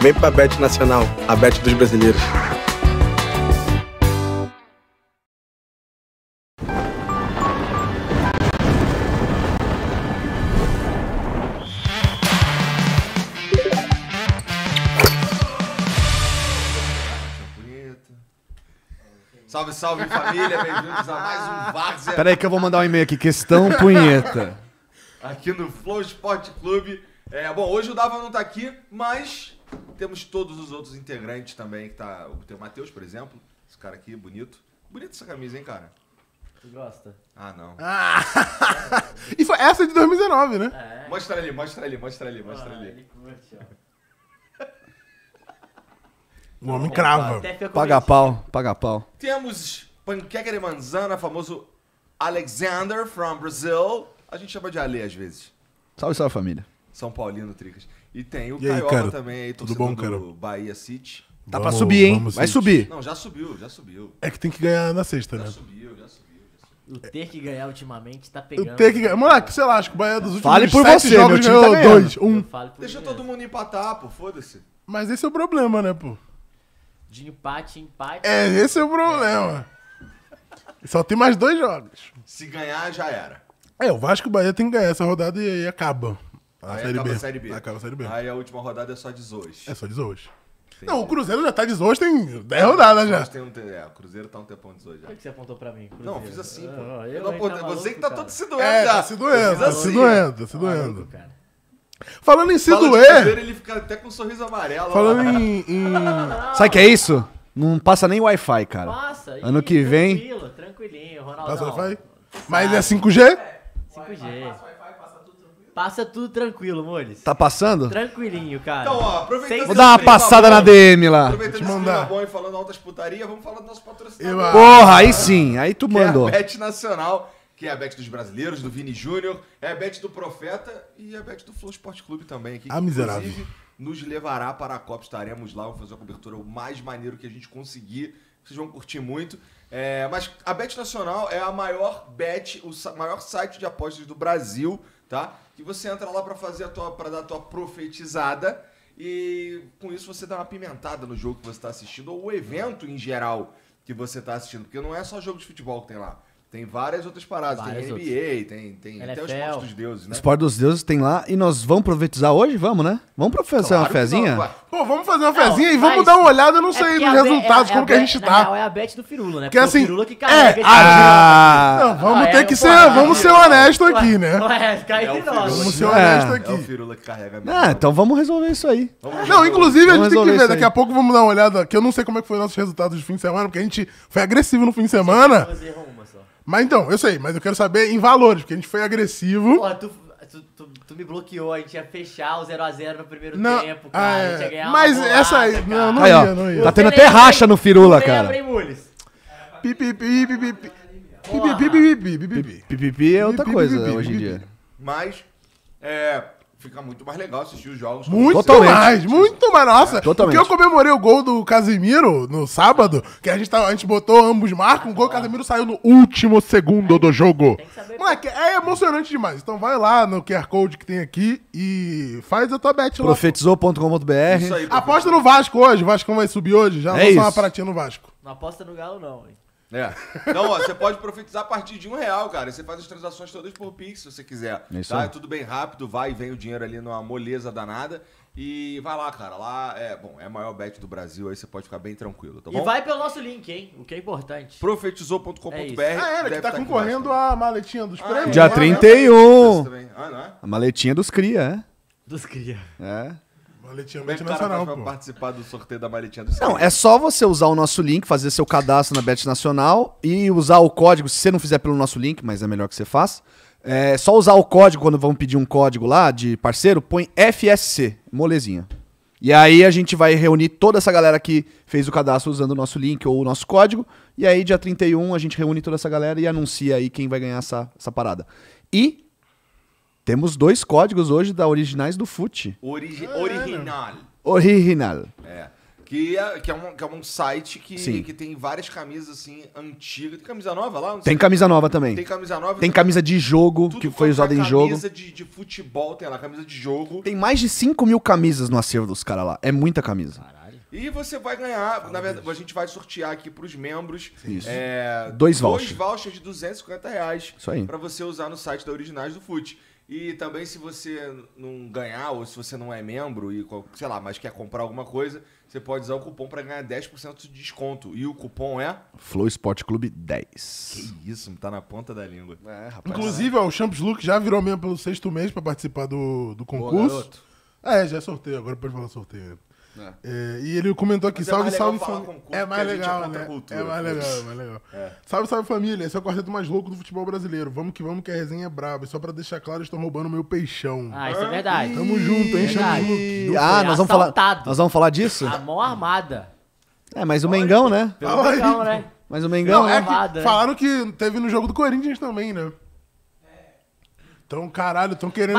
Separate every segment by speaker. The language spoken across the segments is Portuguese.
Speaker 1: Vem pra Bet Nacional, a Bet dos brasileiros.
Speaker 2: Salve, salve família, bem-vindos a mais um Várzea
Speaker 3: Peraí que eu vou mandar um e-mail aqui. Questão punheta.
Speaker 2: aqui no Flow Sport Clube. É, bom, hoje o Dava não tá aqui, mas temos todos os outros integrantes também. Que tá, tem o Matheus, por exemplo, esse cara aqui, bonito. Bonita essa camisa, hein, cara?
Speaker 4: Tu gosta?
Speaker 2: Ah, não.
Speaker 5: E foi essa de 2019, né?
Speaker 2: Mostra ali, mostra ali, mostra ali, mostra
Speaker 4: Ah,
Speaker 2: ali.
Speaker 4: ele curte, ó.
Speaker 5: O homem crava.
Speaker 4: Até fica com
Speaker 3: Paga
Speaker 4: medo.
Speaker 3: pau, paga pau.
Speaker 2: Temos Panqueca de Manzana, famoso Alexander from Brazil. A gente chama de Ale às vezes.
Speaker 3: Salve, salve, família.
Speaker 2: São Paulino, Tricas. E tem o
Speaker 5: E aí,
Speaker 2: Caioba
Speaker 5: cara?
Speaker 2: também, aí,
Speaker 5: Tudo
Speaker 2: torcedor
Speaker 5: bom, cara?
Speaker 2: do Bahia City.
Speaker 3: Tá pra
Speaker 5: Vamos-
Speaker 3: subir, hein?
Speaker 5: vamos
Speaker 3: Vai
Speaker 5: sim.
Speaker 3: subir.
Speaker 2: Não, já subiu, já subiu.
Speaker 5: É que tem que ganhar na sexta, né?
Speaker 2: Já subiu, já subiu.
Speaker 4: O ter que ganhar ultimamente tá pegando.
Speaker 5: Eu tenho que ganhar. Moleque, sei lá, acho que o Bahia é dos últimos
Speaker 3: Fale por você,
Speaker 5: sete
Speaker 3: meu
Speaker 5: jogos
Speaker 3: time tá
Speaker 5: ganhou
Speaker 3: ganhando.
Speaker 5: dois, um.
Speaker 4: Eu falo por
Speaker 2: Deixa
Speaker 4: mim,
Speaker 2: todo mundo empatar, pô, foda-se.
Speaker 5: Mas esse é o problema, né, pô?
Speaker 4: De empate, em empate.
Speaker 5: É, esse é o problema. Só tem mais dois jogos.
Speaker 2: Se ganhar, já era.
Speaker 5: É, o Vasco e o Bahia tem que ganhar essa rodada e aí acaba. A
Speaker 2: Aí
Speaker 5: Ah, série
Speaker 2: acaba
Speaker 5: B.
Speaker 2: a Série B.
Speaker 5: Acaba a Série B.
Speaker 2: Aí a última rodada é só 18.
Speaker 5: É só 18. Não, o Cruzeiro já tá 18, tem 10 rodadas já.
Speaker 2: Mas tem um te- é, o Cruzeiro tá um tempão 18
Speaker 4: Como é
Speaker 2: já.
Speaker 4: que você apontou pra mim?
Speaker 2: Não, eu
Speaker 4: Cruzeiro?
Speaker 2: fiz assim, pô.
Speaker 4: Ah,
Speaker 2: Eu
Speaker 4: eu,
Speaker 2: não
Speaker 4: hein,
Speaker 2: apontei-
Speaker 4: tá
Speaker 2: você
Speaker 4: maluco,
Speaker 2: que tá
Speaker 4: cara.
Speaker 2: todo se doendo
Speaker 5: É,
Speaker 2: já.
Speaker 5: tá se doendo, tá se
Speaker 2: assim.
Speaker 5: doendo, tá se
Speaker 4: Maluco,
Speaker 5: doendo.
Speaker 4: cara.
Speaker 5: Falando em se
Speaker 2: Fala de
Speaker 5: doer,
Speaker 2: Cruzeiro, ele fica até com um sorriso amarelo.
Speaker 5: é. falando em, em-
Speaker 3: Sabe o que é isso? Não passa nem Wi-Fi, cara.
Speaker 4: Passa.
Speaker 3: Ano
Speaker 4: ih,
Speaker 3: que vem-
Speaker 4: Tranquilo, tranquilinho, Ronaldo.
Speaker 5: Passa Wi-Fi? Mas é 5G?
Speaker 4: 5G. Passa tudo tranquilo, Moles.
Speaker 3: Tá passando?
Speaker 4: Tranquilinho, cara.
Speaker 2: Então, ó, aproveitando
Speaker 4: Sem-
Speaker 3: Vou dar uma passada na DM lá.
Speaker 2: Aproveitando esse
Speaker 5: Vou te
Speaker 2: clima
Speaker 5: mandar.
Speaker 2: bom e falando altas putarias, vamos falar do nosso patrocinador.
Speaker 5: Eu-
Speaker 3: Porra, aí sim, aí tu
Speaker 2: que é
Speaker 3: mandou.
Speaker 2: a Bet Nacional, que é a Bet dos brasileiros, do Vini Júnior, é a Bet do Profeta e a Bet do Flow Esporte Clube também. Aqui, que,
Speaker 5: Ah, miserável.
Speaker 2: inclusive, nos levará para a Copa. Estaremos lá, vamos fazer uma cobertura o mais maneiro que a gente conseguir. Vocês vão curtir muito. É, mas a Bet Nacional é a maior bet, o sa- maior site de apostas do Brasil, tá? E você entra lá para fazer a tua, para dar a tua profetizada e com isso você dá uma pimentada no jogo que você está assistindo ou o evento em geral que você está assistindo, porque não é só jogo de futebol que tem lá. Tem várias outras paradas,
Speaker 4: Várias
Speaker 2: tem NBA,
Speaker 4: outras.
Speaker 2: tem, tem até os
Speaker 4: NFL.
Speaker 2: esporte dos deuses, né?
Speaker 3: Esporte dos Deuses tem lá e nós vamos profetizar hoje? Vamos, né? Vamos profetizar
Speaker 2: Claro
Speaker 3: uma
Speaker 2: que não,
Speaker 3: fezinha?
Speaker 2: vai.
Speaker 5: Pô, vamos fazer uma fezinha e
Speaker 4: mas-
Speaker 5: vamos dar uma olhada, eu não
Speaker 4: É
Speaker 5: sei
Speaker 4: porque
Speaker 5: dos
Speaker 4: a Be-
Speaker 5: resultados,
Speaker 4: é- é
Speaker 5: como
Speaker 4: a
Speaker 5: que a
Speaker 4: Be-
Speaker 5: gente
Speaker 4: na
Speaker 5: tá.
Speaker 4: real, é a bet do Firula, né?
Speaker 5: Porque
Speaker 4: Porque
Speaker 5: assim,
Speaker 4: o Firula que
Speaker 5: é,
Speaker 4: carrega esse
Speaker 3: Ah!
Speaker 5: Não, vamos
Speaker 4: Ah,
Speaker 5: ter
Speaker 4: é,
Speaker 5: que
Speaker 4: eu
Speaker 5: ser,
Speaker 4: vou-
Speaker 5: vamos ser honestos aqui, né?
Speaker 4: Ué, fica
Speaker 2: É o
Speaker 4: entre nós.
Speaker 5: Vamos
Speaker 2: Firula.
Speaker 5: ser
Speaker 2: É.
Speaker 5: honestos
Speaker 2: É o
Speaker 5: aqui.
Speaker 2: Firula que carrega mesmo.
Speaker 3: Ah, então vamos resolver isso aí.
Speaker 2: Vamos
Speaker 5: Não, inclusive a
Speaker 3: Vamos
Speaker 5: gente tem que
Speaker 3: resolver
Speaker 5: ver,
Speaker 3: isso
Speaker 5: daqui
Speaker 3: aí.
Speaker 5: a pouco vamos dar uma olhada, que eu não sei como é que foi nossos resultados de fim de semana, porque a gente foi agressivo no fim de semana.
Speaker 4: Você errou uma só.
Speaker 5: Mas então, eu sei, mas eu quero saber em valores, porque a gente foi agressivo.
Speaker 4: Porra, tu, tu, tu, tu me bloqueou, a gente ia fechar o 0x0 no primeiro
Speaker 5: Não,
Speaker 4: tempo,
Speaker 5: ah,
Speaker 4: cara.
Speaker 5: é.
Speaker 4: a gente ia ganhar
Speaker 5: Mas
Speaker 4: uma
Speaker 5: essa aí-
Speaker 4: bolada,
Speaker 5: não,
Speaker 4: cara.
Speaker 5: não
Speaker 3: Aí, ó.
Speaker 5: ia, não ia.
Speaker 3: Tá
Speaker 4: Você
Speaker 3: tendo até
Speaker 4: lembra,
Speaker 3: racha
Speaker 4: hein?
Speaker 3: no Firula,
Speaker 4: Você
Speaker 3: cara.
Speaker 4: lembra, hein, Mules?
Speaker 5: Pi, pi, pi, pi, pi, pi, pi, pi, pi, pi, pi, pi, pi.
Speaker 3: Pipipi é outra
Speaker 5: Pipipi,
Speaker 3: coisa
Speaker 5: pipipi,
Speaker 3: hoje em
Speaker 5: pipipi.
Speaker 3: dia.
Speaker 2: Mas é, fica muito mais legal assistir os jogos.
Speaker 5: Muito
Speaker 3: Totalmente.
Speaker 5: mais, muito mais. Nossa,
Speaker 3: Totalmente.
Speaker 5: porque eu comemorei o gol do Casemiro no sábado, que a gente, tava- a gente botou ambos marcam, o gol do Casemiro saiu no último segundo do jogo.
Speaker 4: saber-
Speaker 5: Moleque, é emocionante demais. Então vai lá no QR Code que tem aqui e faz a tua bet lá.
Speaker 2: Isso
Speaker 5: É,
Speaker 3: Profetizou.com.br.
Speaker 2: aí,
Speaker 5: Aposta no Vasco hoje, o Vasco vai subir hoje, já
Speaker 3: É
Speaker 5: lança uma
Speaker 3: isso.
Speaker 5: pratinha no Vasco.
Speaker 4: Não aposta no Galo, não, hein?
Speaker 2: É. Então, ó, você pode profetizar a partir de um real, cara. E Você faz as transações todas por Pix, se você quiser.
Speaker 3: É isso
Speaker 2: tá?
Speaker 3: aí.
Speaker 2: É tudo bem rápido, vai e vem o dinheiro ali numa moleza danada. E vai lá, cara. Lá é, bom, é a maior bet do Brasil, aí você pode ficar bem tranquilo, tá
Speaker 4: E
Speaker 2: bom?
Speaker 4: vai pelo nosso link, hein? O que é importante.
Speaker 2: Profetizou.com.br.
Speaker 4: É isso.
Speaker 5: Ah, era, que
Speaker 2: deve
Speaker 5: tá
Speaker 2: aqui
Speaker 5: concorrendo
Speaker 2: embaixo
Speaker 5: à maletinha dos
Speaker 2: Ah, é.
Speaker 5: prêmios.
Speaker 3: Dia
Speaker 5: não é, né?
Speaker 3: 31!
Speaker 2: também. Ah, não é?
Speaker 3: A maletinha dos cria,
Speaker 4: Dos cria.
Speaker 3: é? É.
Speaker 5: Maletinha
Speaker 2: Como é que o cara faz
Speaker 5: multinacional,
Speaker 2: pra
Speaker 5: pô.
Speaker 2: participar do sorteio da maletinha do
Speaker 3: Não,
Speaker 2: Skype?
Speaker 3: é só você usar o nosso link, fazer seu cadastro na Bet Nacional e usar o código, se você não fizer pelo nosso link, mas é melhor que você faça. É só usar o código quando vão pedir um código lá de parceiro, põe FSC, molezinha. E aí a gente vai reunir toda essa galera que fez o cadastro usando o nosso link ou o nosso código. E aí, dia 31, a gente reúne toda essa galera e anuncia aí quem vai ganhar essa, essa parada. E temos dois códigos hoje da Originais do Fute.
Speaker 5: É,
Speaker 2: Origi-
Speaker 5: né,
Speaker 2: original.
Speaker 3: Original.
Speaker 2: É. Que é, que é, um, que é um site que,
Speaker 3: Sim.
Speaker 2: que tem várias camisas assim antigas. Tem camisa nova lá? Não sei.
Speaker 3: Tem camisa nova também.
Speaker 2: Tem camisa nova.
Speaker 3: Tem camisa de jogo,
Speaker 2: tudo
Speaker 3: que foi
Speaker 2: quanto é
Speaker 3: usada em jogo.
Speaker 2: Camisa de, de futebol, tem lá, camisa de jogo.
Speaker 3: Tem mais de 5 mil camisas no acervo dos caras lá. É muita camisa.
Speaker 2: E você vai ganhar, na verdade, a gente vai sortear aqui pros membros
Speaker 3: Isso.
Speaker 2: é,
Speaker 3: Dois vouchers.
Speaker 2: Dois vouchers de 250 reais.
Speaker 3: Isso aí.
Speaker 2: Pra você usar no site da Originais do Fute. E também se você não ganhar, ou se você não é membro e, qual- sei lá, mas quer comprar alguma coisa, você pode usar o cupom pra ganhar 10% de desconto. E o cupom é...
Speaker 3: Flow Sport Clube 10.
Speaker 2: Que isso, tá na ponta da língua.
Speaker 3: É, rapaz.
Speaker 5: Inclusive, ó, o Champs Luke já virou membro pelo sexto mês pra participar do, do concurso.
Speaker 3: garoto.
Speaker 5: Ah, é, já é sorteio, agora pode falar sorteio. né? É, e ele comentou aqui,
Speaker 2: Mas é
Speaker 5: salve,
Speaker 2: mais legal
Speaker 5: salve
Speaker 2: falar
Speaker 5: família.
Speaker 2: concurso,
Speaker 5: É
Speaker 2: porque
Speaker 5: mais
Speaker 2: a gente é
Speaker 5: legal,
Speaker 2: contra
Speaker 5: né?
Speaker 2: a cultura,
Speaker 5: É mais
Speaker 2: pô.
Speaker 5: legal, é mais legal. Salve, salve família, esse é o quarteto mais louco do futebol brasileiro. Vamos que vamos, que a resenha é braba. E só pra deixar claro, estão roubando meu peixão.
Speaker 4: Ah, isso é verdade.
Speaker 5: Tamo junto, hein,
Speaker 4: Verdade.
Speaker 5: Champs Luke.
Speaker 3: E- Ah,
Speaker 4: foi
Speaker 3: nós vamos, falar,
Speaker 4: assaltado.
Speaker 3: nós vamos falar disso?
Speaker 4: A mão armada.
Speaker 3: É, mas o Mengão, né?
Speaker 5: Fala aí.
Speaker 4: Legal, né?
Speaker 3: Mas o
Speaker 5: Não,
Speaker 3: Mengão.
Speaker 5: é
Speaker 4: roubada,
Speaker 5: que
Speaker 4: né?
Speaker 5: falaram que teve no jogo do Corinthians também, né?
Speaker 2: É.
Speaker 5: Então, caralho, estão querendo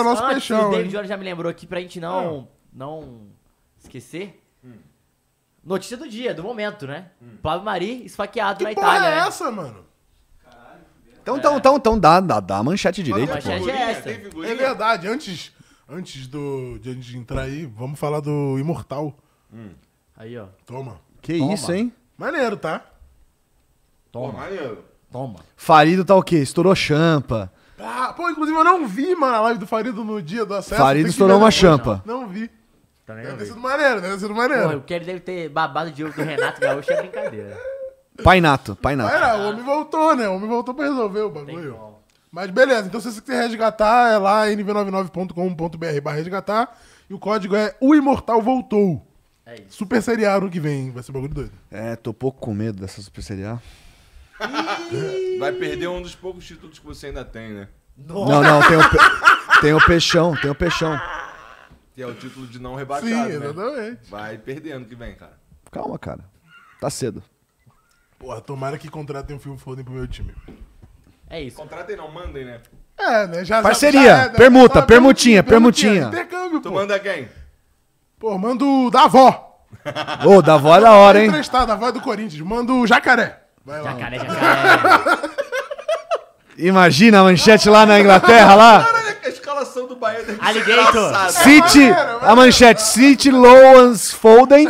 Speaker 4: antes-
Speaker 5: o nosso
Speaker 4: antes, O
Speaker 5: peixão.
Speaker 4: David
Speaker 5: hein? Ah.
Speaker 4: Jones já me lembrou aqui pra gente não, não esquecer. Notícia do dia, do momento, né? Flávio Mari esfaqueado na
Speaker 5: Que porra
Speaker 4: Itália.
Speaker 5: é
Speaker 4: né?
Speaker 5: essa, mano?
Speaker 3: Então, então, então, então dá, dá, dá a manchete direito,
Speaker 4: Mas
Speaker 3: pô.
Speaker 4: é essa.
Speaker 2: tem
Speaker 5: É
Speaker 2: figurinha?
Speaker 5: verdade, antes, antes do, de a gente entrar aí, vamos falar do Imortal.
Speaker 4: Aí, ó.
Speaker 5: Toma.
Speaker 3: Que
Speaker 4: Toma.
Speaker 3: isso, hein?
Speaker 5: Maneiro, tá?
Speaker 2: Pô,
Speaker 4: Toma,
Speaker 2: maneiro.
Speaker 4: toma.
Speaker 3: Farido tá o quê? Estourou champa.
Speaker 5: Ah, pô, inclusive eu não vi, mano, a live do Farido no dia do acesso.
Speaker 3: Farido
Speaker 5: tem que
Speaker 3: estourou
Speaker 5: ver
Speaker 3: uma
Speaker 5: depois.
Speaker 3: champa.
Speaker 5: Não vi.
Speaker 4: Também não
Speaker 5: Deve ter
Speaker 4: vi.
Speaker 5: sido maneiro, deve ter sido
Speaker 4: Porra,
Speaker 5: maneiro.
Speaker 4: o que ele deve ter babado de ovo do Renato Gaúcho é brincadeira.
Speaker 3: Painato, painato.
Speaker 5: Era, é, o homem voltou, né? O homem voltou pra resolver o
Speaker 4: Tem
Speaker 5: bagulho.
Speaker 4: como.
Speaker 5: Mas beleza, então se você quiser resgatar, é lá nv99.com.br barra resgatar. E o código é O Imortal Voltou.
Speaker 4: É isso.
Speaker 5: Super seriado ano que vem, hein? vai ser um bagulho doido.
Speaker 3: É, tô pouco com medo dessa Super Série A.
Speaker 2: Vai perder um dos poucos títulos que você ainda tem, né?
Speaker 3: Não, não, tem o, pe- tem o peixão, tem o peixão.
Speaker 2: Que é o título de não
Speaker 5: Sim,
Speaker 2: rebaixado, né?
Speaker 5: exatamente.
Speaker 2: Vai perdendo que vem, cara.
Speaker 3: Calma, cara. Tá cedo.
Speaker 5: Porra, tomara que contratem um filme foda pro meu time.
Speaker 4: É isso.
Speaker 2: Contratem não, mandem, né?
Speaker 5: É, né? Já,
Speaker 3: Parceria,
Speaker 5: já é, né?
Speaker 3: permuta,
Speaker 5: Só
Speaker 3: permutinha, permutinha.
Speaker 5: Intercâmbio,
Speaker 2: Tu
Speaker 5: pô.
Speaker 2: manda quem?
Speaker 5: Pô, manda o da avó.
Speaker 3: Ô, da vó é da hora, hein?
Speaker 5: Emprestado, a avó é do Corinthians. Manda o jacaré. Vai lá.
Speaker 4: Jacaré, jacaré.
Speaker 3: Imagina a manchete lá na Inglaterra, lá.
Speaker 2: Olha a escalação do Bahia deve ser
Speaker 4: Alligator.
Speaker 2: engraçada.
Speaker 3: City, a manchete, City Lowans Foden,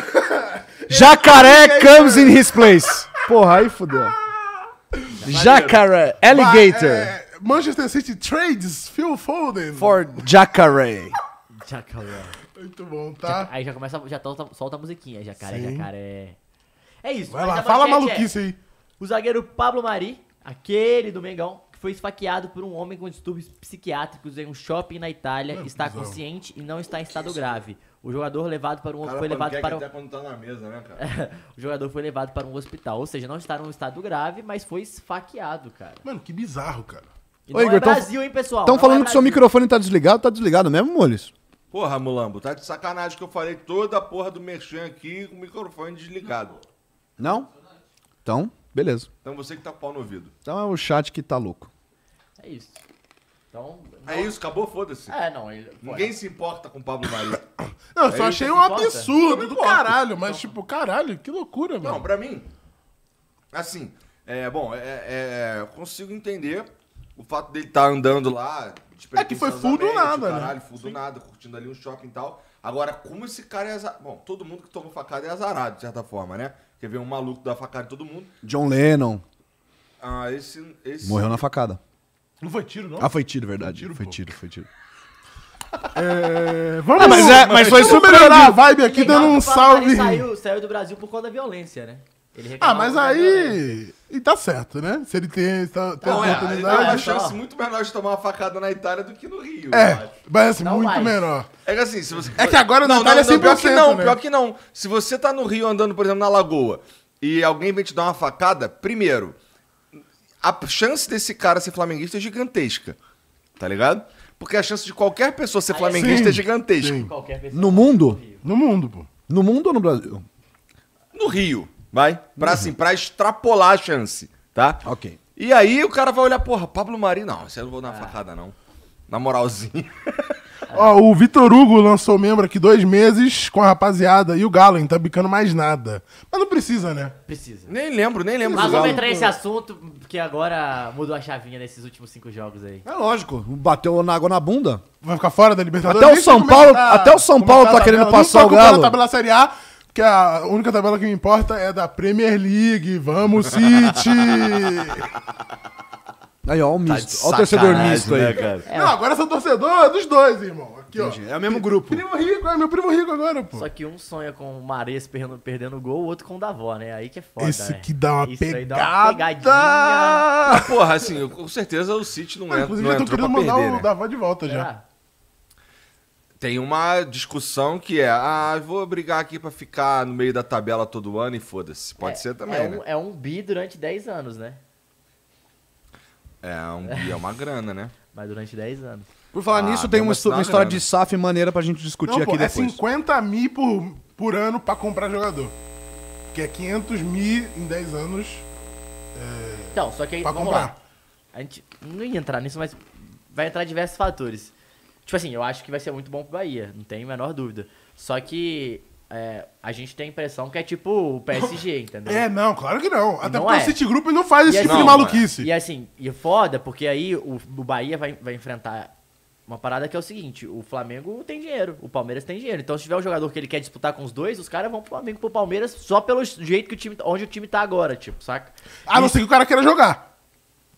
Speaker 3: Jacaré comes in his place. Porra, aí fudeu. Jacaré, Alligator,
Speaker 5: É, Manchester City trades Phil Foden.
Speaker 3: for Jacaré.
Speaker 4: jacaré.
Speaker 5: Muito bom, tá?
Speaker 4: Aí já começa, já solta, solta a musiquinha. Jacaré,
Speaker 5: Sim.
Speaker 4: jacaré. É isso.
Speaker 5: Vai
Speaker 4: mas
Speaker 5: lá,
Speaker 4: a
Speaker 5: fala
Speaker 4: manchete é-
Speaker 5: maluquice aí.
Speaker 4: O zagueiro Pablo Mari, aquele do Mengão, que foi esfaqueado por um homem com distúrbios psiquiátricos em um shopping na Itália, está
Speaker 5: bizarro.
Speaker 4: consciente e não está em estado grave. O jogador levado para um
Speaker 2: Cara,
Speaker 4: foi levado
Speaker 2: panqueca
Speaker 4: para
Speaker 2: até
Speaker 4: um,
Speaker 2: quando tá na mesa, né, cara?
Speaker 4: o jogador foi levado para um hospital, ou seja, não está em um estado grave, mas foi esfaqueado, cara.
Speaker 5: Mano, que bizarro, cara.
Speaker 4: E
Speaker 3: Ô,
Speaker 4: não
Speaker 3: Igor,
Speaker 4: é
Speaker 3: tão-
Speaker 4: Brasil, hein, pessoal?
Speaker 3: Estão
Speaker 4: Não
Speaker 3: falando
Speaker 4: é
Speaker 3: que seu
Speaker 4: Brasil.
Speaker 3: microfone tá desligado, tá desligado mesmo, Moles?
Speaker 2: Porra, Mulambo, tá de sacanagem que eu falei toda a porra do merchan aqui com o microfone desligado.
Speaker 3: Não? Então, beleza.
Speaker 2: Então você que tá com o pau no ouvido.
Speaker 3: Então é o chat que tá louco.
Speaker 4: É isso. Então.
Speaker 2: É isso, acabou, foda-se.
Speaker 4: É, não. Ele,
Speaker 2: Ninguém se importa com o Pablo Maria.
Speaker 5: Não, eu só
Speaker 4: Aí
Speaker 5: achei
Speaker 4: você
Speaker 5: um
Speaker 4: se É importa?
Speaker 5: absurdo do caralho, mas tipo, caralho, que loucura,
Speaker 2: Não,
Speaker 5: mano.
Speaker 2: pra mim, assim, é, bom, é, é, é, consigo entender o o fato dele estar andando lá.
Speaker 5: É que foi full do nada, né?
Speaker 2: Caralho, full do nada, curtindo ali um shopping e tal. Agora, como esse cara é azarado. Bom, todo mundo que toma facada é azarado, de certa forma, né? Porque vem um maluco dar facada em todo mundo.
Speaker 3: John Lennon
Speaker 2: Ah, esse. esse...
Speaker 3: morreu na facada.
Speaker 5: Não foi tiro, não?
Speaker 3: Ah, foi tiro, verdade.
Speaker 5: Foi tiro,
Speaker 3: Foi
Speaker 5: pô.
Speaker 3: tiro, foi tiro.
Speaker 5: É, vamos,
Speaker 6: Ah, mas é- mas foi
Speaker 5: vamos
Speaker 6: surpreendido.
Speaker 5: melhorar a vibe aqui
Speaker 4: Legal
Speaker 5: dando um
Speaker 4: que o Palmares
Speaker 5: salve.
Speaker 4: Saiu, saiu do Brasil por causa da violência, né? Ele
Speaker 5: Ah,
Speaker 4: reclamava né?
Speaker 5: mas
Speaker 4: da violência.
Speaker 5: aí. E tá certo, né? Se ele tem, tá, tem
Speaker 2: Não, é, ele tem
Speaker 5: oportunidade.
Speaker 2: uma
Speaker 4: é
Speaker 2: chance
Speaker 4: só.
Speaker 2: muito menor de tomar uma facada na Itália do que no Rio. eu
Speaker 5: É,
Speaker 2: acho.
Speaker 5: parece
Speaker 4: Não
Speaker 5: muito
Speaker 4: vai.
Speaker 5: menor.
Speaker 2: É que assim, se você.
Speaker 5: É que agora
Speaker 2: não,
Speaker 5: na
Speaker 2: não,
Speaker 5: Itália é
Speaker 2: não, pior que
Speaker 5: 100%,
Speaker 2: não,
Speaker 5: né?
Speaker 2: pior que não. Se você tá no Rio andando, por exemplo, na lagoa, e alguém vem te dar uma facada, primeiro, a chance desse cara ser flamenguista é gigantesca. Tá ligado? Porque a chance de qualquer pessoa ser flamenguista
Speaker 5: Sim,
Speaker 2: é gigantesca.
Speaker 5: sim.
Speaker 4: Qualquer pessoa.
Speaker 3: No mundo?
Speaker 5: No mundo, pô.
Speaker 3: No mundo ou no Brasil?
Speaker 2: No Rio, vai. Pra assim, pra extrapolar a chance, tá?
Speaker 3: Ok.
Speaker 2: E aí o cara vai olhar, porra, Pablo Mari, não, você não vou dar uma facada, não. Na moralzinha.
Speaker 5: Ó, o Vitor Hugo lançou membro aqui dois meses com a rapaziada e o Galo, hein? Tá bicando mais nada. Mas não precisa, né?
Speaker 4: Precisa.
Speaker 2: nem lembro, nem lembro.
Speaker 4: Mas
Speaker 2: do Galo.
Speaker 4: vamos entrar nesse assunto, porque agora mudou a chavinha nesses últimos cinco jogos aí.
Speaker 3: É lógico. Bateu na água na bunda.
Speaker 5: Vai ficar fora da Libertadores?
Speaker 3: Até o
Speaker 5: Nem
Speaker 3: São
Speaker 5: sei como é
Speaker 3: Paulo-
Speaker 5: que tá-
Speaker 3: até o São
Speaker 5: como é
Speaker 3: Paulo
Speaker 5: que
Speaker 3: tá querendo
Speaker 5: a tabela.
Speaker 3: passar
Speaker 5: Não tô
Speaker 3: o Galo.
Speaker 5: acompanhando a tabela Série A, que a única tabela que me importa é da Premier League. Vamos, City!
Speaker 3: Aí, ó, o
Speaker 2: Tá de
Speaker 3: misto. ó, o torcedor
Speaker 2: sacanagem,
Speaker 3: misto aí.
Speaker 2: né, cara?
Speaker 5: Não, agora eu sou torcedor dos dois, irmão. Aqui, ó.
Speaker 3: É o mesmo grupo.
Speaker 5: Primo rico, é meu primo rico agora, pô.
Speaker 4: Só que um sonha com o Mares perdendo, perdendo o gol, o outro com o Davó, né? Aí que é foda,
Speaker 5: Esse
Speaker 4: né?
Speaker 5: que dá Tá uma
Speaker 4: Isso aí dá uma
Speaker 5: pegada.
Speaker 4: pegadinha.
Speaker 2: Ah, Tá, porra, assim, eu- com certeza o City não, entra,
Speaker 5: Ah, Inclusive,
Speaker 2: não
Speaker 5: já tô
Speaker 2: entrou pra
Speaker 5: querendo mandar um
Speaker 2: perder,
Speaker 5: o
Speaker 2: né?
Speaker 5: Davó de volta já.
Speaker 4: Será?
Speaker 2: Tem uma discussão que é, ah, eu vou brigar aqui pra ficar no meio da tabela todo ano e foda-se. Pode ser também,
Speaker 4: é,
Speaker 2: né?
Speaker 4: um, é um bi durante 10 anos, né?
Speaker 2: É, um, e é uma grana, né?
Speaker 4: Mas durante 10 anos.
Speaker 3: Por falar
Speaker 2: Ah,
Speaker 3: nisso,
Speaker 2: deu
Speaker 3: tem uma,
Speaker 2: uma
Speaker 3: estu- uma
Speaker 2: assinada,
Speaker 3: história
Speaker 2: né?
Speaker 3: de SAF maneira pra gente discutir
Speaker 5: Não,
Speaker 3: aqui
Speaker 5: pô, é
Speaker 3: depois.
Speaker 5: 50 mil por, por ano pra comprar jogador. Que é 500 mil em 10 anos
Speaker 4: Então, só que aí.
Speaker 5: pra
Speaker 4: vamos
Speaker 5: comprar.
Speaker 4: lá. A gente não ia entrar nisso, mas vai entrar diversos fatores. Tipo assim, eu acho que vai ser muito bom pro Bahia, não tenho a menor dúvida. Só que é, a gente tem a impressão que é tipo o PSG, entendeu?
Speaker 5: É, não, claro que não. Até
Speaker 4: Não
Speaker 5: porque
Speaker 4: é.
Speaker 5: o Citigroup não faz esse
Speaker 4: E
Speaker 5: tipo
Speaker 2: assim-
Speaker 5: de
Speaker 2: Não,
Speaker 5: maluquice.
Speaker 4: E assim, e é foda, porque aí o, o Bahia vai, vai enfrentar uma parada que é o seguinte: o Flamengo tem dinheiro, o Palmeiras tem dinheiro. Então, se tiver um jogador que ele quer disputar com os dois, os caras vão pro Flamengo pro Palmeiras só pelo jeito que o time. onde o time tá agora, tipo, saca?
Speaker 5: A não ser que o cara queira jogar.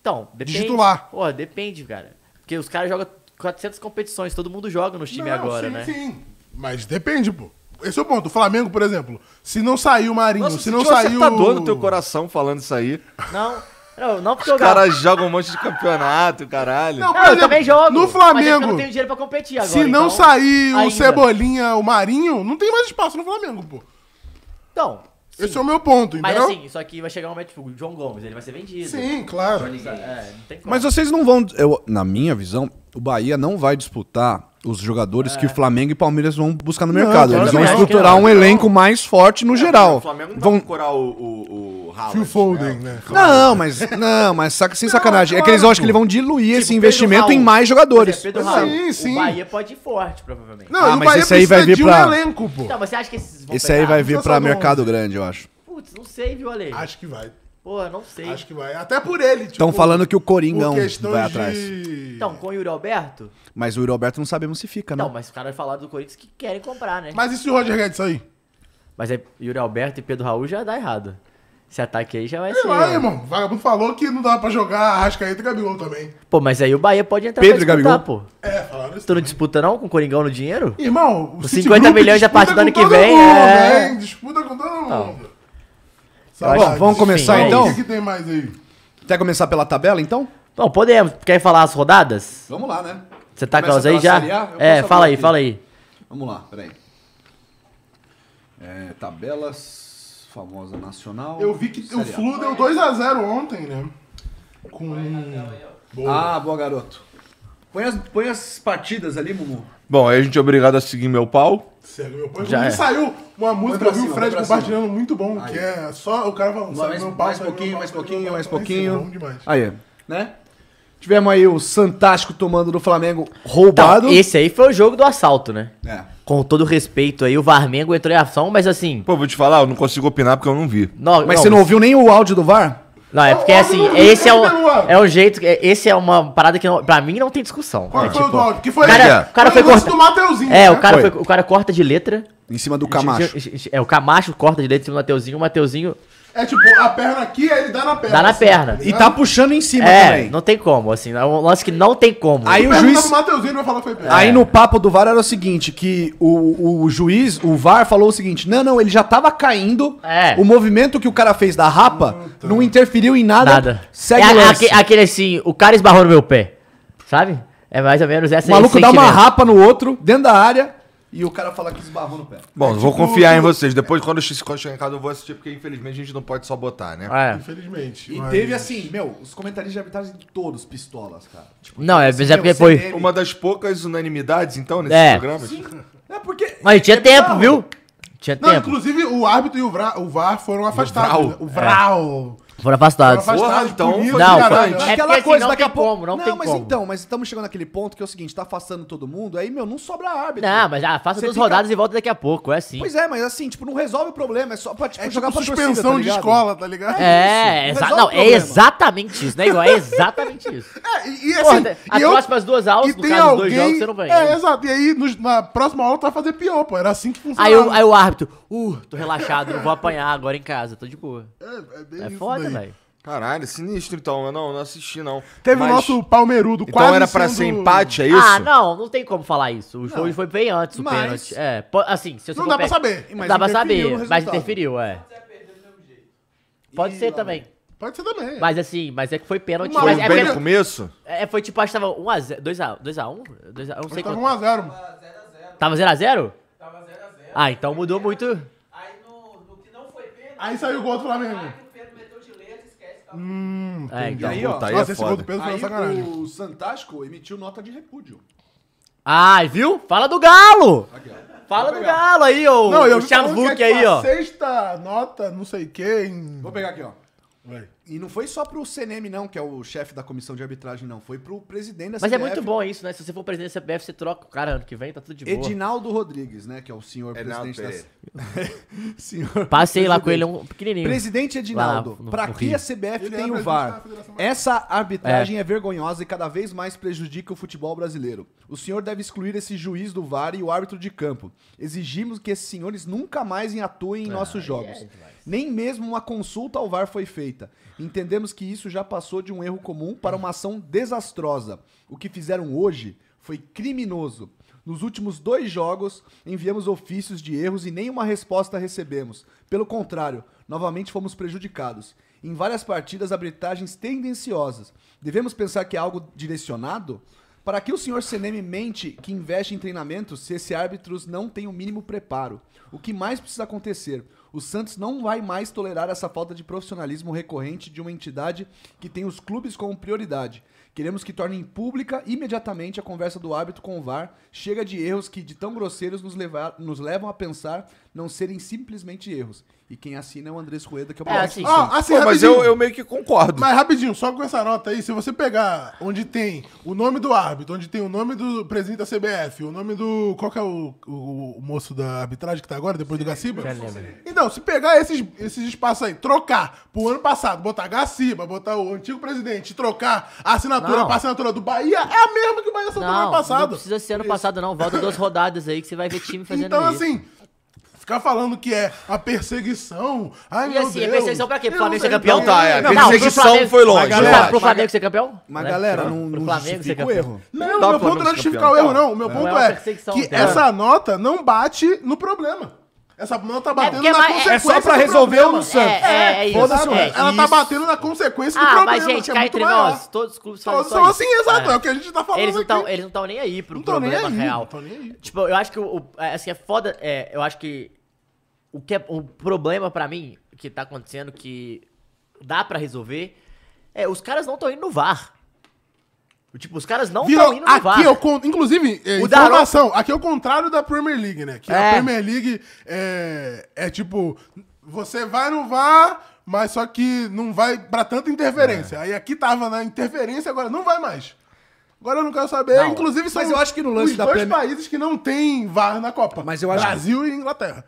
Speaker 4: Então, depende.
Speaker 5: titular.
Speaker 4: Pô, depende, cara. Porque os caras jogam 400 competições, todo mundo joga nos times
Speaker 5: Não,
Speaker 4: agora,
Speaker 5: sim,
Speaker 4: né?
Speaker 5: Sim, mas depende, pô. Esse é o ponto. O Flamengo, por exemplo, se não sair o Marinho, se
Speaker 2: tinha
Speaker 5: não
Speaker 2: um
Speaker 4: tá
Speaker 5: sair
Speaker 2: acertador
Speaker 5: o...
Speaker 2: no teu coração falando isso aí.
Speaker 4: Não, não, não porque
Speaker 2: Os
Speaker 4: eu jogo.
Speaker 2: caras jogam um monte de campeonato, caralho.
Speaker 5: Não,
Speaker 4: Não, eu também jogo.
Speaker 5: No
Speaker 4: mas é porque eu
Speaker 5: Flamengo,
Speaker 4: não tenho dinheiro pra competir agora.
Speaker 5: se não
Speaker 4: então-
Speaker 5: sair o
Speaker 4: ainda.
Speaker 5: Cebolinha, o Marinho, não tem mais espaço no Flamengo, pô.
Speaker 4: Então.
Speaker 5: Esse é o meu ponto,
Speaker 4: Mas
Speaker 5: entendeu?
Speaker 4: assim, só que vai chegar um momento, tipo, o João Gomes, ele vai ser vendido.
Speaker 5: Sim, claro.
Speaker 4: É, não tem como.
Speaker 3: Mas vocês não vão. eu- na minha visão, o Bahia não vai disputar os jogadores que o Flamengo e Palmeiras vão buscar no mercado.
Speaker 5: claro
Speaker 3: Eles
Speaker 5: que
Speaker 3: vão
Speaker 4: não.
Speaker 3: estruturar um elenco mais forte no
Speaker 2: O
Speaker 3: geral.
Speaker 2: Flamengo não vai
Speaker 3: Vão...
Speaker 2: procurar o, o, o Haaland,
Speaker 5: Phil Foden,
Speaker 2: né?
Speaker 5: né?
Speaker 3: Não, mas. Não, mas saca, sem sacanagem. É que eles
Speaker 5: claro,
Speaker 3: acham que eles vão diluir esse
Speaker 4: Tipo, Pedro
Speaker 3: investimento em
Speaker 4: Raul.
Speaker 3: mais jogadores.
Speaker 4: Por exemplo,
Speaker 5: Mas
Speaker 4: Pedro
Speaker 5: sim,
Speaker 4: Raul,
Speaker 5: sim.
Speaker 4: O Bahia pode ir forte, provavelmente.
Speaker 5: Não,
Speaker 3: Ah,
Speaker 5: e o
Speaker 3: mas
Speaker 5: Bahia
Speaker 3: esse aí vai vir
Speaker 5: precisa de
Speaker 3: pra-
Speaker 5: um elenco, pô.
Speaker 4: Então, você acha que esses vão
Speaker 3: Esse aí
Speaker 4: pegar?
Speaker 3: vai vir
Speaker 5: Só
Speaker 3: pra
Speaker 5: são
Speaker 3: mercado grande, eu acho.
Speaker 4: Putz, não sei, viu, Ale?
Speaker 5: Acho que vai.
Speaker 4: Pô, não sei.
Speaker 5: Acho que vai. Até por ele, tipo...
Speaker 3: Estão falando que o Coringão
Speaker 5: por questões
Speaker 3: vai
Speaker 5: de-
Speaker 3: atrás.
Speaker 4: Então, com o Yuri Alberto?
Speaker 5: É,
Speaker 3: Mas o Yuri Alberto não sabemos se fica, né?
Speaker 4: Não, mas os caras falaram do Corinthians que querem comprar, né?
Speaker 5: Mas e se o Roger Guedes sair?
Speaker 4: Mas aí Yuri Alberto e Pedro Raul já dá errado. Esse ataque aí já vai
Speaker 5: Sei
Speaker 4: ser.
Speaker 5: lá, irmão. O vagabundo falou que não dava pra jogar Arrascaeta e Gabigol também.
Speaker 4: Pô, mas aí o Bahia pode entrar
Speaker 3: Pedro e
Speaker 4: pra disputar,
Speaker 3: Gabigol?
Speaker 4: pô.
Speaker 5: É, falaram isso.
Speaker 4: Tu não disputa não com o Coringão no dinheiro?
Speaker 5: Irmão,
Speaker 4: Os
Speaker 5: Citigroup
Speaker 4: 50 milhões da
Speaker 5: disputa
Speaker 4: parte do
Speaker 5: com
Speaker 4: ano que
Speaker 5: todo
Speaker 4: vem,
Speaker 5: mundo,
Speaker 4: é.
Speaker 5: hein? Disputa com todo
Speaker 3: Então.
Speaker 4: Tá.
Speaker 5: mundo.
Speaker 4: acho
Speaker 5: Saudades.
Speaker 4: que-
Speaker 3: vamos começar,
Speaker 4: Enfim, é
Speaker 3: então?
Speaker 5: O que, que tem mais aí?
Speaker 3: Quer começar pela tabela, então?
Speaker 4: Não, podemos. Quer falar as rodadas?
Speaker 3: Vamos lá, né?
Speaker 4: Você tá com
Speaker 3: Começa
Speaker 4: elas aí
Speaker 3: pela
Speaker 4: já?
Speaker 3: Série A? Eu
Speaker 4: É,
Speaker 3: posso
Speaker 4: fala
Speaker 3: abrir
Speaker 4: aí,
Speaker 3: aqui.
Speaker 4: fala aí.
Speaker 3: Vamos lá, peraí. É, tabelas, famosa nacional.
Speaker 5: Eu vi que o
Speaker 3: Série A.
Speaker 5: Flu deu 2x0 ontem, né? Com... Boa.
Speaker 3: Ah, boa, garoto. Põe as, põe as partidas ali, Mumu.
Speaker 2: Bom, aí a gente é obrigado a seguir meu pau.
Speaker 5: Sério, meu pai.
Speaker 4: Já
Speaker 5: Já
Speaker 4: é.
Speaker 5: saiu uma música,
Speaker 3: pra
Speaker 5: eu vi
Speaker 3: cima,
Speaker 5: o Fred
Speaker 3: vai pra
Speaker 5: compartilhando muito bom, que é só o cara falando,
Speaker 3: Mais,
Speaker 5: "Saiu meu pau,
Speaker 3: mais
Speaker 5: saiu meu
Speaker 3: pouquinho,
Speaker 5: pau,
Speaker 3: mais
Speaker 5: saiu meu
Speaker 3: pouquinho,
Speaker 5: pau",
Speaker 3: mais
Speaker 5: vai ser
Speaker 3: pouquinho.
Speaker 5: é Bom demais.
Speaker 4: É,
Speaker 3: Aí, né? Tivemos aí o Santástico tomando do Flamengo roubado.
Speaker 4: Então, esse aí foi o jogo do assalto, né?
Speaker 3: É.
Speaker 4: Com todo respeito aí, o Varmengo entrou em ação, mas assim.
Speaker 2: Pô, vou te falar, eu não consigo opinar porque eu não vi.
Speaker 4: Não,
Speaker 3: Mas você não ouviu nem o áudio do VAR?
Speaker 4: Não, é
Speaker 5: Eu
Speaker 4: porque assim,
Speaker 5: voto no
Speaker 4: esse é o,
Speaker 5: Lucas, Luan.
Speaker 4: é o jeito. é- Esse é uma parada que não, pra mim não tem discussão.
Speaker 5: Qual
Speaker 4: é,
Speaker 5: foi o do áudio? Que é? foi
Speaker 4: o cara,
Speaker 5: ele?
Speaker 4: o cara foi
Speaker 5: o lance
Speaker 4: corta-
Speaker 5: do Mateuzinho.
Speaker 4: É,
Speaker 5: né?
Speaker 4: o cara,
Speaker 3: Foi.
Speaker 4: foi- o cara corta de letra.
Speaker 3: Em cima do Camacho.
Speaker 4: É, o Camacho corta de letra em cima do Mateuzinho, o Mateuzinho
Speaker 5: É tipo, a perna aqui, aí ele dá na perna.
Speaker 4: dá na
Speaker 5: assim,
Speaker 4: perna.
Speaker 5: ligado?
Speaker 3: E tá puxando em cima
Speaker 4: É,
Speaker 3: também.
Speaker 4: não tem como, assim. É um lance que não tem como.
Speaker 3: Aí o
Speaker 5: Pergunta
Speaker 3: juiz.
Speaker 5: pro Mateuzinho, ele vai falar que
Speaker 4: é.
Speaker 5: foi perna.
Speaker 3: Aí no papo do VAR era o seguinte, que o, o juiz, o VAR, falou o seguinte, não, não, ele já tava caindo,
Speaker 4: É.
Speaker 3: o movimento que o cara fez da rapa não interferiu em nada,
Speaker 4: nada.
Speaker 3: segue
Speaker 4: É
Speaker 3: o
Speaker 4: a-
Speaker 3: lance.
Speaker 4: aque- aquele assim, o cara esbarrou no meu pé. Sabe? É mais ou menos essa
Speaker 3: o maluco
Speaker 4: esse
Speaker 3: dá uma
Speaker 4: sentimento.
Speaker 3: rapa no outro, dentro da área, e o cara fala que esbarrou no pé.
Speaker 2: Bom,
Speaker 5: É
Speaker 2: vou
Speaker 5: tipo
Speaker 2: confiar em
Speaker 5: um-
Speaker 2: vocês. Depois, quando eu quando eu chegar em casa, eu vou assistir, porque infelizmente a gente não pode só botar,
Speaker 5: Ah,
Speaker 2: né?
Speaker 4: É.
Speaker 5: Infelizmente.
Speaker 3: E
Speaker 5: mas-
Speaker 3: teve assim, meu, os comentaristas de arbitragem todos pistolas, cara. Tipo,
Speaker 4: Não, é, mas
Speaker 3: meu,
Speaker 4: é porque
Speaker 3: CDM.
Speaker 4: foi.
Speaker 2: Uma das poucas unanimidades, então, nesse
Speaker 4: É.
Speaker 2: programa.
Speaker 3: É porque...
Speaker 4: Mas tinha tempo,
Speaker 3: bizarro.
Speaker 4: viu? Tinha
Speaker 5: Não,
Speaker 4: tempo.
Speaker 5: inclusive o árbitro e o, Vra- o VAR foram afastados.
Speaker 2: Vral.
Speaker 5: né? O Vral.
Speaker 4: Foram afastados.
Speaker 5: Foram
Speaker 2: Porra, então,
Speaker 5: punidos,
Speaker 2: foi
Speaker 4: É. Não,
Speaker 5: caralho.
Speaker 4: foi-
Speaker 3: Mas
Speaker 4: É
Speaker 3: aquela
Speaker 4: porque, assim,
Speaker 3: coisa,
Speaker 4: não
Speaker 3: daqui a
Speaker 4: tem
Speaker 3: pouco.
Speaker 4: como, não tem
Speaker 3: mas
Speaker 4: como.
Speaker 3: então, mas estamos chegando naquele ponto que é o seguinte, tá afastando todo mundo, aí, meu, não sobra árbitro.
Speaker 4: Não, mas ah, faça
Speaker 3: Você
Speaker 4: duas
Speaker 3: fica-
Speaker 4: rodadas e volta daqui a pouco, é assim.
Speaker 3: Pois é, mas assim, tipo, não resolve o problema, é só pra tipo,
Speaker 5: É
Speaker 3: jogar
Speaker 5: tipo
Speaker 3: pra
Speaker 5: suspensão
Speaker 3: torcida, tá
Speaker 5: de
Speaker 3: ligado?
Speaker 5: escola, tá ligado?
Speaker 4: É,
Speaker 3: isso,
Speaker 4: exa-
Speaker 3: resolve
Speaker 4: não,
Speaker 3: o
Speaker 4: é
Speaker 3: problema.
Speaker 4: exatamente isso, né, igual? É exatamente isso.
Speaker 5: É, e, e
Speaker 4: Porra,
Speaker 5: assim,
Speaker 4: as
Speaker 5: e eu-
Speaker 4: próximas duas aulas,
Speaker 5: e
Speaker 4: no
Speaker 5: tem
Speaker 4: caso, os
Speaker 5: alguém...
Speaker 4: dois jogos, você não vai.
Speaker 5: É, exato. E aí, nos- na próxima aula, tu vai fazer pior, pô. Era assim que funcionava.
Speaker 4: aí, o, aí o árbitro, uh, tô relaxado, não vou apanhar agora em casa, tô de boa.
Speaker 5: É, é, bem
Speaker 4: É
Speaker 5: isso
Speaker 4: foda,
Speaker 5: daí.
Speaker 4: velho.
Speaker 2: Caralho, sinistro, então. Eu não, não assisti, não.
Speaker 5: Teve
Speaker 2: Mas-
Speaker 5: o nosso Palmeirudo
Speaker 2: Então
Speaker 5: quase
Speaker 2: era pra
Speaker 5: sendo-
Speaker 2: ser empate, é isso?
Speaker 4: Ah, não, não tem como falar isso. O jogo foi bem antes, o
Speaker 3: Mas-
Speaker 4: pênalti. É, po- assim, se você
Speaker 5: Não
Speaker 4: for
Speaker 5: dá pra
Speaker 4: pe-
Speaker 5: saber.
Speaker 4: Não
Speaker 3: Mas
Speaker 4: dá pra
Speaker 3: interferiu no
Speaker 4: saber, mas
Speaker 3: resultado.
Speaker 4: interferiu, é. Pode ser também.
Speaker 5: Pode ser também.
Speaker 4: Mas assim, mas é que foi pênalti.
Speaker 5: Mas
Speaker 2: Foi
Speaker 4: Mas
Speaker 2: um
Speaker 4: é,
Speaker 2: bem
Speaker 4: porque-
Speaker 2: no começo?
Speaker 4: é, foi tipo, acho que tava 1x0, 2x1, 2x1, não sei
Speaker 5: Mas tava
Speaker 4: quanto.
Speaker 5: 1x0.
Speaker 4: Tava 0x0? Tava 0x0. Ah, então mudou muito.
Speaker 5: Aí saiu o gol do Flamengo. Hum.
Speaker 4: É,
Speaker 3: E
Speaker 4: então.
Speaker 3: aí, ó,
Speaker 2: Puta, aí
Speaker 5: Nossa,
Speaker 2: é
Speaker 5: esse gol do
Speaker 2: foda.
Speaker 5: Pedro foi uma
Speaker 3: tá aí
Speaker 5: sacanagem.
Speaker 3: o Santástico emitiu nota de repúdio.
Speaker 4: Ai, viu? Fala do Galo! Fala do Galo aí, ô.
Speaker 5: Não, eu
Speaker 4: o
Speaker 5: vi
Speaker 4: Charles
Speaker 5: falando que
Speaker 4: Luke
Speaker 5: é, tipo,
Speaker 4: aí,
Speaker 5: a
Speaker 4: ó.
Speaker 5: Sexta nota, não sei quem.
Speaker 3: Vou pegar aqui, ó.
Speaker 5: Vai.
Speaker 3: E não foi só pro CNM, não, que é o chefe da comissão de arbitragem, não. Foi pro presidente da
Speaker 4: Mas é
Speaker 3: CBF,
Speaker 4: muito bom isso, né? Se você for presidente da CBF, você troca o cara ano que vem, tá tudo de boa.
Speaker 3: Edinaldo Rodrigues, né? Que é o senhor
Speaker 2: Edinaldo
Speaker 3: presidente da. senhor
Speaker 4: Passei lá com ele,
Speaker 3: presidente.
Speaker 4: é um pequenininho.
Speaker 3: Presidente Edinaldo,
Speaker 4: Lá no-
Speaker 3: pra
Speaker 4: no
Speaker 3: que
Speaker 4: Rio.
Speaker 3: a CBF
Speaker 5: Ele é
Speaker 3: tem o
Speaker 5: presidente da
Speaker 3: VAR?
Speaker 5: Federação Brasileira.
Speaker 3: Essa arbitragem é. vergonhosa e cada vez mais prejudica o futebol brasileiro. O senhor deve excluir esse juiz do VAR e o árbitro de campo. Exigimos que esses senhores nunca mais atuem em
Speaker 4: Ah, é
Speaker 3: nossos jogos. Nem mesmo uma consulta ao VAR foi feita. Entendemos que isso já passou de um erro comum para uma ação desastrosa. O que fizeram hoje foi criminoso. Nos últimos dois jogos, enviamos ofícios de erros e nenhuma resposta recebemos. Pelo contrário, novamente fomos prejudicados. Em várias partidas, arbitragens tendenciosas. Devemos pensar que é algo direcionado? Para que o senhor Seneme mente que investe em treinamento se esses árbitros não têm o mínimo preparo? O que mais precisa acontecer? O Santos não vai mais tolerar essa falta de profissionalismo recorrente de uma entidade que tem os clubes como prioridade. Queremos que tornem pública imediatamente a conversa do árbitro com o VAR. Chega de erros que, de tão grosseiros, nos, levar, nos levam a pensar não serem simplesmente erros. E quem assina é o Andrés Rueda, que é o
Speaker 4: É,
Speaker 3: próximo.
Speaker 4: assim,
Speaker 5: Ó, assim,
Speaker 2: Pô, mas
Speaker 5: rapidinho.
Speaker 2: eu, eu meio que concordo.
Speaker 5: Mas rapidinho, só com essa nota aí, se você pegar onde tem o nome do árbitro, onde tem o nome do presidente da CBF, o nome do. Qual que é o, o- o moço da arbitragem que tá agora, depois do Gaciba? Então, se pegar esses, esses espaços aí, trocar pro ano passado, botar Gaciba, botar o antigo presidente, trocar a assinatura
Speaker 4: Não.
Speaker 5: pra assinatura do Bahia, é a mesma que o Bahia assinou no
Speaker 4: Não,
Speaker 5: ano
Speaker 4: não
Speaker 5: passado.
Speaker 4: precisa ser ano passado, não. Volta duas rodadas aí que você vai ver time fazendo
Speaker 5: Então,
Speaker 4: isso.
Speaker 5: assim, ficar falando que é a perseguição. Ai,
Speaker 4: E
Speaker 5: meu
Speaker 4: assim, é
Speaker 5: Deus.
Speaker 4: perseguição pra quê? Pro
Speaker 5: Eu
Speaker 4: Flamengo
Speaker 5: não
Speaker 4: ser
Speaker 5: sei. então,
Speaker 4: campeão?
Speaker 2: Não, tá, é,
Speaker 4: pro
Speaker 2: perseguição
Speaker 4: Flamengo-
Speaker 2: foi longe,
Speaker 4: Pro,
Speaker 5: galera.
Speaker 4: pro Flamengo ser campeão?
Speaker 3: Mas,
Speaker 4: Né?
Speaker 3: galera,
Speaker 4: Pro-
Speaker 3: não,
Speaker 4: pro
Speaker 3: não
Speaker 4: Flamengo ser
Speaker 3: justifica o
Speaker 4: campeão.
Speaker 3: erro.
Speaker 5: Não,
Speaker 2: Tá
Speaker 5: meu
Speaker 2: falando
Speaker 5: ponto não é
Speaker 2: de
Speaker 5: justificar o
Speaker 2: campeão.
Speaker 5: erro, não. Meu
Speaker 4: Não
Speaker 5: ponto
Speaker 4: é uma
Speaker 5: é
Speaker 4: perseguição,
Speaker 5: que
Speaker 4: tá?
Speaker 5: essa nota não bate no problema. Essa nota tá
Speaker 4: É
Speaker 5: batendo
Speaker 4: porque é
Speaker 5: na
Speaker 4: mais- é-
Speaker 5: consequência
Speaker 3: É só pra
Speaker 5: do
Speaker 3: resolver
Speaker 5: problema.
Speaker 3: o no Santos.
Speaker 4: É, é, é isso.
Speaker 3: Foda-se o
Speaker 4: É,
Speaker 3: resto.
Speaker 5: Ela tá
Speaker 3: Isso.
Speaker 5: batendo na consequência do
Speaker 4: Ah,
Speaker 5: problema,
Speaker 4: mas gente,
Speaker 5: que é
Speaker 4: cá
Speaker 5: muito
Speaker 4: entre
Speaker 5: maior.
Speaker 4: nós, todos os clubes fazem
Speaker 5: Todos
Speaker 4: só
Speaker 5: são
Speaker 4: isso.
Speaker 5: assim, exato. É.
Speaker 4: É.
Speaker 5: o que a gente tá falando
Speaker 4: Eles não
Speaker 5: aqui.
Speaker 4: tão- eles não estão nem aí pro
Speaker 5: Não tão nem
Speaker 4: problema
Speaker 5: aí,
Speaker 4: real.
Speaker 5: não tão nem aí.
Speaker 4: Tipo, eu acho que o, o- é, assim, é foda. é, eu acho que o que é um problema pra mim que tá acontecendo que dá pra resolver é os caras não estão indo no VAR. Tipo, os caras não
Speaker 5: Virou,
Speaker 4: estão indo no VAR.
Speaker 5: aqui eu conto, inclusive, é,
Speaker 4: O Daron-
Speaker 5: informação, aqui é o contrário da Premier League, né? Que
Speaker 4: É.
Speaker 5: a Premier League é, é tipo, você vai no VAR, mas só que não vai pra tanta
Speaker 3: É.
Speaker 5: interferência. Aí aqui tava na interferência, agora não vai mais. Agora eu não quero saber,
Speaker 4: Não,
Speaker 5: inclusive são
Speaker 3: mas eu acho que no lance
Speaker 5: os
Speaker 3: da
Speaker 5: dois
Speaker 3: Premier-
Speaker 5: países que não tem VAR na Copa.
Speaker 3: Mas eu acho que-
Speaker 5: Brasil e Inglaterra.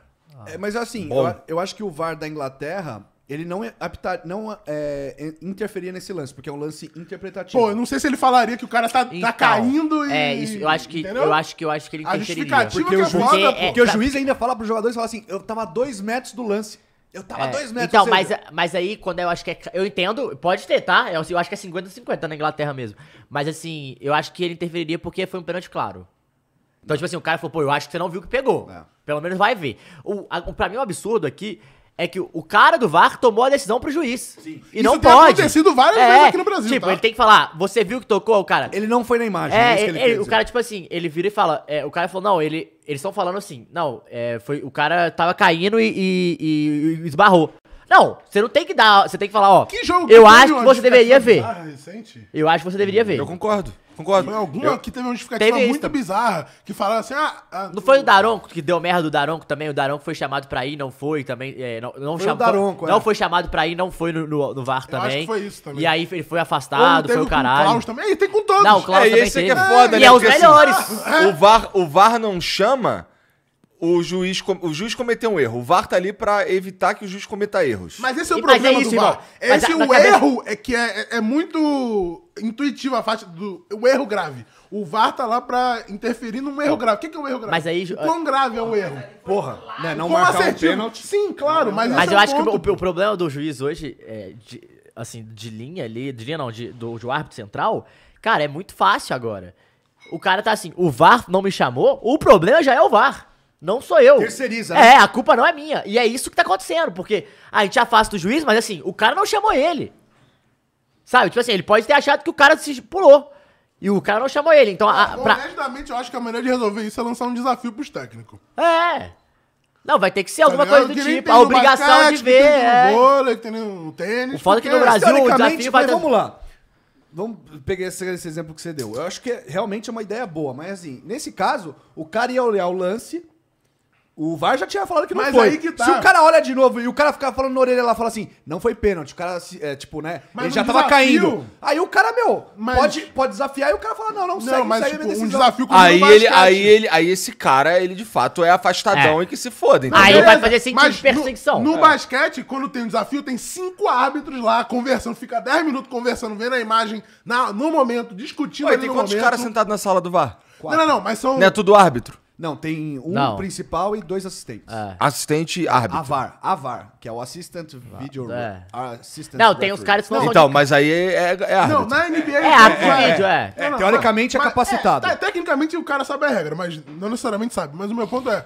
Speaker 3: É, mas assim,
Speaker 2: Bom.
Speaker 3: eu, eu acho que o VAR da Inglaterra ele não, é apta- não é, é, interferia nesse lance, porque é um lance interpretativo.
Speaker 5: Pô, eu não sei se ele falaria que o cara tá, tá
Speaker 4: Então,
Speaker 5: caindo e.
Speaker 4: É, isso, eu acho que,
Speaker 5: entendeu?
Speaker 4: eu acho que, eu acho que ele
Speaker 5: A
Speaker 4: interferiria.
Speaker 5: justificativa
Speaker 3: Porque
Speaker 5: que
Speaker 3: o
Speaker 5: é
Speaker 3: juiz-
Speaker 5: foda,
Speaker 4: porque tá.
Speaker 5: pô.
Speaker 3: Porque o juiz ainda fala pros jogadores, fala assim, eu tava a dois metros do lance. Eu tava a
Speaker 4: É,
Speaker 3: dois metros.
Speaker 4: Então,
Speaker 3: ou seja,
Speaker 4: mas, mas aí, quando eu acho que é. Eu entendo, pode ter, tá? Eu, eu acho que é 50-50 na Inglaterra mesmo. Mas assim, eu acho que ele interferiria porque foi um pênalti claro. Então, tipo assim, o cara falou, pô, eu acho que você não viu que pegou.
Speaker 3: É.
Speaker 4: Pelo menos vai ver. O, a, o- pra mim, o absurdo aqui é que o- o cara do VAR tomou a decisão pro juiz. E
Speaker 5: Isso
Speaker 4: não
Speaker 5: tem
Speaker 4: pode.
Speaker 5: acontecido várias vezes aqui no Brasil,
Speaker 4: Tipo,
Speaker 5: tá?
Speaker 4: ele tem que falar, você viu que tocou, o cara.
Speaker 3: Ele não foi na imagem.
Speaker 4: É,
Speaker 3: isso que
Speaker 4: ele-
Speaker 3: quer
Speaker 4: ele- o
Speaker 5: né?
Speaker 3: dizer.
Speaker 4: cara, tipo assim, ele vira e fala. é, o cara falou, não, ele, eles estão falando assim. Não, é, foi, o cara tava caindo e, e- e- e esbarrou. Não, você não tem que dar. Você tem que falar, ó.
Speaker 5: Que Tá jogo
Speaker 4: eu
Speaker 5: teve
Speaker 4: acho que
Speaker 5: uma
Speaker 4: você deveria ver.
Speaker 5: justificativa bizarra recente?
Speaker 4: Eu acho que você deveria ver.
Speaker 2: Eu concordo, concordo.
Speaker 5: Foi alguma que teve uma justificativa
Speaker 4: Teve isso
Speaker 5: muito
Speaker 4: também.
Speaker 5: bizarra que falava assim: ah. ah,
Speaker 4: Não foi o Daronco que deu merda do Daronco também? O Daronco foi chamado pra ir, não foi também. é, não não,
Speaker 3: Foi o
Speaker 4: chamou-
Speaker 3: Daronco, é.
Speaker 4: não foi chamado pra ir, não foi no, no, no VAR
Speaker 5: Eu acho
Speaker 4: também.
Speaker 5: que foi isso também.
Speaker 4: E aí ele foi
Speaker 5: Ou não
Speaker 4: afastado,
Speaker 5: teve
Speaker 4: foi o
Speaker 5: com
Speaker 4: caralho.
Speaker 5: Klaus também. Aí tem com todos.
Speaker 4: Não, o Klaus
Speaker 2: É,
Speaker 4: também
Speaker 2: esse é que
Speaker 4: teve.
Speaker 2: é foda,
Speaker 4: e
Speaker 2: né?
Speaker 4: é os
Speaker 2: Porque, assim,
Speaker 4: melhores.
Speaker 2: O VAR, o VAR não chama, o juiz, com- o juiz cometeu um erro. O VAR tá ali pra evitar que o juiz cometa erros.
Speaker 5: Mas esse é o
Speaker 4: E- mas
Speaker 5: problema
Speaker 4: é isso,
Speaker 5: do VAR.
Speaker 4: irmão. Mas
Speaker 5: Esse
Speaker 4: a-
Speaker 5: o
Speaker 4: na cabeça-
Speaker 5: erro é que é, é- é muito intuitivo a faixa do o erro grave. O VAR tá lá pra interferir num erro grave. O que, que é um erro grave?
Speaker 4: Mas aí-
Speaker 5: o quão grave é um erro?
Speaker 3: Porra, né, não
Speaker 5: Quão
Speaker 3: marcar um
Speaker 5: assertivo?
Speaker 3: pênalti.
Speaker 5: Sim, claro, mas
Speaker 4: Mas
Speaker 5: esse
Speaker 4: eu
Speaker 5: é
Speaker 4: acho que o,
Speaker 5: ponto,
Speaker 4: o problema do juiz hoje, é, de- assim, de linha ali, de linha não, de- do, do árbitro central, cara, é muito fácil agora. O cara tá assim, o VAR não me chamou, o problema já é o VAR. Não sou eu.
Speaker 3: Terceiriza, né?
Speaker 4: É, a culpa não é minha. E é isso que tá acontecendo, porque a gente afasta do juiz, mas assim, o cara não chamou ele. Sabe? Tipo assim, ele pode ter achado que o cara se pulou. E o cara não chamou ele. Então, a,
Speaker 5: pô.
Speaker 4: pra,
Speaker 5: Honestamente, eu acho que a maneira de resolver isso é lançar um desafio pros técnicos. Tá
Speaker 4: é. Não, vai ter que ser alguma
Speaker 5: ligado?
Speaker 4: coisa do
Speaker 5: Que nem
Speaker 4: tipo.
Speaker 5: tem
Speaker 4: A
Speaker 5: no
Speaker 4: obrigação
Speaker 5: basquete,
Speaker 4: de
Speaker 5: que tem
Speaker 4: ver. é.
Speaker 5: No vôlei, que tem no tênis.
Speaker 4: O foda é que no
Speaker 5: porque-
Speaker 4: Brasil o
Speaker 3: Teoricamente,
Speaker 4: desafio vai
Speaker 3: mas
Speaker 4: ter...
Speaker 3: vamos lá. Vamos pegar esse, esse exemplo que você deu. Eu acho que é- realmente é uma ideia boa, mas assim, nesse caso, o cara ia olhar o lance, o VAR já tinha falado que não
Speaker 5: Mas
Speaker 3: foi.
Speaker 5: aí que tá.
Speaker 3: Se o cara olha de novo e o cara ficar falando na orelha lá, fala assim, não foi pênalti, o cara, se- é, tipo, né,
Speaker 5: Mas
Speaker 3: ele
Speaker 5: no
Speaker 3: já tava
Speaker 5: desafio-
Speaker 3: caindo. Aí o cara, meu,
Speaker 5: Mas-
Speaker 3: pode, pode desafiar e o cara fala, não, não,
Speaker 5: Não,
Speaker 3: segue,
Speaker 5: mas
Speaker 3: segue a
Speaker 5: tipo,
Speaker 3: minha
Speaker 5: um
Speaker 3: decisão.
Speaker 5: desafio com
Speaker 2: Aí
Speaker 5: no
Speaker 2: ele,
Speaker 5: basquete.
Speaker 2: aí ele, aí esse cara, ele de fato é afastadão
Speaker 4: É.
Speaker 2: e que se foda, entendeu?
Speaker 4: Aí
Speaker 5: Beleza,
Speaker 4: vai fazer sentido
Speaker 5: mas
Speaker 4: de perseguição.
Speaker 5: No, no
Speaker 4: É.
Speaker 5: basquete, quando tem um desafio, tem cinco árbitros lá conversando, fica 10 minutos conversando, vendo a imagem na, no momento, discutindo
Speaker 2: Oi,
Speaker 5: ali
Speaker 2: tem
Speaker 5: no
Speaker 2: quantos
Speaker 5: momento.
Speaker 2: caras sentados na sala do VAR?
Speaker 5: Não, não, não, mas são.
Speaker 2: Não é tudo árbitro?
Speaker 3: Não, tem um
Speaker 4: Não.
Speaker 3: principal e dois assistentes.
Speaker 2: Assistente e árbitro.
Speaker 3: A VAR, a VAR, que é o Assistant Video
Speaker 4: é.
Speaker 3: Re- Assistant
Speaker 4: Não, tem uns
Speaker 3: Referee.
Speaker 4: caras que Ah, não
Speaker 2: então, mas aí é, é, é árbitro.
Speaker 5: Não, na NBA.
Speaker 4: É árbitro de vídeo, é.
Speaker 5: Não,
Speaker 3: É,
Speaker 5: não,
Speaker 3: teoricamente é capacitado.
Speaker 5: tá, tecnicamente o cara sabe a regra, mas não necessariamente sabe. Mas o meu ponto é.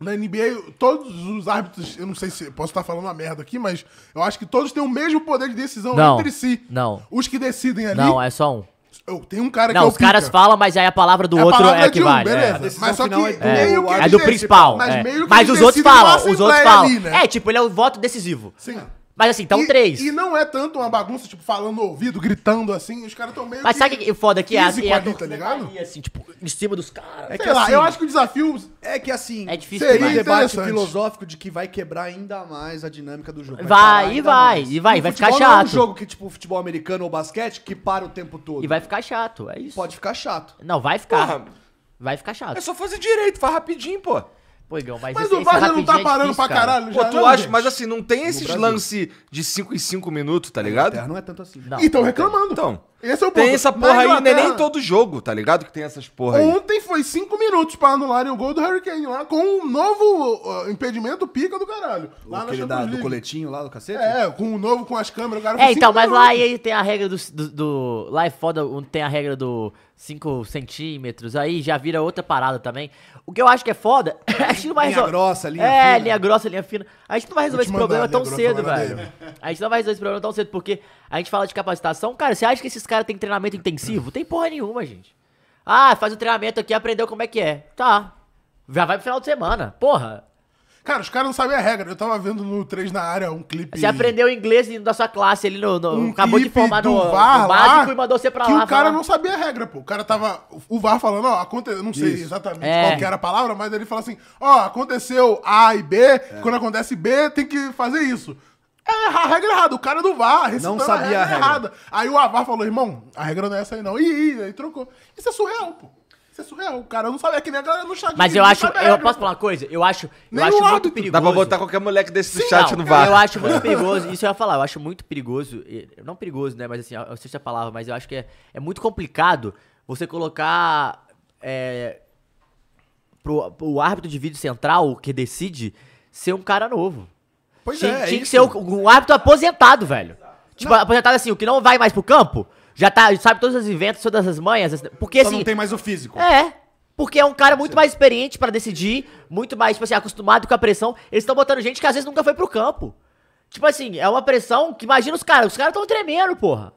Speaker 5: Na NBA, todos os árbitros, eu não sei se posso estar falando uma merda aqui, mas eu acho que todos têm o mesmo poder de decisão
Speaker 4: Não,
Speaker 5: entre si.
Speaker 4: não.
Speaker 5: Os que decidem ali.
Speaker 4: Não, é só um.
Speaker 5: eu- Tem um cara que
Speaker 4: Não,
Speaker 5: é o
Speaker 4: os caras
Speaker 5: pica.
Speaker 4: falam, mas aí a palavra do
Speaker 5: A
Speaker 4: outro
Speaker 5: palavra
Speaker 4: é que
Speaker 5: de um,
Speaker 4: vale.
Speaker 5: beleza.
Speaker 4: É.
Speaker 3: decisão
Speaker 5: Mas só que
Speaker 3: final é do-
Speaker 5: meio que
Speaker 3: é
Speaker 4: É
Speaker 5: eles
Speaker 4: do
Speaker 5: decidem.
Speaker 4: principal.
Speaker 5: Mas
Speaker 4: é.
Speaker 5: meio que
Speaker 4: Mas
Speaker 5: eles
Speaker 4: os outros
Speaker 5: decidem numa
Speaker 4: falam, os outros
Speaker 5: assembleia
Speaker 4: falam.
Speaker 5: ali, né?
Speaker 4: É, tipo, ele é o voto decisivo.
Speaker 5: Sim.
Speaker 4: Mas assim, então
Speaker 5: e,
Speaker 4: três.
Speaker 5: E não é tanto uma bagunça, tipo, falando no ouvido, gritando assim, os caras tão meio
Speaker 4: Mas sabe o que é foda aqui? É, a-
Speaker 5: físico
Speaker 4: é a
Speaker 5: ali, tá ligado?
Speaker 4: torcida assim, tipo, em cima dos caras.
Speaker 3: É que
Speaker 5: Sei lá,
Speaker 3: assim-
Speaker 5: eu acho que o desafio...
Speaker 3: É que assim,
Speaker 4: É difícil
Speaker 3: tem um
Speaker 5: demais.
Speaker 3: debate
Speaker 5: Interessante.
Speaker 3: filosófico de que vai quebrar ainda mais a dinâmica do jogo.
Speaker 4: Vai,
Speaker 3: parar
Speaker 4: e
Speaker 3: ainda
Speaker 4: vai,
Speaker 3: mais.
Speaker 4: e vai,
Speaker 3: O
Speaker 4: vai ficar
Speaker 3: futebol não É um
Speaker 4: chato.
Speaker 3: jogo que tipo futebol americano ou basquete que para o tempo todo.
Speaker 4: E vai ficar chato, é isso.
Speaker 3: Pode ficar chato.
Speaker 4: Não, vai ficar.
Speaker 2: Porra.
Speaker 4: Vai ficar chato.
Speaker 2: É só fazer direito, faz rapidinho, pô.
Speaker 4: Pô, Igão, mas
Speaker 5: Mas
Speaker 4: esse-
Speaker 5: o
Speaker 4: esse
Speaker 5: VAR já não
Speaker 4: rapidinho
Speaker 5: tá
Speaker 4: é
Speaker 5: parando
Speaker 4: difícil,
Speaker 5: pra
Speaker 4: cara.
Speaker 5: caralho
Speaker 2: Pô,
Speaker 5: já,
Speaker 2: tu
Speaker 5: não,
Speaker 2: acha,
Speaker 5: gente?
Speaker 2: mas assim, não tem esses
Speaker 3: Brasil.
Speaker 2: lance de 5 em 5 minutos, tá
Speaker 3: Terra
Speaker 2: ligado?
Speaker 3: não é tanto assim.
Speaker 4: Não.
Speaker 5: E tão reclamando.
Speaker 2: Então,
Speaker 5: Esse é o ponto.
Speaker 2: tem essa
Speaker 5: Na
Speaker 2: porra aí, não é
Speaker 5: Inglaterra,
Speaker 2: nem todo jogo, tá ligado? Que tem essas porra aí.
Speaker 5: Ontem foi cinco minutos pra anularem o gol do Hurricane lá, com um novo ó, impedimento pica do caralho. Lá na
Speaker 3: Aquele
Speaker 5: Champions
Speaker 3: da- do
Speaker 5: League.
Speaker 3: coletinho lá do cacete?
Speaker 5: É, com o novo, com as câmeras, o cara
Speaker 4: É, então,
Speaker 5: cinco
Speaker 4: mas lá
Speaker 5: minutos.
Speaker 4: aí tem a regra do, do, do- Lá é foda, onde tem a regra do 5 centímetros, aí já vira outra parada também. O que eu acho que é foda. a gente não vai
Speaker 3: Linha
Speaker 4: resol-
Speaker 3: grossa, linha
Speaker 4: É,
Speaker 3: fina.
Speaker 4: linha grossa, linha fina. A gente não vai resolver
Speaker 5: te
Speaker 4: esse
Speaker 5: mandar a
Speaker 4: problema
Speaker 5: linha
Speaker 4: tão
Speaker 5: grossa
Speaker 4: cedo,
Speaker 5: lá na
Speaker 4: velho.
Speaker 5: DM.
Speaker 4: A gente não vai resolver esse problema tão cedo, porque a gente fala de capacitação. Cara, você acha que esses caras têm treinamento intensivo? Tem porra nenhuma, gente. Ah, faz o treinamento aqui, aprendeu como é que é. Tá. Já vai pro final de semana. Porra.
Speaker 5: Cara, os caras não sabem a regra. Eu tava vendo no 3 na área um clipe.
Speaker 4: Você aprendeu inglês da sua classe ali no. no-
Speaker 5: um
Speaker 4: acabou de
Speaker 5: clipe
Speaker 4: formar no,
Speaker 5: do
Speaker 4: no
Speaker 5: VAR
Speaker 4: básico
Speaker 5: lá,
Speaker 4: e mandou você pra
Speaker 5: que
Speaker 4: lá.
Speaker 5: o cara
Speaker 4: falar.
Speaker 5: não sabia a regra, pô. O cara tava. O VAR falando, ó, aconte... eu não sei exatamente
Speaker 4: É.
Speaker 5: qual que era a palavra, mas ele fala assim: ó, aconteceu A e B,
Speaker 3: É.
Speaker 5: quando acontece B, tem que fazer isso. É, a regra errada, o cara do VAR, recitando
Speaker 3: sabia a regra.
Speaker 5: errada. Aí o Avar falou, irmão, a regra não é essa aí não. Ih, ih, aí trocou. Isso é surreal, pô. Isso é surreal. O cara não sabe, é que nem a galera no chat.
Speaker 4: Mas eu acho, eu posso falar uma coisa? Eu acho, eu
Speaker 5: Nem
Speaker 4: acho
Speaker 5: o
Speaker 4: muito
Speaker 5: árbitro.
Speaker 4: um perigoso.
Speaker 2: Dá pra botar qualquer moleque desse do
Speaker 4: Não,
Speaker 2: chat no VAR.
Speaker 4: Eu acho muito perigoso, isso eu ia falar, eu acho muito perigoso, e- não perigoso, né, mas assim, eu sei a palavra, mas eu acho que é, é muito complicado você colocar é, pro, pro árbitro de vídeo central que decide ser um cara novo.
Speaker 5: Pois
Speaker 4: tinha,
Speaker 5: é, é
Speaker 4: tinha que
Speaker 5: isso.
Speaker 4: ser o- um árbitro aposentado, velho. Tipo, aposentado assim, o que não vai mais pro campo, já tá, sabe todos os inventos, todas as manhas, as- porque
Speaker 3: Só
Speaker 4: assim,
Speaker 3: não tem mais o físico.
Speaker 4: é. Porque é um cara muito mais experiente pra decidir, muito mais, tipo assim, acostumado com a pressão. Eles estão botando gente que às vezes nunca foi pro campo. Tipo assim, é uma pressão que imagina os caras, os caras tão tremendo, porra.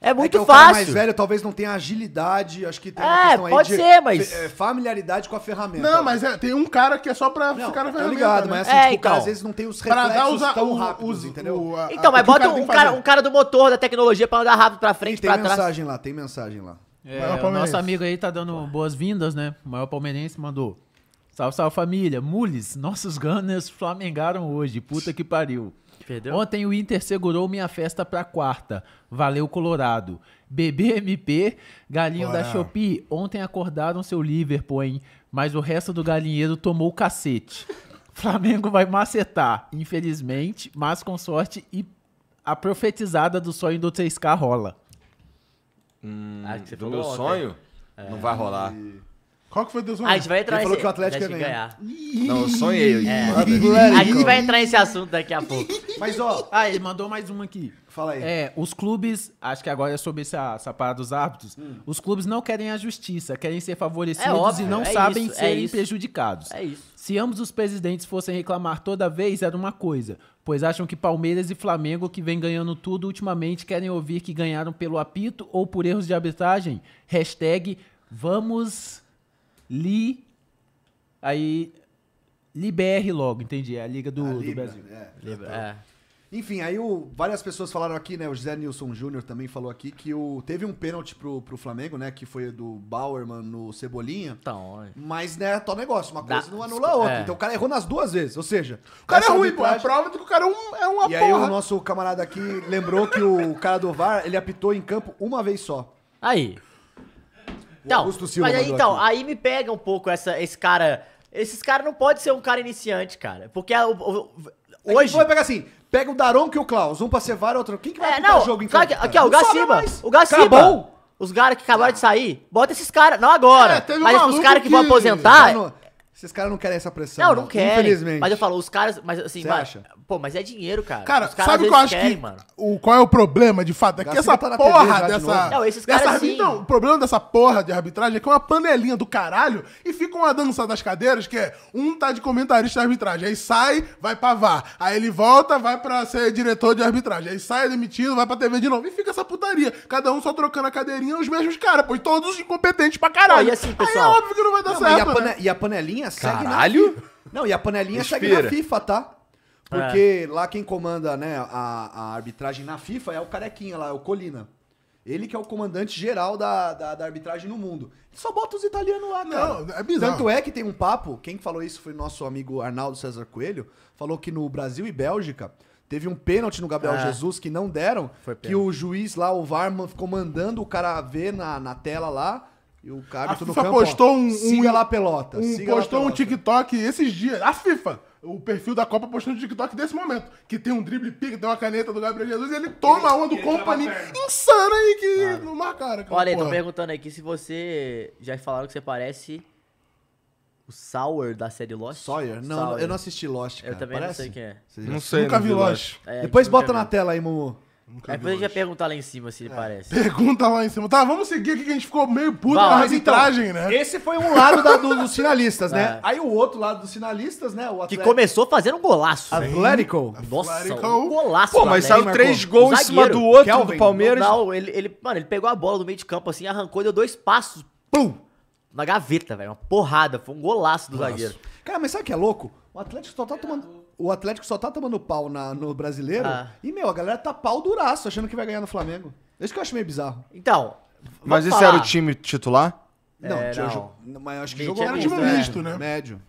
Speaker 4: É, muito
Speaker 3: que o cara
Speaker 4: fácil.
Speaker 3: mais velho talvez não tenha agilidade, acho que tem
Speaker 4: É, pode ser, mas-
Speaker 3: fe- é, familiaridade com a ferramenta.
Speaker 5: Não, mas é, tem um cara que é só pra
Speaker 3: Então. Não,
Speaker 5: ficar na
Speaker 3: tô
Speaker 5: ferramenta.
Speaker 3: ligado, mas
Speaker 5: né?
Speaker 3: assim,
Speaker 4: É,
Speaker 3: tipo, o cara
Speaker 4: então.
Speaker 3: às vezes não tem os
Speaker 5: Pra dar
Speaker 3: reflexos
Speaker 5: os,
Speaker 3: tão
Speaker 5: o-
Speaker 3: rápidos,
Speaker 5: os-
Speaker 3: entendeu?
Speaker 5: o- a-
Speaker 4: então,
Speaker 5: a-
Speaker 4: mas
Speaker 5: o que o
Speaker 4: bota
Speaker 5: tem
Speaker 4: um
Speaker 5: que
Speaker 4: cara,
Speaker 5: fazer.
Speaker 4: um cara do motor, da tecnologia, pra andar rápido pra frente,
Speaker 3: tem
Speaker 4: pra trás.
Speaker 3: mensagem lá, tem mensagem lá.
Speaker 7: É,
Speaker 5: Maior
Speaker 7: o
Speaker 5: palmeirense.
Speaker 7: nosso amigo aí tá dando boas-vindas, né? O maior palmeirense mandou. Salve, salve família. Mules, nossos Gunners flamengaram hoje. Puta que pariu.
Speaker 4: Perdeu?
Speaker 7: Ontem o Inter segurou minha festa pra quarta. Valeu, Colorado. BBMP, Galinho da
Speaker 5: Bora.
Speaker 7: Shopee. Ontem acordaram seu Liverpool, hein? Mas o resto do galinheiro tomou o cacete. Flamengo vai macetar, infelizmente, mas com sorte e a profetizada do sonho do 3K rola.
Speaker 4: Acho Ah, que você
Speaker 2: Do
Speaker 4: falou
Speaker 2: meu
Speaker 4: ontem.
Speaker 2: sonho, não vai rolar.
Speaker 5: Qual que foi o Deus
Speaker 4: Ah, a gente vai entrar
Speaker 3: Ele falou que o Atlético
Speaker 4: a
Speaker 3: ia
Speaker 4: gente vai
Speaker 3: ganhar.
Speaker 2: Não, eu sonhei.
Speaker 4: ganhar. A gente vai entrar nesse assunto daqui a pouco.
Speaker 3: Mas ó,
Speaker 7: Ah, ele mandou mais uma aqui.
Speaker 3: fala aí.
Speaker 7: É, os clubes, acho que agora é sobre essa, essa parada dos árbitros, os clubes não querem a justiça, querem ser favorecidos
Speaker 4: Hum. É óbvio,
Speaker 7: e não
Speaker 4: é
Speaker 7: sabem
Speaker 4: isso, é
Speaker 7: serem
Speaker 4: isso.
Speaker 7: prejudicados.
Speaker 4: É isso.
Speaker 7: Se ambos os presidentes fossem reclamar toda vez, era uma coisa, pois acham que Palmeiras e Flamengo, que vem ganhando tudo ultimamente, querem ouvir que ganharam pelo apito ou por erros de arbitragem. Hashtag vamos li... Aí... Libere logo, entendi. É a Liga do,
Speaker 3: A
Speaker 7: do
Speaker 3: Libra,
Speaker 7: Brasil.
Speaker 3: é.
Speaker 4: É.
Speaker 3: Enfim, aí o- várias pessoas falaram aqui, né? O José Nilson Júnior também falou aqui que o, teve um pênalti pro, pro Flamengo, né? Que foi do Bauerman no Cebolinha.
Speaker 4: Então,
Speaker 3: Mas, né, tal negócio, uma
Speaker 4: Dá-
Speaker 3: coisa não anula a outra.
Speaker 4: é.
Speaker 3: Então o cara errou nas duas vezes. Ou seja,
Speaker 5: O cara é
Speaker 3: essa
Speaker 5: ruim, pô. É
Speaker 3: arbitragem-
Speaker 5: prova de que o cara é, um, é uma
Speaker 3: E aí o
Speaker 5: porra.
Speaker 3: nosso camarada aqui lembrou que o cara do VAR, ele apitou em campo uma vez só.
Speaker 4: Aí. Então,
Speaker 3: Augusto Silva
Speaker 4: mas aí,
Speaker 3: mandou
Speaker 4: então,
Speaker 3: aqui.
Speaker 4: aí me pega um pouco essa, esse cara. Esses caras não pode ser um cara iniciante, cara. Porque a- o- o-
Speaker 3: Hoje
Speaker 4: hoje.
Speaker 3: vai pegar assim, pega o Daronco e o Klaus, um pra Cevar, outro... Quem que vai
Speaker 4: É,
Speaker 3: apitar
Speaker 4: não,
Speaker 3: o jogo em
Speaker 4: sabe
Speaker 3: campo?
Speaker 4: que-
Speaker 3: cara?
Speaker 4: aqui, ó, o
Speaker 3: Não sabe
Speaker 4: Gaciba.
Speaker 3: mais. Tá
Speaker 4: O Gaciba.
Speaker 3: Acabou.
Speaker 4: Os caras que acabaram de sair, bota esses caras. Não agora.
Speaker 5: É, teve um
Speaker 4: mas os
Speaker 5: maluco
Speaker 4: caras que vão
Speaker 5: que-
Speaker 4: aposentar.
Speaker 3: Mano, esses caras não querem essa pressão.
Speaker 4: Ah, Não, não querem.
Speaker 3: tá Infelizmente.
Speaker 4: Mas eu falo, os caras. Mas assim,
Speaker 3: Você
Speaker 4: mano,
Speaker 3: acha?
Speaker 4: Pô, mas é dinheiro, cara.
Speaker 5: Cara,
Speaker 4: Os caras
Speaker 5: sabe
Speaker 4: às
Speaker 5: o que eu
Speaker 4: vezes
Speaker 5: acho
Speaker 4: querem,
Speaker 5: que.
Speaker 4: mano.
Speaker 5: O, qual é o problema, de fato? É que
Speaker 3: Garcia
Speaker 5: essa
Speaker 3: tá na TV
Speaker 5: porra
Speaker 3: já de
Speaker 5: dessa.
Speaker 3: novo.
Speaker 4: Não, esses
Speaker 5: dessa
Speaker 4: caras
Speaker 5: arbi-
Speaker 4: sim.
Speaker 5: Então, o problema dessa porra de arbitragem é que é uma panelinha do caralho e fica uma dança das cadeiras que é um tá de comentarista de arbitragem, aí sai, vai pra VAR. Aí ele volta, vai pra ser diretor de arbitragem. Aí sai demitido, vai pra TV de novo. E fica essa putaria. Cada um só trocando a cadeirinha, os mesmos caras, pois todos incompetentes pra caralho.
Speaker 4: Não, e assim,
Speaker 5: Aí
Speaker 4: pessoal-
Speaker 5: é óbvio que não vai dar
Speaker 3: Não, mas
Speaker 5: certo.
Speaker 3: e, a
Speaker 5: né?
Speaker 3: pane- e a panelinha segue
Speaker 2: Caralho?
Speaker 3: na FIFA. Não, e a panelinha segue na
Speaker 2: Respira.
Speaker 3: FIFA, tá?
Speaker 5: É.
Speaker 3: Porque lá quem comanda né, a, a arbitragem na FIFA é o carequinha lá, é o Colina. Ele que é o comandante geral da, da, da arbitragem no mundo. Ele só bota os italianos lá, cara.
Speaker 5: Não, é bizarro.
Speaker 3: Tanto é que tem um papo, quem falou isso foi nosso amigo Arnaldo César Coelho, falou que no Brasil e Bélgica teve um pênalti no Gabriel
Speaker 5: É.
Speaker 3: Jesus que não deram,
Speaker 4: Foi
Speaker 3: que o juiz lá, o Varman, ficou mandando o cara ver na, na tela lá, e o cara
Speaker 5: A
Speaker 3: árbitro no
Speaker 5: FIFA
Speaker 3: campo, ó,
Speaker 5: postou um-
Speaker 3: siga
Speaker 5: um-
Speaker 3: lá pelota.
Speaker 5: Um,
Speaker 3: siga lá
Speaker 5: postou um
Speaker 3: pelota.
Speaker 5: TikTok esses dias. A FIFA. O perfil da Copa postou um TikTok desse momento. Que tem um drible pica, tem uma caneta do Gabriel Jesus e ele toma uma do Company insana e que não marcaram. aquela
Speaker 4: Olha, estão
Speaker 5: porra.
Speaker 4: perguntando aqui se você. Já falaram que você parece. O Sour da série Lost?
Speaker 3: Sawyer? Não,
Speaker 4: Sour.
Speaker 3: eu não assisti Lost, cara.
Speaker 4: Eu também não
Speaker 3: Parece?
Speaker 4: sei quem é.
Speaker 3: Vocês
Speaker 2: Não
Speaker 3: assistem?
Speaker 2: sei.
Speaker 5: Nunca
Speaker 2: não
Speaker 5: vi Lost.
Speaker 4: É,
Speaker 3: Depois bota
Speaker 4: nunca
Speaker 3: na tela aí, Mumu.
Speaker 4: vi. É, depois a gente vai perguntar lá em cima se ele
Speaker 2: É.
Speaker 4: parece.
Speaker 5: Pergunta lá em cima. Tá, vamos seguir aqui que a gente ficou meio puto
Speaker 4: Vai,
Speaker 5: com a
Speaker 4: mas
Speaker 5: arbitragem, né?
Speaker 3: Esse foi um lado da- do- dos finalistas, né?
Speaker 4: É.
Speaker 3: Aí o outro lado dos finalistas, né? O
Speaker 4: Que
Speaker 3: Atlético.
Speaker 4: começou fazendo um golaço.
Speaker 3: Atlético.
Speaker 4: Nossa,
Speaker 5: Atlético.
Speaker 4: um golaço.
Speaker 2: né, Pô,
Speaker 4: do
Speaker 2: mas
Speaker 4: Atlético.
Speaker 2: saiu três
Speaker 4: Marcou.
Speaker 2: gols em cima
Speaker 4: Zagueiro.
Speaker 2: do outro
Speaker 3: Kelvin,
Speaker 2: do Palmeiras.
Speaker 4: Não, ele, ele- mano, ele pegou a bola do meio de campo assim, arrancou, deu dois passos, pum! Na gaveta, velho. Uma porrada. Foi um golaço do zagueiro.
Speaker 3: Cara, mas sabe o que é louco? O Atlético só tá tomando. O Atlético só tá tomando pau na- no brasileiro.
Speaker 4: Ah.
Speaker 3: E, meu, a galera tá pau duraço, achando que vai ganhar no Flamengo. Isso que eu acho meio bizarro.
Speaker 4: Então.
Speaker 2: Mas
Speaker 4: vamos
Speaker 2: esse
Speaker 4: falar.
Speaker 2: era o time titular?
Speaker 3: Não,
Speaker 4: É,
Speaker 3: tinha
Speaker 4: não.
Speaker 3: jo- mas eu acho que
Speaker 4: Meio
Speaker 3: jogou
Speaker 4: tinha
Speaker 3: era
Speaker 4: misto,
Speaker 3: time
Speaker 5: é. misto, né?
Speaker 3: É. Médio.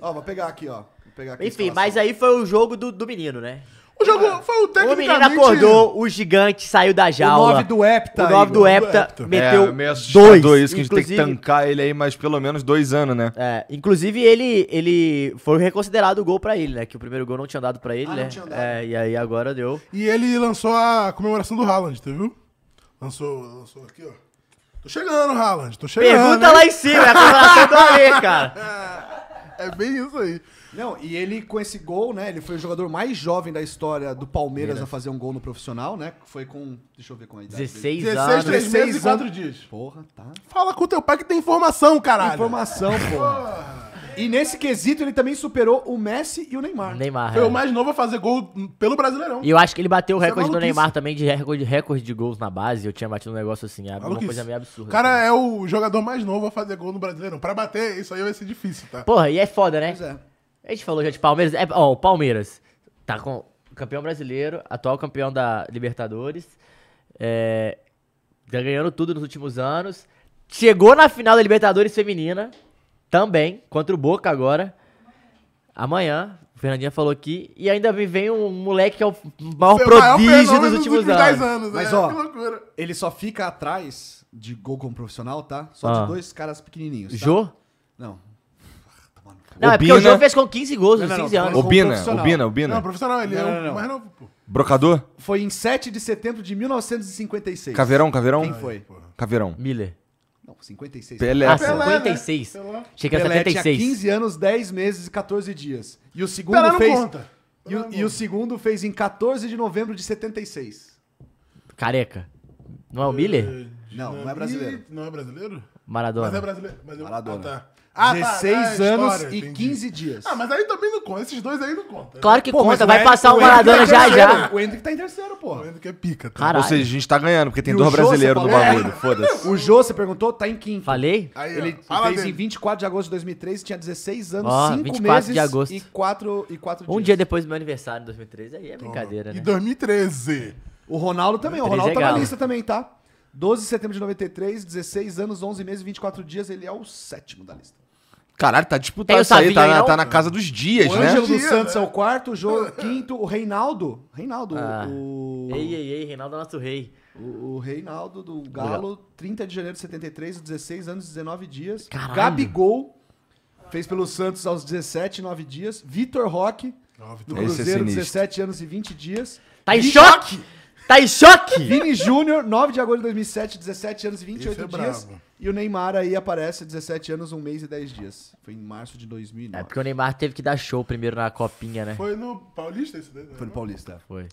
Speaker 3: Ó, vou pegar aqui, ó. Vou pegar aqui a
Speaker 4: Enfim,
Speaker 2: assim.
Speaker 3: escalação.
Speaker 4: mas aí foi o jogo do, do menino, né?
Speaker 5: O jogo foi o
Speaker 4: O
Speaker 5: técnico.
Speaker 4: menino acordou, o gigante saiu da jaula.
Speaker 8: nove do Hepta
Speaker 4: O nove
Speaker 8: aí,
Speaker 4: do
Speaker 8: o
Speaker 4: Hepta
Speaker 5: Hepta.
Speaker 4: meteu
Speaker 2: é, meio assustador
Speaker 4: dois.
Speaker 2: isso, que a gente tem que tancar ele aí mais pelo menos dois anos, né?
Speaker 4: É, inclusive ele, ele foi reconsiderado o gol pra ele, né? Que o primeiro gol não tinha dado pra ele,
Speaker 5: Ah, não
Speaker 4: né?
Speaker 5: tinha dado.
Speaker 4: É, e aí agora deu.
Speaker 5: E ele lançou a comemoração do Haaland, tu viu? Lançou, lançou aqui, ó. Tô chegando, Haaland, tô chegando.
Speaker 4: Pergunta
Speaker 5: hein?
Speaker 4: lá em cima, é a comemoração do Ale, cara.
Speaker 5: É bem isso aí.
Speaker 3: Não, e ele com esse gol, né? Ele foi o jogador mais jovem da história do Palmeiras a fazer um gol no profissional, né? Foi com. Deixa eu ver com a idade. dele.
Speaker 4: 16
Speaker 5: 16,
Speaker 4: anos.
Speaker 5: 3 meses e
Speaker 3: 16 anos.
Speaker 5: 4 dias.
Speaker 3: Porra, tá.
Speaker 5: Fala com o teu pai que tem informação, caralho.
Speaker 3: Informação, porra. E nesse quesito ele também superou o Messi e o Neymar.
Speaker 4: Neymar.
Speaker 5: Foi
Speaker 4: é.
Speaker 5: o mais novo a fazer gol pelo Brasileirão.
Speaker 4: E eu acho que ele bateu o
Speaker 5: Isso é
Speaker 4: recorde do
Speaker 5: maluquice.
Speaker 4: Neymar também de recorde, recorde de gols na base. Eu tinha batido um negócio assim, é uma
Speaker 5: Maluquice.
Speaker 4: coisa meio
Speaker 5: O
Speaker 4: absurda. assim.
Speaker 5: cara é o jogador mais novo a fazer gol no Brasileirão. Pra bater, isso aí vai ser difícil, tá?
Speaker 4: Porra, e é foda, né?
Speaker 3: Pois é.
Speaker 4: A gente falou já de Palmeiras. É, ó, o Palmeiras tá com campeão brasileiro, atual campeão da Libertadores. É, tá ganhando tudo nos últimos anos. Chegou na final da Libertadores Feminina. Também, contra o Boca agora. Amanhã, o Fernandinho falou aqui. E ainda me vem um moleque que é o maior
Speaker 5: Foi o maior
Speaker 4: prodígio
Speaker 5: fenômeno
Speaker 4: dos últimos
Speaker 5: dez
Speaker 4: anos.
Speaker 5: anos.
Speaker 3: Mas,
Speaker 5: é,
Speaker 3: ó,
Speaker 5: que loucura.
Speaker 3: Ele só fica atrás de gol como profissional, tá? Só
Speaker 4: Ah.
Speaker 3: de dois caras pequenininhos. Tá?
Speaker 4: Jô?
Speaker 3: Não.
Speaker 4: Não, é porque o
Speaker 2: Obina.
Speaker 4: Jô fez com 15 gols
Speaker 3: Não,
Speaker 4: nos
Speaker 3: não, não,
Speaker 4: 15 anos.
Speaker 3: Como
Speaker 2: Obina,
Speaker 3: profissional.
Speaker 2: Obina, Obina.
Speaker 5: Não, profissional, ele
Speaker 3: Não,
Speaker 5: é o
Speaker 3: não, não.
Speaker 5: mais novo, pô.
Speaker 2: Brocador?
Speaker 3: Foi em 7 de setembro de 1956.
Speaker 2: Caveirão, Caveirão?
Speaker 3: Quem foi?
Speaker 2: Caveirão.
Speaker 4: Miller.
Speaker 3: Não, 56.
Speaker 2: Pelé.
Speaker 4: Ah,
Speaker 5: Pelé, né?
Speaker 4: 56.
Speaker 5: Pelé.
Speaker 4: Achei que era
Speaker 3: Pelé
Speaker 4: 76.
Speaker 3: tinha 15 anos, 10 meses e 14 dias. E o segundo
Speaker 5: Pelé não
Speaker 3: fez.
Speaker 5: conta.
Speaker 3: E, o, e o segundo fez em 14 de novembro de 76.
Speaker 4: Careca. Não é o Miller?
Speaker 3: Não, não é
Speaker 5: Ih,
Speaker 3: brasileiro.
Speaker 5: Não é brasileiro? Mas é
Speaker 4: Maradona.
Speaker 5: brasileiro. Mas é...
Speaker 3: Maradona.
Speaker 5: Ah, tá. Ah, tá,
Speaker 3: 16
Speaker 5: é história,
Speaker 3: anos e
Speaker 5: entendi.
Speaker 3: 15 dias.
Speaker 5: Ah, mas aí também não conta. Esses dois aí não conta.
Speaker 4: Claro que
Speaker 3: Pô, mas
Speaker 4: conta, vai
Speaker 3: Hendrick-
Speaker 4: passar o
Speaker 3: Hendrick tá em
Speaker 4: Maradona já
Speaker 3: terceiro.
Speaker 4: já.
Speaker 3: O Hendrick tá em terceiro, pô.
Speaker 5: Tá vendo que é pica. Tá?
Speaker 4: Caralho.
Speaker 2: Ou seja, a gente tá ganhando, porque tem
Speaker 3: E o
Speaker 2: dois
Speaker 3: Jô, você
Speaker 2: brasileiros no
Speaker 3: falou? É.
Speaker 2: bagulho. Foda-se.
Speaker 3: O Jô, você perguntou, tá em quinto.
Speaker 4: Falei? Um
Speaker 5: Aí,
Speaker 3: Ele
Speaker 5: ó, fala
Speaker 3: fez
Speaker 5: dele.
Speaker 3: em 24 de agosto de 2013, tinha 16 anos,
Speaker 4: Ó,
Speaker 3: 5
Speaker 4: 24
Speaker 3: meses
Speaker 4: de agosto.
Speaker 3: e 4 e quatro
Speaker 4: Um
Speaker 3: dias.
Speaker 4: dia depois do meu aniversário, em 2013, aí é brincadeira,
Speaker 5: E
Speaker 4: né?
Speaker 5: 2013.
Speaker 3: O Ronaldo também, o
Speaker 4: Três
Speaker 3: Ronaldo
Speaker 4: é
Speaker 3: tá na
Speaker 4: galo.
Speaker 3: lista também, tá? 12 de setembro de 93, 16 anos, 11 meses e 24 dias, ele é o sétimo da lista.
Speaker 2: Caralho, tá
Speaker 4: Tem
Speaker 2: disputado
Speaker 4: o
Speaker 2: isso aí. Tá
Speaker 4: Savinho aí,
Speaker 2: na,
Speaker 4: não?
Speaker 2: tá na casa dos dias,
Speaker 3: O
Speaker 2: né?
Speaker 3: Ângelo dos
Speaker 5: Dia,
Speaker 3: Santos
Speaker 5: né?
Speaker 3: é o quarto, o Jô é o quinto, o Reinaldo, Reinaldo,
Speaker 4: Ah.
Speaker 3: o,
Speaker 4: Ei, ei, ei, Reinaldo é nosso rei.
Speaker 3: o, o Reinaldo do Galo, 30 de janeiro de 73, 16 anos, 19 dias.
Speaker 4: Caralho.
Speaker 3: Gabigol fez pelo Santos aos 17, 9 dias. Vitor Roque,
Speaker 5: Nove,
Speaker 3: do
Speaker 2: Esse é
Speaker 3: Cruzeiro,
Speaker 2: sinistro.
Speaker 3: 17 anos e 20 dias.
Speaker 4: Tá em choque? Tá em choque?
Speaker 3: Vini Júnior, 9 de agosto de 2007, 17 anos e 28
Speaker 5: Esse é
Speaker 3: dias.
Speaker 5: brabo.
Speaker 3: E o Neymar aí aparece, 17 anos, 1 mês e 10 dias. Foi em março de 2009.
Speaker 4: É porque o Neymar teve que dar show primeiro na copinha, né?
Speaker 5: Foi no Paulista esse daí? né?
Speaker 3: Foi no Paulista.
Speaker 4: Foi.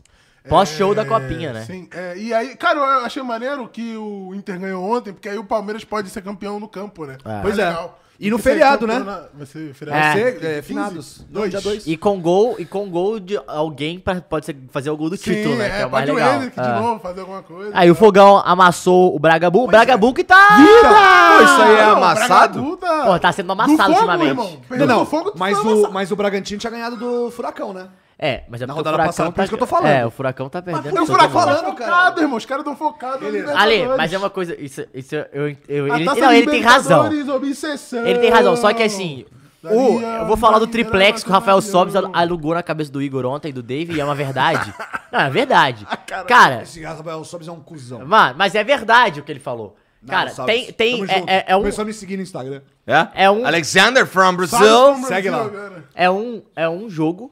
Speaker 4: Pós-show da
Speaker 5: É,
Speaker 4: copinha, né?
Speaker 5: Sim. É, e aí, cara, eu achei maneiro que o Inter ganhou ontem, porque aí o Palmeiras pode ser campeão no campo, né?
Speaker 3: Pois é.
Speaker 5: legal.
Speaker 3: E no
Speaker 5: Vai ser
Speaker 3: feriado, né?
Speaker 5: campeão na- Vai ser feriado.
Speaker 4: É.
Speaker 3: Você,
Speaker 5: Tem
Speaker 3: é,
Speaker 5: 15?
Speaker 3: finados. Não,
Speaker 5: Dois.
Speaker 3: dia 2.
Speaker 4: E com gol, e com gol de alguém pra, pode ser, fazer o gol do
Speaker 5: Sim,
Speaker 4: título, né? Que é o mais
Speaker 5: pode
Speaker 4: legal.
Speaker 5: O Henrique
Speaker 4: Ah.
Speaker 5: de novo, fazer alguma coisa.
Speaker 4: Aí o Fogão amassou o Bragabu. O Bragabu que tá.
Speaker 2: Pô, isso aí é
Speaker 5: Não, o
Speaker 2: amassado?
Speaker 5: Bragabu Tá...
Speaker 4: Pô, tá sendo amassado
Speaker 5: Do fogo,
Speaker 4: ultimamente.
Speaker 5: irmão.
Speaker 3: Não,
Speaker 5: Perdeu
Speaker 3: não,
Speaker 5: do fogo, tu
Speaker 3: mas,
Speaker 5: tá
Speaker 3: o,
Speaker 5: amassado.
Speaker 3: mas o Bragantino tinha ganhado do Furacão, né?
Speaker 4: É, mas é
Speaker 3: Na
Speaker 4: porque o
Speaker 3: rodada
Speaker 4: Furacão
Speaker 3: passada, por
Speaker 4: tá...
Speaker 3: isso que eu tô falando.
Speaker 4: É, o Furacão tá perdendo.
Speaker 3: por
Speaker 5: O
Speaker 3: isso
Speaker 4: todo
Speaker 3: que eu tô
Speaker 5: Furacão
Speaker 4: mundo.
Speaker 3: falando.
Speaker 5: tá focado,
Speaker 3: cara.
Speaker 5: irmão. Os caras tão focados.
Speaker 3: Beleza.
Speaker 5: na
Speaker 4: Ale,
Speaker 5: Libertadores.
Speaker 4: mas é uma coisa. Isso, isso eu, eu, eu,
Speaker 5: Tá A
Speaker 4: ele,
Speaker 5: taça
Speaker 4: não, ele tem razão.
Speaker 5: Libertadores, obsessão.
Speaker 4: Ele tem razão, só que assim. O,
Speaker 5: Daria,
Speaker 4: eu vou falar do
Speaker 5: daria,
Speaker 4: triplex que o Rafael
Speaker 5: daria.
Speaker 4: Sobis alugou na cabeça do Igor ontem, do Dave, e é uma verdade. Não, é verdade. Cara,
Speaker 3: Ah, Esse Rafael Sobis é um cuzão.
Speaker 4: mano, mas é verdade o que ele falou. Cara,
Speaker 3: Salles,
Speaker 4: tem. tem
Speaker 3: tamo
Speaker 4: é,
Speaker 3: junto.
Speaker 4: é, é um,
Speaker 3: Começou a me seguir no Instagram.
Speaker 2: É?
Speaker 4: É um-
Speaker 2: Alexander from
Speaker 5: Sabe
Speaker 2: Brazil.
Speaker 5: como
Speaker 3: Segue
Speaker 5: Brasil
Speaker 3: lá.
Speaker 5: agora?
Speaker 4: é, um, é um jogo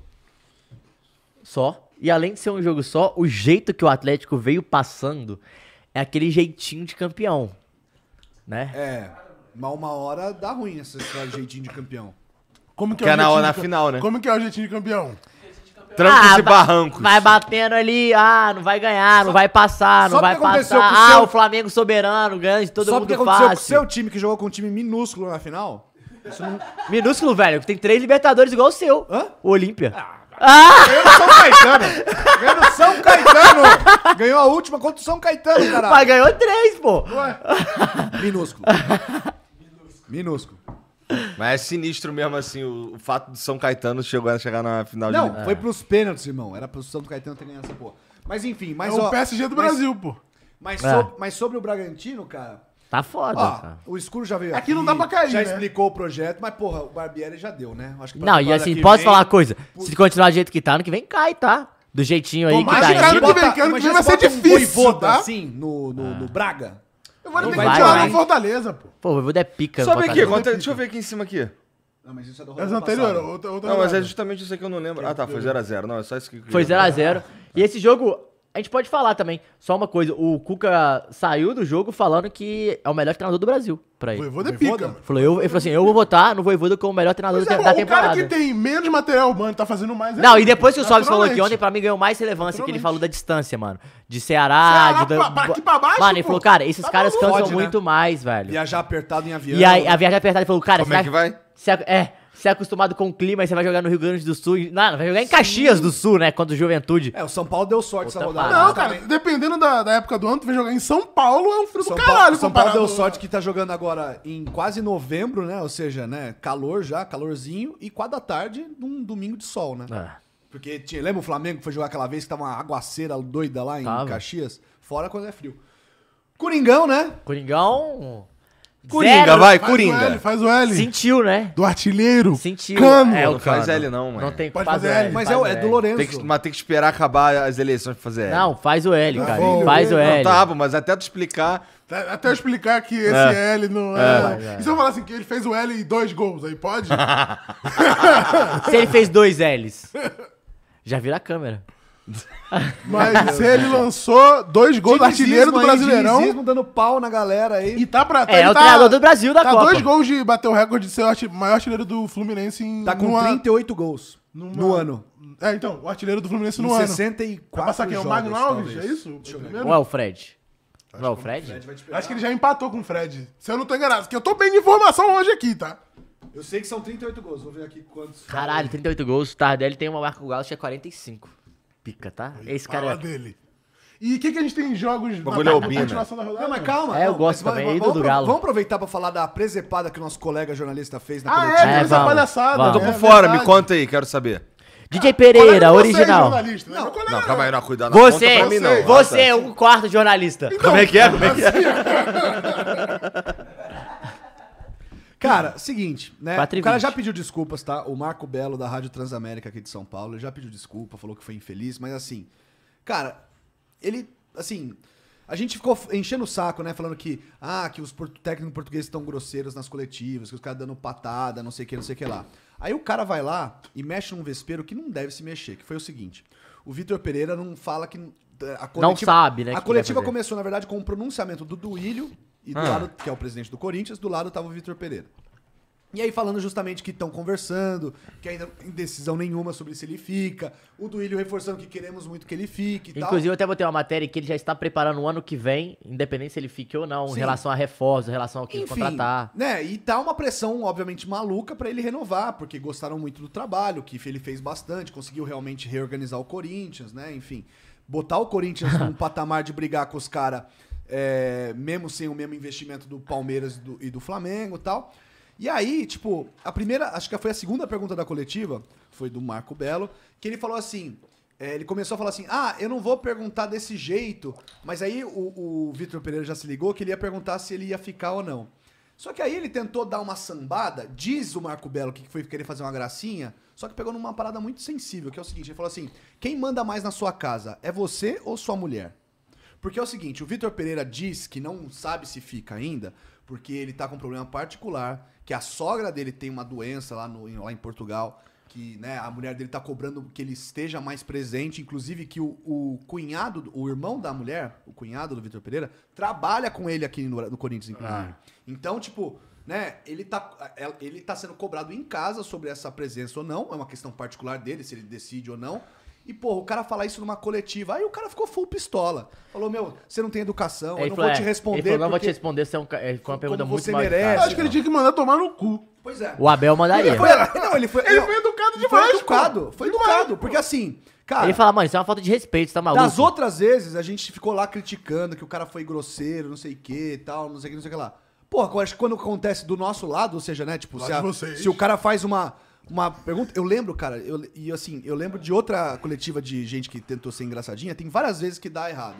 Speaker 4: só. E além de ser um jogo só, o jeito que o Atlético veio passando é aquele jeitinho de campeão. Né?
Speaker 3: É, mas uma hora dá ruim esse esse jeitinho de campeão.
Speaker 5: Como que,
Speaker 2: Que
Speaker 5: é
Speaker 2: é
Speaker 5: o
Speaker 2: na-
Speaker 5: jeitinho
Speaker 2: na
Speaker 5: de cam-
Speaker 2: final, né?
Speaker 5: Como que é o jeitinho de campeão?
Speaker 2: Trancos e
Speaker 4: Ah, ba-
Speaker 2: barrancos.
Speaker 4: Vai batendo ali, ah, não vai ganhar, não vai passar, não
Speaker 3: só
Speaker 4: vai
Speaker 3: porque aconteceu
Speaker 4: passar.
Speaker 3: com o
Speaker 4: Ah,
Speaker 3: seu-
Speaker 4: o Flamengo soberano, ganha de todo
Speaker 3: Só porque
Speaker 4: mundo
Speaker 3: aconteceu com o
Speaker 4: fácil.
Speaker 3: seu time, que jogou com um time minúsculo na final?
Speaker 4: Minúsculo, velho, que tem três Libertadores igual o seu.
Speaker 3: Hã?
Speaker 4: O Olímpia.
Speaker 3: Ganhou do São Caetano! Ganhou do São Caetano! Ganhou a última contra o São Caetano,
Speaker 4: Mas
Speaker 3: caralho!
Speaker 4: ganhou três, pô.
Speaker 3: Minúsculo. Minúsculo.
Speaker 2: Mas é sinistro mesmo, assim, o, o fato do São Caetano chegou, chegar na final de...
Speaker 3: Não, foi pros pênaltis, irmão. Era pro São Caetano ter ganhado essa porra. Mas enfim,
Speaker 5: É
Speaker 3: mas
Speaker 5: o
Speaker 3: ó,
Speaker 5: PSG do
Speaker 3: mas-
Speaker 5: Brasil, pô.
Speaker 3: Mas,
Speaker 4: É.
Speaker 3: so- mas sobre o Bragantino, cara...
Speaker 4: Tá foda,
Speaker 3: Ó,
Speaker 4: cara.
Speaker 3: o escuro já veio
Speaker 5: Aqui não dá pra cair,
Speaker 3: Já
Speaker 5: né?
Speaker 3: explicou o projeto, mas porra, o Barbieri já deu, né? Acho que pra
Speaker 4: Não, e
Speaker 3: temporada
Speaker 4: assim,
Speaker 3: que
Speaker 4: posso
Speaker 3: vem-
Speaker 4: falar uma coisa? Se continuar do jeito que tá, ano que vem cai, tá? Do jeitinho aí
Speaker 5: Tomara
Speaker 4: que
Speaker 5: que
Speaker 4: tá
Speaker 5: cara
Speaker 4: indo.
Speaker 5: que vem, cara, que
Speaker 3: imagina
Speaker 5: vai
Speaker 3: se
Speaker 5: ser
Speaker 3: bota um
Speaker 5: difícil,
Speaker 3: voivoda,
Speaker 5: tá?
Speaker 3: assim, no, no,
Speaker 4: Ah.
Speaker 3: no Braga.
Speaker 5: Eu vou ter que
Speaker 4: vai,
Speaker 5: tirar
Speaker 4: vai.
Speaker 5: no Fortaleza, pô.
Speaker 4: Pô, eu vou dar pica no
Speaker 2: Sobe aqui,
Speaker 4: Fortaleza.
Speaker 2: conta- deixa eu ver aqui em cima aqui.
Speaker 3: Não, mas isso é do
Speaker 5: Essa anterior, outra, outra
Speaker 2: Não, mas é
Speaker 5: rodada.
Speaker 2: justamente isso aqui que eu não lembro. Ah, tá, foi 0x0. Não, é só isso que...
Speaker 4: Foi 0x0. E esse jogo, a gente pode falar também. Só uma coisa, o Cuca saiu do jogo falando que é o melhor treinador do Brasil pra ele.
Speaker 5: Voivoda é pica, mano.
Speaker 4: Falou, eu, ele falou assim, eu vou votar no Voivoda como o melhor treinador
Speaker 5: Mas é,
Speaker 4: da,
Speaker 5: pô,
Speaker 4: da
Speaker 5: o cara
Speaker 4: temporada.
Speaker 5: que tem menos material humano tá fazendo mais. é
Speaker 4: tá Não, e
Speaker 5: ele,
Speaker 4: depois que o Sobs falou aqui
Speaker 5: naturalmente.
Speaker 4: ontem, pra mim ganhou mais relevância, que ele
Speaker 5: Naturalmente.
Speaker 4: falou da distância, mano. De Ceará,
Speaker 5: Ceará,
Speaker 4: de...
Speaker 5: pra- pra aqui pra baixo,
Speaker 4: mano, ele
Speaker 5: pô.
Speaker 4: falou, cara, esses
Speaker 5: Tá
Speaker 4: caras
Speaker 5: maluco.
Speaker 4: cansam
Speaker 3: Pode, né?
Speaker 4: muito mais, velho.
Speaker 3: Viajar apertado em avião.
Speaker 4: E aí, a viagem apertada, ele falou, cara,
Speaker 2: Como é
Speaker 4: você
Speaker 2: que
Speaker 4: vai-
Speaker 2: vai?
Speaker 4: Você é, é, você é acostumado com o clima, aí você vai jogar no Rio Grande do Sul. e- Não, vai jogar em Caxias do Sul, né? Contra o Juventude.
Speaker 3: É, o São Paulo deu sorte essa
Speaker 4: Puta
Speaker 3: rodada.
Speaker 4: parada.
Speaker 5: Não, cara, dependendo da, da época do ano, tu vem jogar em São Paulo, é um frio
Speaker 3: São,
Speaker 5: do caralho,
Speaker 3: Paulo, São Paulo
Speaker 5: comparado-
Speaker 3: deu sorte que tá jogando agora em quase novembro, né? Ou seja, né? Calor já, calorzinho, e quatro da tarde num domingo de sol, né?
Speaker 4: Ah,
Speaker 3: Porque tinha, lembra o Flamengo que foi jogar aquela vez que tava uma aguaceira doida lá em
Speaker 4: Tava.
Speaker 3: Caxias? Fora quando é frio. Coringão, né?
Speaker 4: Coringão.
Speaker 2: Coringa,
Speaker 4: zero.
Speaker 2: vai,
Speaker 5: Faz o L,
Speaker 2: Coringa.
Speaker 5: faz o L.
Speaker 4: Sentiu, né?
Speaker 5: Do artilheiro.
Speaker 4: Sentiu.
Speaker 5: Cano.
Speaker 4: É, o
Speaker 2: Não faz
Speaker 4: Cano.
Speaker 2: L não, mano.
Speaker 4: Não tem
Speaker 5: Pode
Speaker 4: faz
Speaker 5: fazer
Speaker 4: o
Speaker 5: L.
Speaker 3: Mas
Speaker 4: faz
Speaker 3: é, o-
Speaker 4: o
Speaker 3: é
Speaker 4: L.
Speaker 3: do Lourenço.
Speaker 2: Tem que, mas tem que esperar acabar as eleições pra fazer L.
Speaker 4: Não, faz o L, cara.
Speaker 5: bom,
Speaker 4: faz o
Speaker 5: beleza.
Speaker 4: L.
Speaker 2: Não, tá, bom, mas até tu explicar...
Speaker 5: Tá- Até eu explicar que esse
Speaker 2: É.
Speaker 5: L não é. E se eu falar assim, que ele fez o L e dois gols, aí pode?
Speaker 4: Se ele fez dois L's. Já vira a câmera.
Speaker 5: Mas se ele lançou dois gols do artilheiro do
Speaker 3: Dinizismo aí,
Speaker 5: Brasileirão
Speaker 3: dinizismo dando pau na galera aí.
Speaker 5: e tá pra. tá-
Speaker 4: É,
Speaker 5: ele
Speaker 4: é o
Speaker 5: tá-
Speaker 4: treinador do Brasil da
Speaker 5: Tá
Speaker 4: Copa.
Speaker 5: dois gols de bater o recorde de ser o arti- maior artilheiro do Fluminense em.
Speaker 3: tá com
Speaker 5: numa-
Speaker 3: 38 gols
Speaker 5: numa-
Speaker 3: no ano.
Speaker 5: É, então, o artilheiro do Fluminense no
Speaker 3: em
Speaker 5: ano.
Speaker 3: 64
Speaker 5: Vai passar quem? O
Speaker 3: jogos,
Speaker 5: Magno Alves?
Speaker 3: talvez.
Speaker 5: É isso? O primeiro?
Speaker 4: Ou é o Fred? Não é o Fred?
Speaker 5: Acho que ele já empatou com o Fred. Se eu não tô enganado, porque eu tô bem de informação hoje aqui, tá?
Speaker 3: Eu sei que são 38 gols, vou ver aqui quantos.
Speaker 4: Caralho, 38 gols. Tardelli tem uma marca com o Galo, acho que é 45. Pica, tá? Esse
Speaker 5: Fala
Speaker 4: cara.
Speaker 5: dele. E o que, que a gente tem em jogos
Speaker 2: Bagulho
Speaker 5: na-
Speaker 2: é
Speaker 5: na
Speaker 2: albino.
Speaker 5: continuação da rodada?
Speaker 3: Não, mas calma.
Speaker 4: É, eu
Speaker 3: não,
Speaker 4: gosto
Speaker 3: mas
Speaker 4: também,
Speaker 3: vamos-
Speaker 4: do-
Speaker 3: vamos
Speaker 4: do
Speaker 3: apro-
Speaker 4: Galo.
Speaker 3: Vamos aproveitar pra falar da presepada que o nosso colega jornalista fez na
Speaker 5: Ah, é,
Speaker 3: coletiva.
Speaker 5: teve essa
Speaker 4: vamos,
Speaker 5: palhaçada.
Speaker 4: vamos.
Speaker 5: né?
Speaker 2: Tô por
Speaker 5: É
Speaker 2: fora,
Speaker 5: verdade.
Speaker 2: me conta aí, quero saber.
Speaker 4: DJ
Speaker 5: Colega
Speaker 4: Pereira,
Speaker 5: de vocês,
Speaker 4: original.
Speaker 5: jornalista, né? Meu colega
Speaker 2: Não,
Speaker 5: não.
Speaker 2: calma aí, não, cuidado. não,
Speaker 4: Você,
Speaker 2: conta pra mim, não.
Speaker 4: você é
Speaker 2: Ah,
Speaker 4: o quarto jornalista.
Speaker 2: tá. Como é que é? Como é que é?
Speaker 3: Cara, seguinte, né?
Speaker 4: Quatro e
Speaker 3: O cara
Speaker 4: vinte.
Speaker 3: já pediu desculpas, tá? O Marco Belo, da Rádio Transamérica aqui de São Paulo, ele já pediu desculpa, falou que foi infeliz, mas assim, cara, ele, assim, a gente ficou f- enchendo o saco, né? Falando que, ah, que os portu- técnicos portugueses estão grosseiros nas coletivas, que os caras dando patada, não sei o que, não sei o que lá. Aí o cara vai lá e mexe num vespeiro que não deve se mexer, que foi o seguinte, o Vitor Pereira não fala que... eh, A coletiva-
Speaker 4: sabe, né, que
Speaker 3: A
Speaker 4: vai
Speaker 3: coletiva
Speaker 4: fazer.
Speaker 3: começou, na verdade, com o pronunciamento do Duílio, e do
Speaker 2: Ah.
Speaker 3: lado, que é o presidente do Corinthians, do lado tava o Vitor Pereira. E aí falando justamente que estão conversando, que ainda não tem decisão nenhuma sobre se ele fica. O Duílio reforçando que queremos muito que ele fique e
Speaker 4: Inclusive, eu até botei uma matéria que ele já está preparando o ano que vem, independente se ele fique ou não, em relação a reforços, em relação ao que
Speaker 3: tal. Enfim,
Speaker 4: contratar.
Speaker 3: né? E tá uma pressão, obviamente, maluca pra ele renovar, porque gostaram muito do trabalho, que ele fez bastante, conseguiu realmente reorganizar o Corinthians, né? Enfim, botar o Corinthians num patamar de brigar com os caras, mesmo sem o mesmo investimento do Palmeiras e do, e do Flamengo e tal. E aí, tipo, a primeira, acho que foi a segunda pergunta da coletiva, foi do Marco Belo, que ele falou assim. é, ele começou a falar assim: ah, eu não vou perguntar desse jeito. Mas aí o, o Vitor Pereira já se ligou que ele ia perguntar se ele ia ficar ou não. Só que aí ele tentou dar uma sambada, diz o Marco Belo que foi querer fazer uma gracinha, só que pegou numa parada muito sensível, que é o seguinte: ele falou assim, quem manda mais na sua casa, é você ou sua mulher? Porque é o seguinte, o Vitor Pereira diz que não sabe se fica ainda, porque ele tá com um problema particular, que a sogra dele tem uma doença lá, no, em, lá em Portugal, que né, a mulher dele tá cobrando que ele esteja mais presente, inclusive que o, o cunhado, o irmão da mulher, o cunhado do Vitor Pereira, trabalha com ele aqui no, no Corinthians, inclusive.
Speaker 4: Ah.
Speaker 3: Então, tipo, né, ele tá, ele tá sendo cobrado em casa sobre essa presença ou não, é uma questão particular dele, se ele decide ou não. E, porra, o cara falar isso numa coletiva. Aí o cara ficou full pistola. Falou, meu, você não tem educação, eu não vou
Speaker 4: é,
Speaker 3: te responder.
Speaker 4: Ele falou, não vou te
Speaker 3: porque-
Speaker 4: responder, você é um, ca- é, foi uma pergunta
Speaker 3: como
Speaker 4: muito
Speaker 3: você
Speaker 4: mal
Speaker 3: merece,
Speaker 5: Eu
Speaker 4: educada.
Speaker 5: acho que ele tinha que mandar tomar no cu.
Speaker 3: Pois é.
Speaker 4: O né? Abel mandaria.
Speaker 3: Ele foi, não, ele foi,
Speaker 5: Ele
Speaker 3: não,
Speaker 5: foi educado
Speaker 3: ele
Speaker 5: demais,
Speaker 3: Foi educado,
Speaker 5: pô.
Speaker 3: foi
Speaker 5: Demais,
Speaker 3: educado. Porque assim, cara.
Speaker 4: Ele fala, mano, isso é uma falta de respeito, você tá maluco?
Speaker 3: Das outras vezes, a gente ficou lá criticando que o cara foi grosseiro, não sei o que e tal, não sei o que, não sei o que lá. Porra, eu acho que quando acontece do nosso lado, ou seja, né, tipo,
Speaker 5: Lá
Speaker 3: se,
Speaker 5: de
Speaker 3: a-
Speaker 5: vocês.
Speaker 3: se o cara faz uma, uma pergunta. Eu lembro, cara, eu- e assim, eu lembro de outra coletiva de gente que tentou ser engraçadinha, tem várias vezes que dá errado.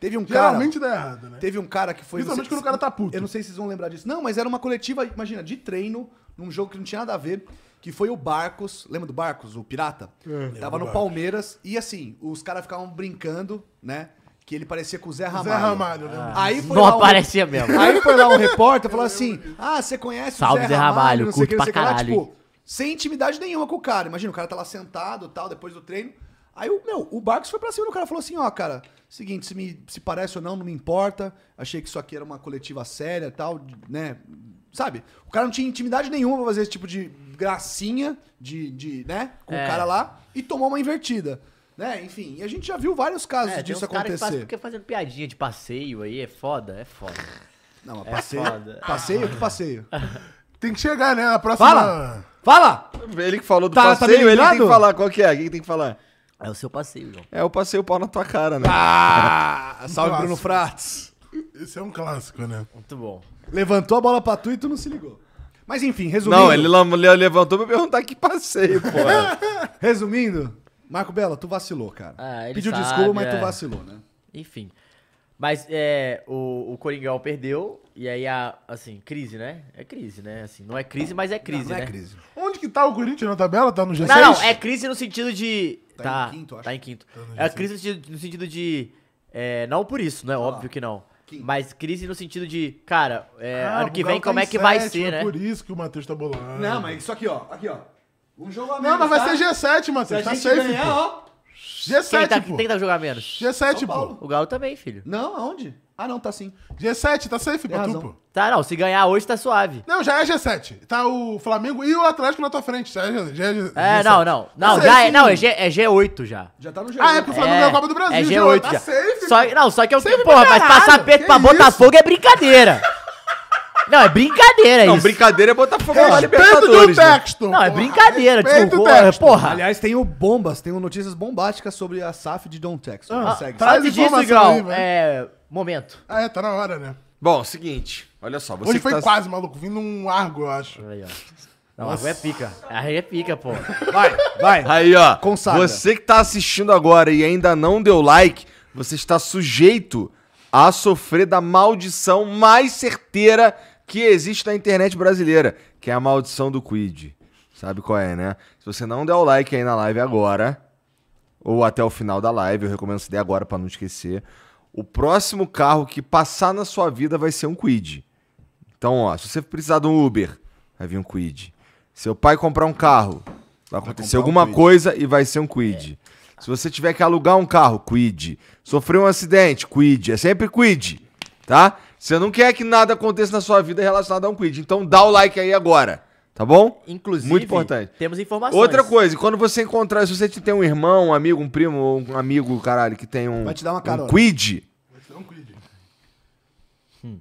Speaker 3: Teve um cara.
Speaker 5: Geralmente dá errado, né?
Speaker 3: Teve um cara que foi.
Speaker 5: Principalmente
Speaker 3: não sei-
Speaker 5: quando o cara tá puto.
Speaker 3: Eu não sei se vocês vão lembrar disso. Não, mas era uma coletiva, imagina, de treino, num jogo que não tinha nada a ver. que foi o Barcos. Lembra do Barcos, o pirata?
Speaker 5: É,
Speaker 3: Tava no Palmeiras e assim, os caras ficavam brincando, né? Que ele parecia com o Zé Ramalho.
Speaker 5: Zé Ramalho, né?
Speaker 3: Aí foi
Speaker 4: Não
Speaker 3: lá um-
Speaker 4: aparecia mesmo.
Speaker 3: Aí foi lá um repórter falou assim: Ah, você conhece
Speaker 4: Salve,
Speaker 3: o
Speaker 4: Zé
Speaker 3: Zé
Speaker 4: Ramalho,
Speaker 3: Ramalho, não sei o que, não
Speaker 4: curto
Speaker 3: sei o que
Speaker 4: pra
Speaker 3: lá,
Speaker 4: caralho.
Speaker 3: tipo, sem intimidade nenhuma com o cara. Imagina, o cara tá lá sentado tal, depois do treino. Aí o meu, o Barcos foi pra cima do cara e falou assim: ó, cara, seguinte, se me se parece ou não, não me importa. Achei que isso aqui era uma coletiva séria tal, de- né? Sabe? O cara não tinha intimidade nenhuma pra fazer esse tipo de gracinha de, de né, com
Speaker 4: É.
Speaker 3: o cara lá e tomar uma invertida. Né? Enfim, e a gente já viu vários casos
Speaker 4: É, tem
Speaker 3: disso
Speaker 4: uns caras que faz-
Speaker 3: acontecer.
Speaker 4: ficam fazendo piadinha de passeio aí, é foda, é foda.
Speaker 3: Não, mas
Speaker 4: É
Speaker 3: passeio.
Speaker 4: foda.
Speaker 3: passeio que passeio.
Speaker 5: Tem que chegar, né? Na próxima.
Speaker 3: Fala! Fala!
Speaker 2: Ele que falou do
Speaker 3: Tá- tá
Speaker 2: passeio,
Speaker 3: meio
Speaker 2: ele que tem que
Speaker 3: ligado?
Speaker 2: falar. Qual que é? O que que tem que falar?
Speaker 4: É o seu passeio, João.
Speaker 2: É, eu passei o pau na tua cara, né?
Speaker 3: Ah, salve
Speaker 5: Clássico.
Speaker 3: Bruno Frates.
Speaker 5: Esse é um clássico, né?
Speaker 4: Muito bom.
Speaker 3: Levantou a bola pra tu e tu não se ligou. Mas enfim, resumindo.
Speaker 2: não, ele lam- le- levantou pra perguntar que passeio, pô.
Speaker 3: Resumindo, Marco Bela, tu vacilou, cara.
Speaker 4: Ah, ele
Speaker 3: Pediu
Speaker 4: sabe,
Speaker 3: desculpa, mas
Speaker 4: é.
Speaker 3: tu vacilou, né?
Speaker 4: Enfim. Mas é, o, o Coringão perdeu, e aí a, assim, crise, né? É crise, né? Assim, não é crise, mas é crise,
Speaker 3: não
Speaker 4: né?
Speaker 3: é crise.
Speaker 5: Onde que tá o Corinthians na tabela? Tá no G6?
Speaker 4: Não, não, é crise no sentido de.
Speaker 3: Tá em quinto, acho.
Speaker 4: Tá em quinto. É crise no sentido, no sentido de. é, não por isso, né? Óbvio que não.
Speaker 3: quinto.
Speaker 4: Mas crise no sentido de, cara, é,
Speaker 5: Ah,
Speaker 4: ano que
Speaker 5: o Galo
Speaker 4: vem
Speaker 5: tá
Speaker 4: como
Speaker 5: em
Speaker 4: é que vai
Speaker 5: sétimo,
Speaker 4: ser,
Speaker 5: é
Speaker 4: né?
Speaker 5: Por isso que o Matheus tá bolando.
Speaker 3: Não, mas isso aqui, ó. Aqui, ó. Um jogo a menos,
Speaker 5: Não, mas vai
Speaker 3: tá?
Speaker 5: ser G7,
Speaker 3: Se a
Speaker 5: Matheus. Tá
Speaker 3: gente
Speaker 5: safe,
Speaker 3: ganhar,
Speaker 5: pô.
Speaker 3: ó.
Speaker 4: Quem
Speaker 5: G7,
Speaker 4: tá,
Speaker 5: pô.
Speaker 4: quem tá jogar menos?
Speaker 5: G7,
Speaker 3: Paulo.
Speaker 5: pô.
Speaker 4: O Galo também, filho.
Speaker 3: Tipo, Não, aonde? Ah, não, tá sim.
Speaker 5: G7, tá safe pra tu,
Speaker 3: razão.
Speaker 5: pô.
Speaker 4: Tá, não. Se ganhar hoje, tá suave.
Speaker 5: Não, já é G7. Tá o Flamengo e o Atlético na tua frente. Já é, G- já é G-
Speaker 4: É,
Speaker 5: G7.
Speaker 4: não, não. Não,
Speaker 5: Tá
Speaker 4: já é,
Speaker 5: safe,
Speaker 4: não
Speaker 5: pô.
Speaker 4: é, G, é G8 já.
Speaker 3: Já tá no jogo.
Speaker 5: Ah, é porque o Flamengo é, a Copa do Brasil.
Speaker 4: é
Speaker 5: já
Speaker 4: G8
Speaker 5: tá
Speaker 4: já.
Speaker 5: safe,
Speaker 4: Só-
Speaker 5: pô.
Speaker 4: não, só que eu.
Speaker 5: Safe
Speaker 4: Porra, mas
Speaker 5: caralho,
Speaker 4: passar peito
Speaker 5: que
Speaker 4: pra
Speaker 5: isso?
Speaker 4: Botafogo é brincadeira. não, é brincadeira
Speaker 2: Não,
Speaker 4: isso.
Speaker 2: brincadeira é Botafogo na
Speaker 5: Respeito Tá do
Speaker 2: Libertadores. né?
Speaker 5: texto.
Speaker 4: Não, é brincadeira.
Speaker 5: Respeito
Speaker 4: Tipo,
Speaker 5: o
Speaker 4: porra,
Speaker 5: texto.
Speaker 4: porra.
Speaker 3: É. Aliás, tem o bombas, tem o notícias bombásticas sobre a SAF de Don Texas.
Speaker 5: Ah,
Speaker 3: Segue.
Speaker 5: tá. Traz
Speaker 4: Antes disso,
Speaker 5: informação
Speaker 4: Grau,
Speaker 5: aí, vai.
Speaker 4: é. Momento.
Speaker 5: Ah, é, tá na hora, né?
Speaker 2: Bom, seguinte. Olha só, você
Speaker 5: Hoje
Speaker 2: que
Speaker 5: foi
Speaker 2: tá-
Speaker 5: quase, maluco. Vindo um argo, eu acho.
Speaker 4: Aí, ó. Não, a rua é pica. A rua é pica, pô.
Speaker 3: Vai, vai.
Speaker 2: Aí, ó.
Speaker 3: Consagra.
Speaker 2: Você que tá assistindo agora e ainda não deu like, você está sujeito a sofrer da maldição mais certeira que existe na internet brasileira, que é a maldição do Quid. Sabe qual é, né? Se você não der o like aí na live agora, ou até o final da live, eu recomendo você der agora pra não esquecer. O próximo carro que passar na sua vida vai ser um Quid. Então, ó, se você precisar de um Uber, vai vir um Quid. Seu pai comprar um carro, vai
Speaker 3: um
Speaker 2: acontecer alguma coisa e vai ser um Quid. Se você tiver que alugar um carro, Quid. Sofreu um acidente, Quid. É sempre Quid, tá? Você não quer que nada aconteça na sua vida relacionado a um Quid. Então dá o like aí agora, tá bom?
Speaker 4: Inclusive,
Speaker 2: Muito importante.
Speaker 4: temos informações.
Speaker 2: Outra coisa, quando você encontrar, se você tem um irmão, um amigo, um primo, ou um amigo, caralho, que tem um,
Speaker 3: Vai te dar uma
Speaker 2: um
Speaker 3: carona.
Speaker 2: quid,
Speaker 5: Então, cuide.
Speaker 3: Hum.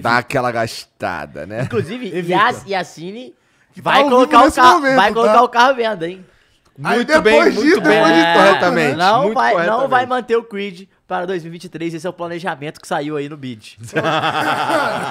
Speaker 2: dá aquela gastada,
Speaker 3: Um
Speaker 2: né?
Speaker 4: Inclusive, Yas Yassine
Speaker 5: tá ao
Speaker 4: vai
Speaker 5: vivo
Speaker 4: colocar, o
Speaker 5: nesse
Speaker 4: carro,
Speaker 5: momento,
Speaker 4: vai
Speaker 5: tá?
Speaker 4: colocar o carro à venda, hein?
Speaker 5: Aí depois disso, depois de
Speaker 4: É,
Speaker 5: tanto, né?
Speaker 2: corretamente.
Speaker 4: Não,
Speaker 2: muito
Speaker 4: vai, não
Speaker 2: corretamente.
Speaker 4: vai manter o Creed para 2023. Esse é o planejamento que saiu aí no bid.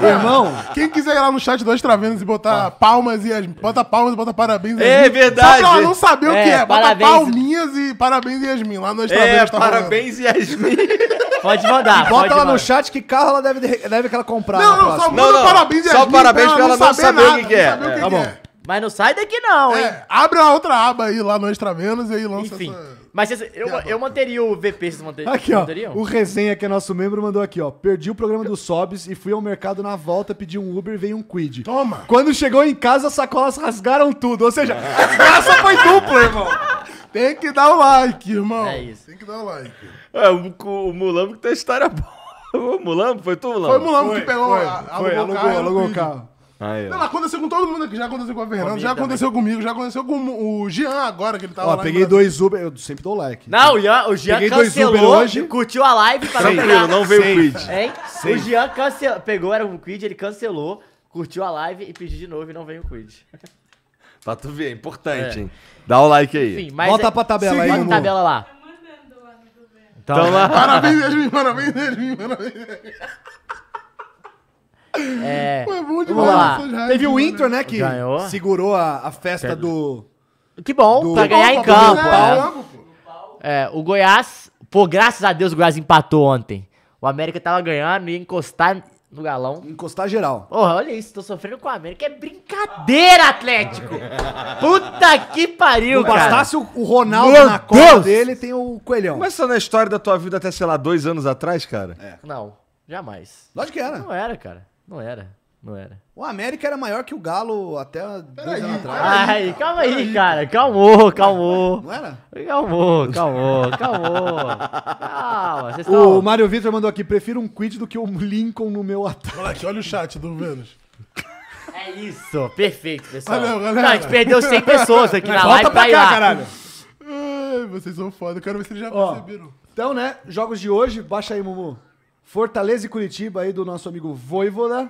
Speaker 3: Irmão,
Speaker 5: Quem quiser ir lá no chat dois Travenas e botar palmas e as- bota palmas e bota parabéns.
Speaker 2: Tá. É
Speaker 5: Yasmin.
Speaker 2: verdade.
Speaker 5: Só pra ela não saber o
Speaker 4: É,
Speaker 5: que é. Bota
Speaker 4: parabéns.
Speaker 5: palminhas e parabéns e Yasmin lá no Tá
Speaker 2: É,
Speaker 5: Extravenas.
Speaker 2: parabéns, Yasmin.
Speaker 4: Pode mandar. pode
Speaker 3: bota lá
Speaker 4: mandar.
Speaker 3: no chat que carro ela deve, deve que ela comprar
Speaker 5: Não,
Speaker 3: na
Speaker 5: não, só
Speaker 3: próxima.
Speaker 5: manda
Speaker 2: Não, não,
Speaker 5: parabéns e
Speaker 2: só
Speaker 5: Yasmin.
Speaker 2: parabéns pra ela não saber o que que é.
Speaker 5: não saber
Speaker 2: É,
Speaker 5: o que
Speaker 2: tá
Speaker 5: que
Speaker 2: bom.
Speaker 5: é.
Speaker 4: Mas não sai daqui, não, hein?
Speaker 5: É, abre uma outra aba aí lá no Extravenas e aí lança
Speaker 4: Enfim.
Speaker 5: essa...
Speaker 4: Mas esse- eu, eu manteria o VP, vocês manter-
Speaker 3: Aqui, ó.
Speaker 4: manteriam?
Speaker 3: O Resenha, que é nosso membro, mandou aqui, ó. Perdi o programa do Sobs e fui ao mercado na volta, pedi um Uber e veio um Quid.
Speaker 5: Toma.
Speaker 3: Quando chegou em casa, as sacolas rasgaram tudo. Ou seja, a desgraça foi dupla, irmão.
Speaker 5: Tem que dar o like, irmão.
Speaker 4: É isso.
Speaker 5: Tem que dar o like.
Speaker 2: É, o, o Mulambo que tem história boa. O Mulambo? Foi tu,
Speaker 5: Foi o
Speaker 2: Mulambo?
Speaker 5: Mulambo
Speaker 3: Um
Speaker 5: que pegou, a-
Speaker 3: Foi,
Speaker 5: alugou o carro.
Speaker 3: alugou, alugou o
Speaker 5: filho.
Speaker 3: carro.
Speaker 2: Aí, ó.
Speaker 5: Não, aconteceu com todo mundo aqui. Já aconteceu com a Fernanda, já aconteceu comigo, já aconteceu com o Jean agora que ele tava
Speaker 3: Ó,
Speaker 5: lá. em
Speaker 3: peguei
Speaker 5: Brasília.
Speaker 3: dois Uber. Eu sempre dou like.
Speaker 4: Não, o Jean, o Jean
Speaker 3: Peguei dois Uber
Speaker 4: cancelou,
Speaker 3: hoje.
Speaker 4: curtiu a live pra não
Speaker 2: Tranquilo,
Speaker 4: pegar.
Speaker 2: não É. veio o quid.
Speaker 4: Hein? O Jean cancelou, pegou, era um quid, ele cancelou, curtiu a live e pediu de novo e não veio o quid.
Speaker 2: Pra tu ver, é importante, hein? Dá o like aí.
Speaker 4: Enfim, mas...
Speaker 3: Volta
Speaker 4: é-
Speaker 3: pra tabela aí,
Speaker 4: Bota a
Speaker 3: amor.
Speaker 4: tabela lá.
Speaker 2: então lá.
Speaker 5: Parabéns, Yasmin, parabéns, Yasmin, parabéns. Yasmin.
Speaker 4: É...
Speaker 5: Foi bom demais.
Speaker 4: Vamos lá.
Speaker 5: essas rádios,
Speaker 3: Teve o
Speaker 5: mano.
Speaker 3: Inter, né, que
Speaker 4: Ganhou.
Speaker 3: segurou a, a festa do...
Speaker 4: Que bom,
Speaker 3: Do-
Speaker 4: pra ganhar em
Speaker 5: Opa,
Speaker 4: campo.
Speaker 5: Paulo,
Speaker 4: é.
Speaker 5: Paulo, pô.
Speaker 4: É, o Goiás, pô, graças a Deus o Goiás empatou ontem. O América tava ganhando, ia encostar no galão.
Speaker 3: Encostar geral.
Speaker 4: Porra, olha isso, tô sofrendo com a América. É brincadeira, Atlético! Puta que pariu,
Speaker 3: Se
Speaker 4: cara!
Speaker 3: bastasse o o Ronaldo
Speaker 4: Meu
Speaker 3: na cola
Speaker 4: Deus!
Speaker 3: dele, tem o Coelhão.
Speaker 2: Mas essa não é a história da tua vida até, sei lá, dois anos atrás, cara?
Speaker 4: Não, jamais.
Speaker 3: Lógico que era.
Speaker 4: Não era, cara. Não era. Não era.
Speaker 3: O América era maior que o Galo até dois anos atrás.
Speaker 4: Ai, calma aí, cara. Calmou, calmou.
Speaker 3: Não era?
Speaker 4: Calmou, calmou, calmou. Calma, vocês
Speaker 3: O
Speaker 4: estão.
Speaker 3: Mário Vitor mandou aqui, prefiro um quid do que o Lincoln no meu ataque.
Speaker 5: Moleque, olha o chat do Vênus.
Speaker 4: É isso, perfeito, pessoal.
Speaker 5: Valeu, galera.
Speaker 4: Não, a gente perdeu 100 pessoas aqui na live
Speaker 3: Volta
Speaker 4: pra
Speaker 3: pra
Speaker 4: ir
Speaker 3: cá,
Speaker 4: lá.
Speaker 3: caralho.
Speaker 5: Ai, vocês são foda. Eu quero ver se eles já
Speaker 3: Ó.
Speaker 5: perceberam.
Speaker 3: Então, né, jogos de hoje, baixa aí, Mumu. Fortaleza e Curitiba aí do nosso amigo Voivoda.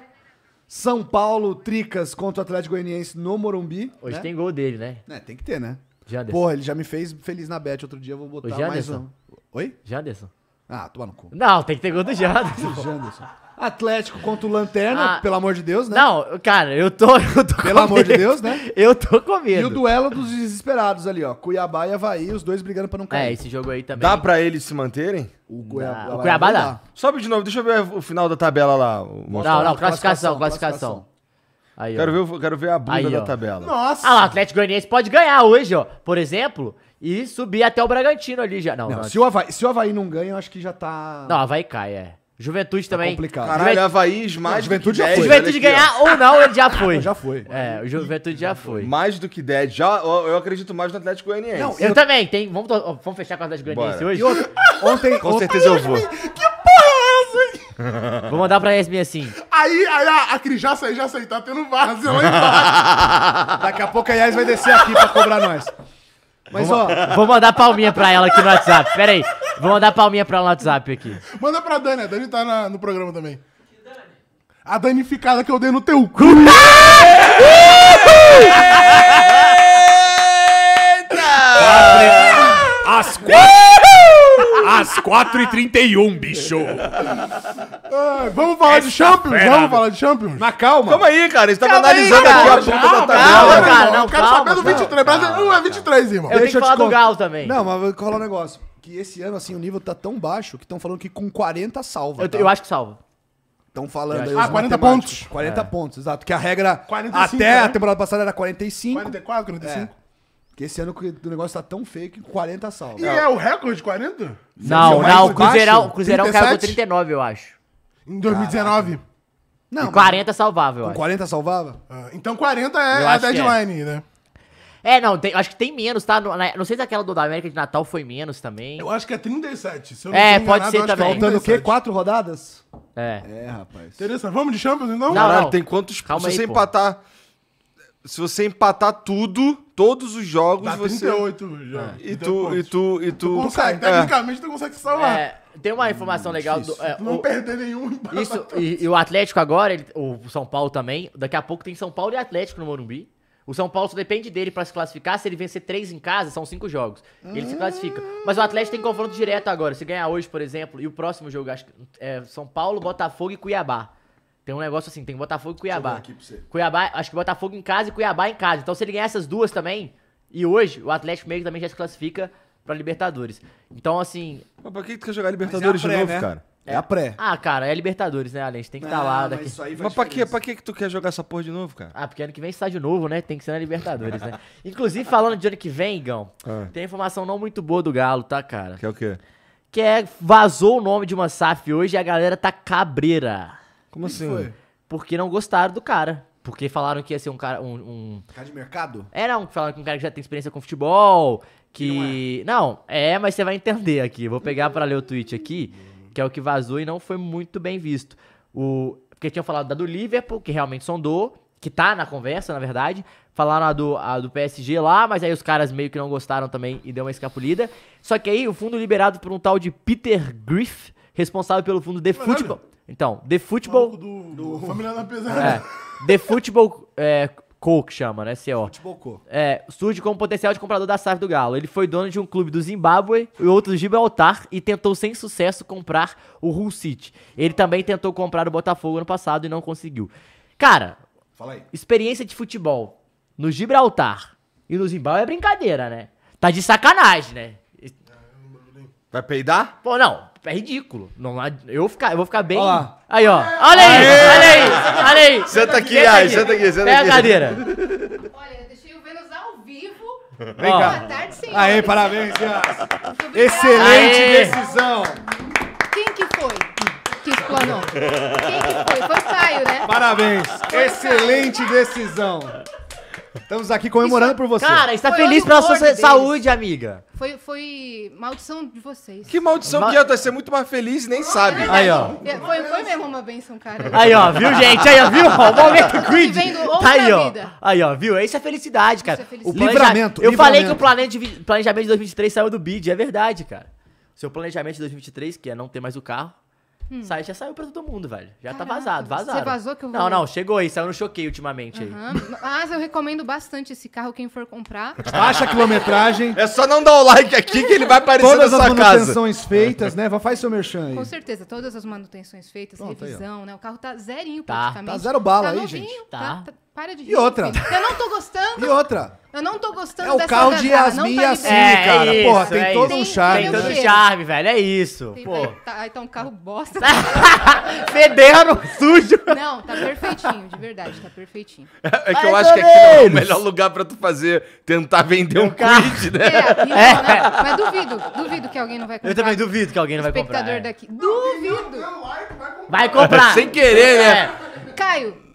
Speaker 3: São Paulo, Tricas contra o Atlético Goianiense no Morumbi.
Speaker 4: Hoje
Speaker 3: né?
Speaker 4: tem gol dele, né?
Speaker 3: É, tem que ter, né?
Speaker 4: Janderson.
Speaker 3: Porra, ele já me fez feliz na bet outro dia, eu vou botar
Speaker 4: Ô,
Speaker 3: mais
Speaker 4: Janderson.
Speaker 3: um. Oi?
Speaker 4: Janderson.
Speaker 3: Ah, toma no cu.
Speaker 4: Não, tem que ter gol do Janderson.
Speaker 3: Janderson. Atlético contra o Lanterna,
Speaker 4: Ah.
Speaker 3: pelo amor de Deus, né?
Speaker 4: Não, cara, eu tô. Eu tô
Speaker 3: Pelo amor de Deus, né?
Speaker 4: Eu tô com
Speaker 3: E
Speaker 4: medo. É,
Speaker 3: o duelo dos desesperados ali, ó. Cuiabá e Havaí, os dois brigando pra não
Speaker 4: É,
Speaker 3: cair.
Speaker 4: esse jogo aí também.
Speaker 2: Dá pra eles se manterem?
Speaker 3: O
Speaker 4: Dá. O Cuiabá
Speaker 3: vai
Speaker 4: dá.
Speaker 3: lá.
Speaker 2: Sobe de novo, deixa eu ver o final da tabela lá. o Monstro.
Speaker 4: Não, não, classificação, classificação. Aí, ó.
Speaker 2: Quero ver, o- quero ver a bunda
Speaker 4: Aí,
Speaker 2: da
Speaker 4: ó.
Speaker 2: tabela.
Speaker 4: Ah lá, o Atlético Goianiense pode ganhar hoje, ó. Por exemplo, e subir até o Bragantino ali já. Não, não.
Speaker 3: Não, se o, Havaí, se o Havaí não ganha, eu acho que já tá.
Speaker 4: Não, vai cai, é. Juventude também.
Speaker 3: complicado.
Speaker 2: Caralho, Havaí, mais do que
Speaker 3: Juventude já
Speaker 2: 10.
Speaker 4: Se
Speaker 3: foi.
Speaker 2: olha
Speaker 4: Juventude
Speaker 2: aqui, ó.
Speaker 4: ganhar ou não, ele já foi.
Speaker 3: Já foi.
Speaker 4: É, o Juventude já foi.
Speaker 2: Mais do que 10. Já, eu eu acredito mais no Atlético Goianiense.
Speaker 3: Não,
Speaker 4: Eu também, tem. Vamos, to- vamos fechar com o Atlético Goianiense
Speaker 2: Bora.
Speaker 4: hoje?
Speaker 3: É. Ontem,
Speaker 2: Com certeza eu vou.
Speaker 4: Vou mandar pra Yasmin assim.
Speaker 5: é Aí, aí, a, a Cris já sei, já sei. Tá tendo várzea lá embaixo.
Speaker 3: Daqui a pouco a Yas vai descer aqui pra cobrar nós. Mas, ó,
Speaker 4: Vou mandar palminha pra ela aqui no WhatsApp. Pera aí. Vou mandar palminha pra ela no WhatsApp aqui.
Speaker 5: Manda pra Dani, a Dani tá na- no programa também. A danificada que eu dei no teu cu.
Speaker 9: Às 4 Às 4h31, bicho.
Speaker 5: Ai, vamos falar de Champions? Vamos falar de Champions?
Speaker 9: Mas calma.
Speaker 2: Calma aí, cara. Eles estavam analisando
Speaker 4: cara.
Speaker 2: aqui a bunda da
Speaker 4: calma,
Speaker 2: tabela.
Speaker 4: cara,
Speaker 5: irmão,
Speaker 4: não,
Speaker 5: eu quero
Speaker 4: calma,
Speaker 5: saber do
Speaker 4: calma,
Speaker 5: 23. Brasil, não é 23, irmão.
Speaker 4: Eu tenho que
Speaker 3: eu te
Speaker 4: falar do
Speaker 3: contar.
Speaker 4: Galo também.
Speaker 3: não, mas vou falar um negócio. Que esse ano, assim, o nível tá tão baixo que estão falando que com 40 salva.
Speaker 4: Eu, eu acho que salva.
Speaker 3: Estão falando aí.
Speaker 4: eu É.
Speaker 3: os
Speaker 5: acho. Ah, 40
Speaker 3: matemáticos.
Speaker 5: pontos.
Speaker 3: 40 pontos, exato. Que a regra.
Speaker 5: 45,
Speaker 3: até
Speaker 5: né?
Speaker 3: a temporada passada era 45.
Speaker 5: 44, 45.
Speaker 3: Que esse ano que o negócio tá tão feio que 40 salva.
Speaker 5: E é o recorde, 40?
Speaker 4: Não,
Speaker 5: mais
Speaker 4: não, o
Speaker 5: baixo?
Speaker 4: Cruzeirão, o Cruzeirão caiu com
Speaker 5: 37?
Speaker 4: 39, eu acho.
Speaker 5: Em 2019.
Speaker 3: Não,
Speaker 4: E 40 salvável, eu
Speaker 3: mas
Speaker 4: acho.
Speaker 3: 40 salvava?
Speaker 5: Ah, então 40 é
Speaker 4: Eu
Speaker 5: a
Speaker 4: acho que
Speaker 5: deadline, né?
Speaker 4: É, não, tem- acho que tem menos, tá? No- na- Não sei se aquela do da América de Natal foi menos também.
Speaker 5: Eu acho que é 37. Se eu
Speaker 4: É,
Speaker 5: tô
Speaker 4: pode
Speaker 5: enganado,
Speaker 4: ser
Speaker 5: eu acho que
Speaker 4: também.
Speaker 3: Faltando o quê?
Speaker 5: 37.
Speaker 3: Quatro rodadas?
Speaker 4: É.
Speaker 3: É, rapaz.
Speaker 5: Interessante. Vamos de Champions, então?
Speaker 4: Não,
Speaker 2: Caralho,
Speaker 4: não.
Speaker 2: tem quantos
Speaker 4: Calma
Speaker 2: Se
Speaker 4: aí,
Speaker 2: você
Speaker 4: pô.
Speaker 2: empatar. Se você empatar tudo, todos os jogos,
Speaker 5: Dá
Speaker 2: você.
Speaker 5: 38 já.
Speaker 2: E tu, e tu, e tu.
Speaker 5: consegue,
Speaker 2: É.
Speaker 5: tecnicamente tu consegue se salvar.
Speaker 4: É, tem uma informação legal do. é,
Speaker 5: Tu não
Speaker 4: o-
Speaker 5: perder nenhum. empatar
Speaker 4: isso,
Speaker 5: todos.
Speaker 4: e, e o Atlético agora, ele- o São Paulo também. Daqui a pouco tem São Paulo e Atlético no Morumbi. O São Paulo só depende dele pra se classificar. Se ele vencer três em casa, são cinco jogos. Ele se classifica. Mas o Atlético tem confronto direto agora. Se ganhar hoje, por exemplo, e o próximo jogo, acho que é São Paulo, Botafogo e Cuiabá. Tem um negócio assim, tem Botafogo e Cuiabá. Cuiabá, acho que Botafogo em casa e Cuiabá em casa. Então se ele ganhar essas duas também, e hoje o Atlético meio que também já se classifica pra Libertadores. Então assim,
Speaker 2: Mas pra que tu quer jogar Libertadores
Speaker 3: Mas é a pré,
Speaker 2: de novo,
Speaker 3: né?
Speaker 2: cara?
Speaker 3: É a pré.
Speaker 4: ah, cara, é Libertadores, né, Além? A gente
Speaker 9: Tá
Speaker 4: tem que estar lá daqui.
Speaker 3: Ah, aí
Speaker 2: Mas pra que, pra que que tu quer jogar essa porra de novo, cara?
Speaker 4: Ah, porque ano que vem estádio novo, né? Tem que ser na Libertadores, né? Inclusive, falando de ano que vem, Gão,
Speaker 2: Ah.
Speaker 4: tem informação não muito boa do Galo, tá, cara?
Speaker 2: Quer o quê?
Speaker 4: Que é, vazou o nome de uma SAF hoje e a galera tá cabreira.
Speaker 2: Como assim?
Speaker 4: Porque não gostaram do cara. Porque falaram que ia ser um cara. Um, um...
Speaker 3: Cara de mercado?
Speaker 4: Era um, falaram que um cara que já tem experiência com futebol. Que. Não é. mas você vai entender aqui. Vou pegar pra ler o tweet aqui, que é o que vazou e não foi muito bem visto. O... Porque tinham falado da do Liverpool, que realmente sondou, que tá na conversa, na verdade. Falaram a do, a do PSG lá, mas aí os caras meio que não gostaram também e deu uma escapulida. Só que aí o fundo liberado por um tal de Peter Griff, responsável pelo fundo The Football. Então, The Football.
Speaker 5: Maluco do, do Família da
Speaker 4: É.
Speaker 5: Pesada.
Speaker 4: The Football é, Co, que chama, né? CO.
Speaker 3: Bocô.
Speaker 4: É, surge como potencial de comprador da SAF do Galo. Ele foi dono de um clube do Zimbábue e outro do Gibraltar e tentou sem sucesso comprar o Hull City. Ele também tentou comprar o Botafogo no passado e não conseguiu. Cara,
Speaker 3: Fala aí.
Speaker 4: experiência de futebol no Gibraltar e no Zimbábue é brincadeira, né? Tá de sacanagem, né?
Speaker 2: Vai peidar?
Speaker 4: Pô, não, é ridículo. Não, há- eu, vou ficar, eu vou ficar bem.
Speaker 9: Olha lá.
Speaker 4: Aí, ó. Olha aí, olha aí, olha aí.
Speaker 2: Senta aqui, ai, senta aqui, senta
Speaker 4: Pega
Speaker 2: aqui.
Speaker 4: a cadeira.
Speaker 10: Olha, eu deixei o Vênus ao vivo.
Speaker 4: Ó.
Speaker 10: Boa tarde, senhores.
Speaker 9: Aê, parabéns, Yas.
Speaker 10: Muito obrigada.
Speaker 9: Excelente
Speaker 4: Aê.
Speaker 9: decisão.
Speaker 10: Ah, Quem que foi que explanou? Quem que foi? Foi o Caio, né?
Speaker 9: Parabéns. Excelente decisão. Estamos aqui comemorando por você.
Speaker 4: Cara, está
Speaker 10: Foi
Speaker 4: feliz
Speaker 10: olho
Speaker 4: pela
Speaker 10: no
Speaker 4: sua
Speaker 10: olho deles.
Speaker 4: saúde, amiga.
Speaker 10: Foi, foi maldição de vocês.
Speaker 2: Que maldição
Speaker 4: Ma-
Speaker 2: que é, tu vai ser muito mais feliz e nem sabe.
Speaker 4: Aí, ó.
Speaker 10: É, Foi, foi mesmo uma benção, cara.
Speaker 4: Aí, ó, viu, gente? Aí, ó, viu? Ó, O momento quid.
Speaker 10: vivendo outra
Speaker 4: Tá aí, ó.
Speaker 10: vida.
Speaker 4: Aí, ó, viu? Isso é felicidade, cara.
Speaker 10: Isso é felicidade.
Speaker 4: planeja-
Speaker 9: Livramento,
Speaker 4: Eu falei
Speaker 9: livramento.
Speaker 4: que o plane- de vi- planejamento de 2023 saiu do bid, é verdade, cara. Seu planejamento de 2023, que é não ter mais o carro, sai, já saiu pra todo mundo, velho. Já
Speaker 10: Hum. Caraca,
Speaker 4: tá vazado,
Speaker 10: você
Speaker 4: vazado.
Speaker 10: vazou que eu vou-
Speaker 4: Não, não, chegou aí, saiu no choquei ultimamente aí.
Speaker 10: Aham. Ah, Mas eu recomendo bastante esse carro, quem for comprar.
Speaker 9: Baixa a quilometragem.
Speaker 2: É só não dar o like aqui que ele vai aparecer
Speaker 9: Todas
Speaker 2: na
Speaker 9: as
Speaker 2: sua casa.
Speaker 9: manutenções feitas, né? Vai- Faz seu merchan
Speaker 10: Com
Speaker 9: aí.
Speaker 10: certeza, todas as manutenções feitas,
Speaker 9: Pronto, aí, ó.
Speaker 10: revisão, né? O carro tá zerinho
Speaker 4: Tá,
Speaker 10: praticamente.
Speaker 9: tá zero bala
Speaker 10: Tá
Speaker 9: aí,
Speaker 10: novinho,
Speaker 9: gente.
Speaker 4: Tá.
Speaker 10: Tá, tá- para de rir.
Speaker 9: outra?
Speaker 10: filho. Eu não tô gostando.
Speaker 9: E outra,
Speaker 10: Eu não tô gostando
Speaker 9: é o
Speaker 10: dessa
Speaker 9: carro de
Speaker 10: algazarra,
Speaker 9: Yasmin e
Speaker 10: não tá me
Speaker 9: Yassin,
Speaker 10: dando.
Speaker 4: É,
Speaker 9: cara.
Speaker 4: é
Speaker 9: Porra,
Speaker 4: isso,
Speaker 9: tem
Speaker 4: é
Speaker 9: todo
Speaker 10: isso.
Speaker 9: um
Speaker 10: Tem-
Speaker 9: charme,
Speaker 4: Tem
Speaker 10: Meu
Speaker 4: todo
Speaker 9: né?
Speaker 10: Deus.
Speaker 4: charme, velho, é isso.
Speaker 10: Tem- um
Speaker 4: Pô,
Speaker 10: Tá, aí tá um carro bosta.
Speaker 4: fedendo, sujo.
Speaker 10: Não, tá perfeitinho, de verdade, tá perfeitinho.
Speaker 2: É que eu
Speaker 4: Mais
Speaker 2: acho
Speaker 4: ou
Speaker 2: que aqui não é o
Speaker 4: menos.
Speaker 2: melhor lugar pra tu fazer, tentar vender um
Speaker 4: carro.
Speaker 2: quid,
Speaker 10: É,
Speaker 2: né?
Speaker 10: isso, né? Mas duvido, duvido que alguém não vai comprar.
Speaker 4: É. Eu também duvido que alguém não vai comprar. é.
Speaker 10: Espectador daqui. Duvido.
Speaker 4: Vai comprar.
Speaker 2: Sem querer, né?
Speaker 10: Caio,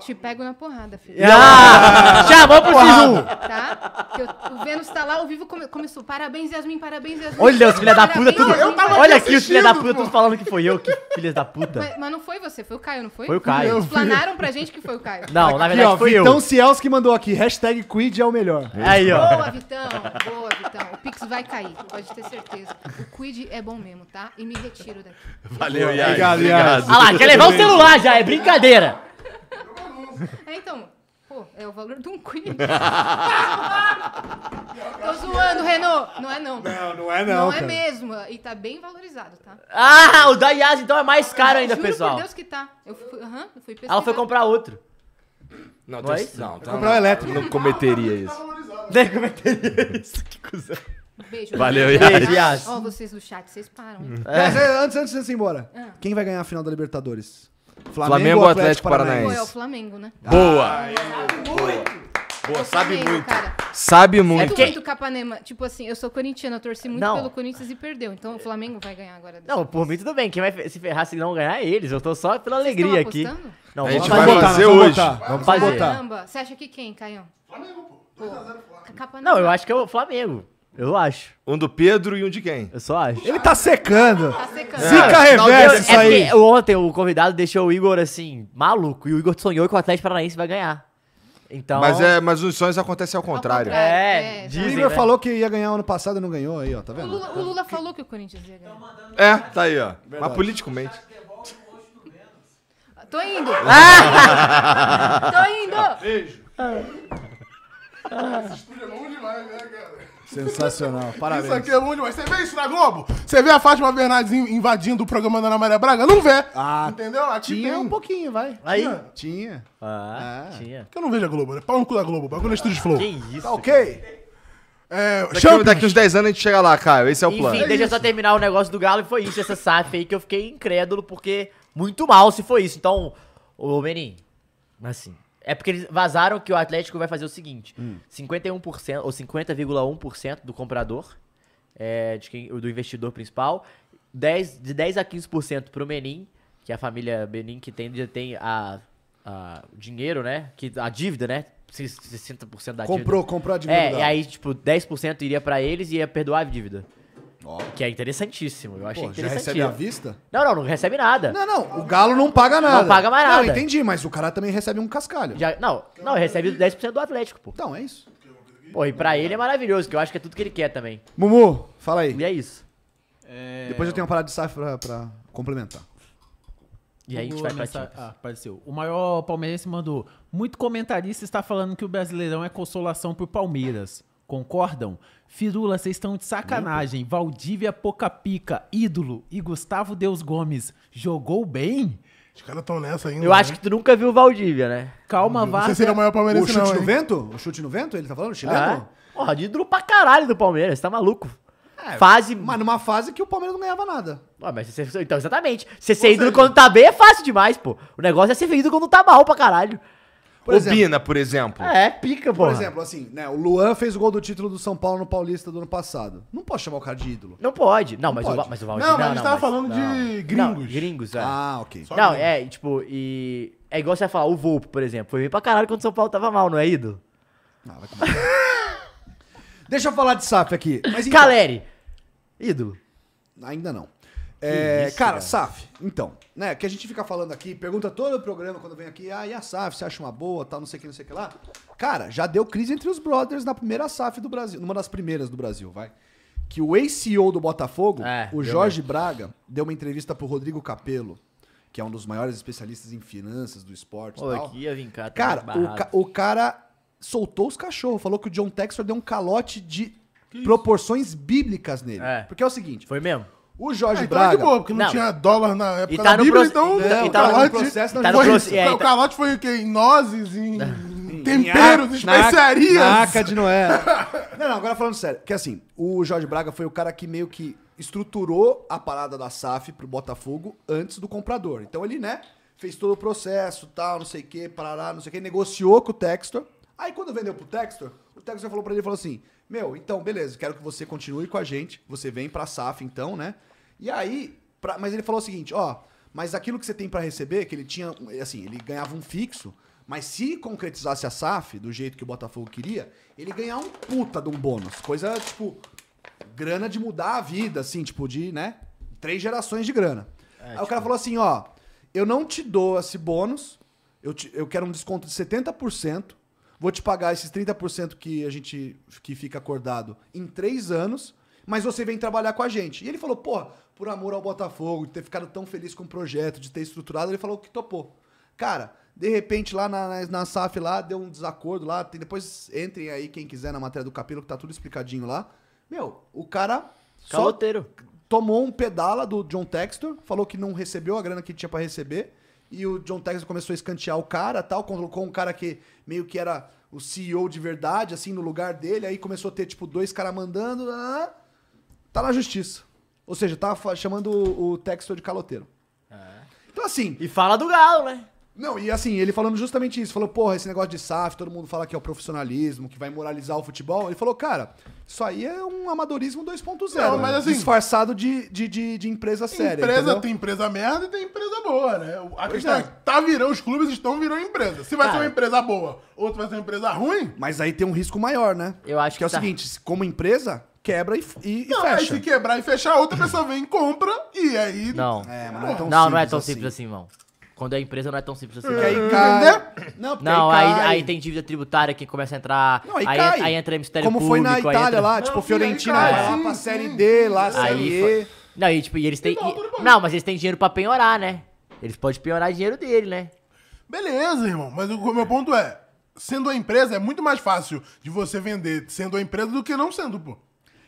Speaker 10: te pego na porrada, filho.
Speaker 4: É. Ah, chamou pro Sisu.
Speaker 9: Uh,
Speaker 10: Tá? Que eu- o Vênus tá lá ao vivo come- começou. Parabéns, Yasmin, parabéns, Yasmin.
Speaker 4: Olha os filha da puta,
Speaker 10: Parabéns,
Speaker 4: tudo.
Speaker 10: Yasmin, parabéns.
Speaker 4: Olha aqui os filha da puta, tudo falando que foi eu, que filhas da puta.
Speaker 10: Mas, mas não foi você, foi o Caio, não foi?
Speaker 4: Foi o Caio.
Speaker 10: Explanaram pra gente que foi o Caio.
Speaker 4: Não, na
Speaker 9: Aqui,
Speaker 4: verdade
Speaker 9: ó,
Speaker 4: foi eu.
Speaker 9: Vitão Ciels que mandou aqui, hashtag Quid é o melhor.
Speaker 4: Aí, ó.
Speaker 10: Boa, Vitão. Boa, Vitão. O Pix vai cair, pode ter certeza. O Quid é bom mesmo, tá? E me retiro daqui.
Speaker 2: Valeu, Yas.
Speaker 9: Obrigado,
Speaker 2: Obrigado.
Speaker 4: Ah lá, quer levar o celular já, é brincadeira.
Speaker 10: É, então, pô, é o valor de um Quid. Tô zoando, Renault. Não é não.
Speaker 9: Não, não é
Speaker 10: Não é mesmo. E tá bem valorizado, tá?
Speaker 4: Ah, o da Yas então é mais caro ainda,
Speaker 10: Juro
Speaker 4: pessoal.
Speaker 10: por Deus que tá. Eu fui, aham, eu fui
Speaker 4: Ela foi
Speaker 10: pesquisar.
Speaker 4: comprar outro.
Speaker 2: Não,
Speaker 4: Não é
Speaker 2: tu-
Speaker 4: isso?
Speaker 2: não, tá-
Speaker 9: Comprar o elétrico.
Speaker 2: não cometeria isso.
Speaker 4: Nem cometeria isso, que cuzão.
Speaker 10: Beijo.
Speaker 2: Valeu,
Speaker 10: gente.
Speaker 4: Yas. Yas.
Speaker 10: Ó, vocês do chat, vocês param. hein?
Speaker 9: Mas, é, antes, antes de você ir embora, quem vai ganhar a final da Libertadores?
Speaker 2: Ah. Flamengo ou Atlético
Speaker 10: Pô,
Speaker 2: Paranaense?
Speaker 10: é o Flamengo, né?
Speaker 2: Boa. Boa, sabe
Speaker 10: Flamengo,
Speaker 2: muito.
Speaker 10: Cara.
Speaker 2: Sabe
Speaker 10: É
Speaker 2: muito.
Speaker 10: muito Capanema. Tipo assim, eu sou corintiana, eu torci muito
Speaker 4: Não.
Speaker 10: pelo Corinthians e perdeu. Então o Flamengo vai ganhar agora. dessa
Speaker 4: Não,
Speaker 10: vez.
Speaker 4: por mim tudo bem. Quem vai fe- se ferrar se não ganhar é eles. Eu tô só pela
Speaker 10: Vocês tão
Speaker 4: alegria aqui.
Speaker 10: apostando?
Speaker 4: Não,
Speaker 2: A gente
Speaker 9: Vamos
Speaker 2: vai
Speaker 9: botar,
Speaker 2: fazer
Speaker 9: vamos
Speaker 2: hoje.
Speaker 9: botar, vamos
Speaker 4: Vamos fazer.
Speaker 9: botar.
Speaker 10: Caramba, você acha que quem, Caião? Flamengo, pô. Tá Capanema.
Speaker 4: Não, eu acho que é o Flamengo. Eu acho.
Speaker 2: Um do Pedro e um de quem?
Speaker 4: Eu só acho.
Speaker 9: Ele tá secando.
Speaker 10: Tá secando.
Speaker 9: Zica reversa isso
Speaker 4: é
Speaker 9: aí.
Speaker 4: porque ontem o convidado deixou o Igor assim, maluco. E o Igor sonhou que o Atlético Paranaense vai ganhar. Então.
Speaker 2: Mas, é, mas os sonhos acontecem ao contrário.
Speaker 10: contrário.
Speaker 4: É,
Speaker 10: É,
Speaker 9: O
Speaker 4: dizem,
Speaker 9: Igor
Speaker 4: né?
Speaker 9: falou que ia ganhar ano passado e não ganhou aí, ó, tá
Speaker 10: O
Speaker 9: vendo?
Speaker 10: Lula, o Lula falou que o Corinthians ia ganhar.
Speaker 2: É, tá aí, ó. Mas politicamente.
Speaker 10: Tô indo.
Speaker 4: Ah!
Speaker 10: Tô indo.
Speaker 5: É bom demais, né, cara?
Speaker 9: Sensacional,
Speaker 5: Isso
Speaker 9: parabéns.
Speaker 5: aqui é bom demais. Você vê isso na Globo? Você vê a Fátima Bernardes in- invadindo o programa da Ana Maria Braga? Não vê.
Speaker 9: Ah,
Speaker 5: Entendeu? Aqui
Speaker 9: Tinha
Speaker 5: tem
Speaker 9: um pouquinho, vai.
Speaker 4: Aí.
Speaker 9: Tinha. Tinha.
Speaker 4: Ah, tinha.
Speaker 5: Que eu não vejo a Globo, né? Pau no cu da Globo. Bagulho é Estúdio Flow.
Speaker 4: Que isso.
Speaker 9: Tá ok.
Speaker 5: É,
Speaker 2: Daqui,
Speaker 5: Champions.
Speaker 2: daqui uns 10 anos a gente chega lá, Caio. Esse é o plano.
Speaker 4: Enfim, deixa eu só terminar o negócio do Galo e foi isso, essa SAF aí que eu fiquei incrédulo, porque muito mal se foi isso. Então, ô Menin, assim. É porque eles vazaram que o Atlético vai fazer o seguinte: 51% ou 50,1% do comprador, é, de quem, do investidor principal, 10, de 10 a 15% pro Menin, que é a família Menin que tem, já tem a, a o dinheiro, né? Que, a dívida, né? 60% da dívida.
Speaker 9: Comprou, comprou a dívida.
Speaker 4: É,
Speaker 9: do
Speaker 4: e
Speaker 9: Galo.
Speaker 4: aí, tipo, 10% iria pra eles e ia perdoar a dívida. Que é interessantíssimo. Eu achei
Speaker 9: Pô, já recebe
Speaker 4: interessantíssimo.
Speaker 9: à vista?
Speaker 4: Não, não, não recebe nada.
Speaker 9: Não, não, o Galo não paga nada.
Speaker 4: Não paga mais
Speaker 9: Não,
Speaker 4: nada.
Speaker 9: entendi, mas o cara também recebe um cascalho.
Speaker 4: Já- não, não, recebe 10% do Atlético, pô.
Speaker 9: Então, é isso.
Speaker 4: Pô, e pra ele é maravilhoso, que eu acho que é tudo que ele quer também.
Speaker 9: Mumu, fala aí.
Speaker 4: E é isso.
Speaker 9: É. Depois eu tenho uma parada de safra pra, pra complementar.
Speaker 4: E aí a gente vai pra Champions.
Speaker 7: Ah, apareceu. O maior palmeirense mandou. Muito comentarista está falando que o Brasileirão é consolação pro Palmeiras. Concordam? Firula, vocês estão de sacanagem. Valdívia Pocapica, ídolo. E Gustavo Deus Gomes, jogou bem?
Speaker 5: Os caras estão nessa ainda. né?
Speaker 4: Eu acho que tu nunca viu o Valdívia, né?
Speaker 7: Calma,
Speaker 5: Não sei
Speaker 7: Várzea.
Speaker 5: se ele é o maior
Speaker 9: O
Speaker 5: palmeirense,
Speaker 9: chute
Speaker 5: não.
Speaker 9: no
Speaker 5: hein?
Speaker 3: é
Speaker 4: Ah,
Speaker 9: vento? O chute no vento? Ele tá falando? O chileno?
Speaker 4: Porra, ídolo pra caralho do Palmeiras, tá maluco. Fase.
Speaker 3: Mas numa fase que o Palmeiras não ganhava nada.
Speaker 4: Ah, mas você- então, exatamente. Você ser ídolo quando tá bem é fácil demais, pô. O negócio é ser ídolo quando tá mal pra caralho.
Speaker 3: Por
Speaker 2: o
Speaker 3: exemplo-
Speaker 2: Bina, por exemplo.
Speaker 4: É, pica, pô.
Speaker 3: Por exemplo, assim, né? O Luan fez o gol do título do São Paulo no Paulista do ano passado. Não posso chamar o cara de ídolo.
Speaker 4: Não pode. Não, mas,
Speaker 3: pode.
Speaker 4: O, Va- mas o Valdir.
Speaker 5: Não, mas a gente tava
Speaker 4: mas-
Speaker 5: falando de gringos.
Speaker 4: Não, gringos, é.
Speaker 3: Ah, ok.
Speaker 5: Só
Speaker 4: não,
Speaker 5: gringos.
Speaker 4: é, tipo, e. É igual você falar, o Volpe, por exemplo. Foi bem pra caralho quando o São Paulo tava mal, não é ídolo?
Speaker 3: Deixa eu falar de SAF aqui. Mas então-
Speaker 4: Caleri! Ídolo.
Speaker 3: Ainda não. É,
Speaker 4: isso,
Speaker 3: cara,
Speaker 4: cara.
Speaker 3: SAF, então, né? Que a gente fica falando aqui, pergunta todo o programa quando vem aqui, ah, e a SAF, você acha uma boa, tal, não sei o que, não sei o que lá. Cara, já deu crise entre os brothers na primeira SAF do Brasil, numa das primeiras do Brasil, vai. Que o ex-CEO do Botafogo,
Speaker 4: É,
Speaker 3: o
Speaker 4: deu
Speaker 3: Jorge Braga, deu uma entrevista pro Rodrigo Capello, que é um dos maiores especialistas em finanças do esporte e
Speaker 4: Pô,
Speaker 3: tal.
Speaker 4: aqui ia vir cá. tá
Speaker 3: Cara, o,
Speaker 4: barrado.
Speaker 3: ca- o cara soltou os cachorros, falou que o John Textor deu um calote de proporções bíblicas nele.
Speaker 4: É.
Speaker 3: Porque é o seguinte,
Speaker 4: Foi mesmo?
Speaker 3: o Jorge
Speaker 5: Ah, então é de
Speaker 3: Braga.
Speaker 5: boa, porque não,
Speaker 4: Não.
Speaker 5: tinha dólar na época
Speaker 4: E
Speaker 5: da
Speaker 4: tá no proce-
Speaker 5: Bíblia, então
Speaker 4: e tá-
Speaker 5: o
Speaker 4: e tá no
Speaker 5: calote...
Speaker 3: processo, não
Speaker 4: tá no
Speaker 5: foi,
Speaker 4: proce- é,
Speaker 5: não, o
Speaker 4: tá-
Speaker 5: calote foi o quê? Em nozes, em temperos, em especiarias.
Speaker 3: de Noé. não, não, agora falando sério. Que assim, o Jorge Braga foi o cara que meio que estruturou a parada da SAF pro Botafogo antes do comprador. Então ele, né, fez todo o processo, tal, não sei o que, parará, não sei o que, negociou com o Textor. Aí quando vendeu pro Textor, o Textor falou pra ele, falou assim, meu, então, beleza, quero que você continue com a gente, você vem pra SAF então, né? E aí, pra- mas ele falou o seguinte, ó, mas aquilo que você tem pra receber, que ele tinha, assim, ele ganhava um fixo, mas se concretizasse a SAF do jeito que o Botafogo queria, ele ganhar um puta de um bônus. Coisa, tipo, grana de mudar a vida, assim, tipo, de, né? Três gerações de grana. Aí o cara falou assim, ó, eu não te dou esse bônus, eu, te- eu quero um desconto de 70%, vou te pagar esses 30% que a gente que fica acordado em três anos, mas você vem trabalhar com a gente. E ele falou, porra, por amor ao Botafogo, de ter ficado tão feliz com o projeto, de ter estruturado, ele falou que topou. Cara, de repente lá na, na, na SAF lá deu um desacordo lá. tem- depois entrem aí quem quiser na matéria do capítulo que tá tudo explicadinho lá. Meu, o cara só
Speaker 4: Caloteiro.
Speaker 3: tomou um pedala do John Textor, falou que não recebeu a grana que tinha pra receber. E o John Textor começou a escantear o cara tal, colocou um cara que meio que era o CEO de verdade, assim, no lugar dele. Aí começou a ter, tipo, dois caras mandando. ah, Tá na justiça. Ou seja, tá fa- chamando o, o Textor de caloteiro. Então, assim,
Speaker 4: E fala do Galo, né?
Speaker 3: não, e assim, ele falando justamente isso. Falou, porra, esse negócio de SAF, todo mundo fala que é o profissionalismo, que vai moralizar o futebol. Ele falou, cara, isso aí é um amadorismo 2.0.
Speaker 5: Não, mas
Speaker 3: né?
Speaker 5: assim-
Speaker 3: disfarçado de, de, de, de empresa séria.
Speaker 5: empresa
Speaker 3: entendeu?
Speaker 5: tem empresa merda e tem empresa boa, né? O- A questão
Speaker 3: é.
Speaker 5: é. que tá virando, os clubes estão virando empresa. Se vai ser uma empresa boa, outro vai ser uma empresa ruim,
Speaker 3: Mas aí tem um risco maior, né?
Speaker 4: Eu acho
Speaker 3: que é o
Speaker 4: que tá.
Speaker 3: seguinte, como empresa, quebra e, f- e, e
Speaker 5: não, é aí
Speaker 3: fecha.
Speaker 5: se quebrar e fechar, outra pessoa vem e compra e aí.
Speaker 4: Não.
Speaker 3: É, mas não é tão
Speaker 4: não, não é tão
Speaker 3: assim.
Speaker 4: simples assim, irmão. Quando é empresa, não é tão simples assim.
Speaker 3: Porque
Speaker 4: não.
Speaker 3: aí cai... Não, porque
Speaker 4: Não, aí,
Speaker 3: aí,
Speaker 4: aí,
Speaker 3: cai.
Speaker 4: tem dívida tributária que começa a entrar.
Speaker 3: Não, aí
Speaker 4: aí,
Speaker 3: cai.
Speaker 4: aí entra Ministério
Speaker 3: Como foi
Speaker 4: Público.
Speaker 3: na
Speaker 4: aí
Speaker 3: Itália
Speaker 4: entra...
Speaker 3: lá, tipo,
Speaker 5: Não, sim, aí
Speaker 3: Fiorentina
Speaker 5: cai,
Speaker 3: vai lá
Speaker 5: sim,
Speaker 3: pra
Speaker 5: sim.
Speaker 3: Série D, lá,
Speaker 4: Aí
Speaker 3: Série E.
Speaker 4: foi- Não, e tipo, e eles têm.
Speaker 3: Então,
Speaker 5: Não, tudo bom.
Speaker 4: não, mas eles têm dinheiro pra penhorar, né? Eles podem penhorar dinheiro dele, né?
Speaker 5: Beleza, irmão, mas o meu ponto é: sendo uma empresa, é muito mais fácil de você vender sendo uma empresa do que não sendo, pô.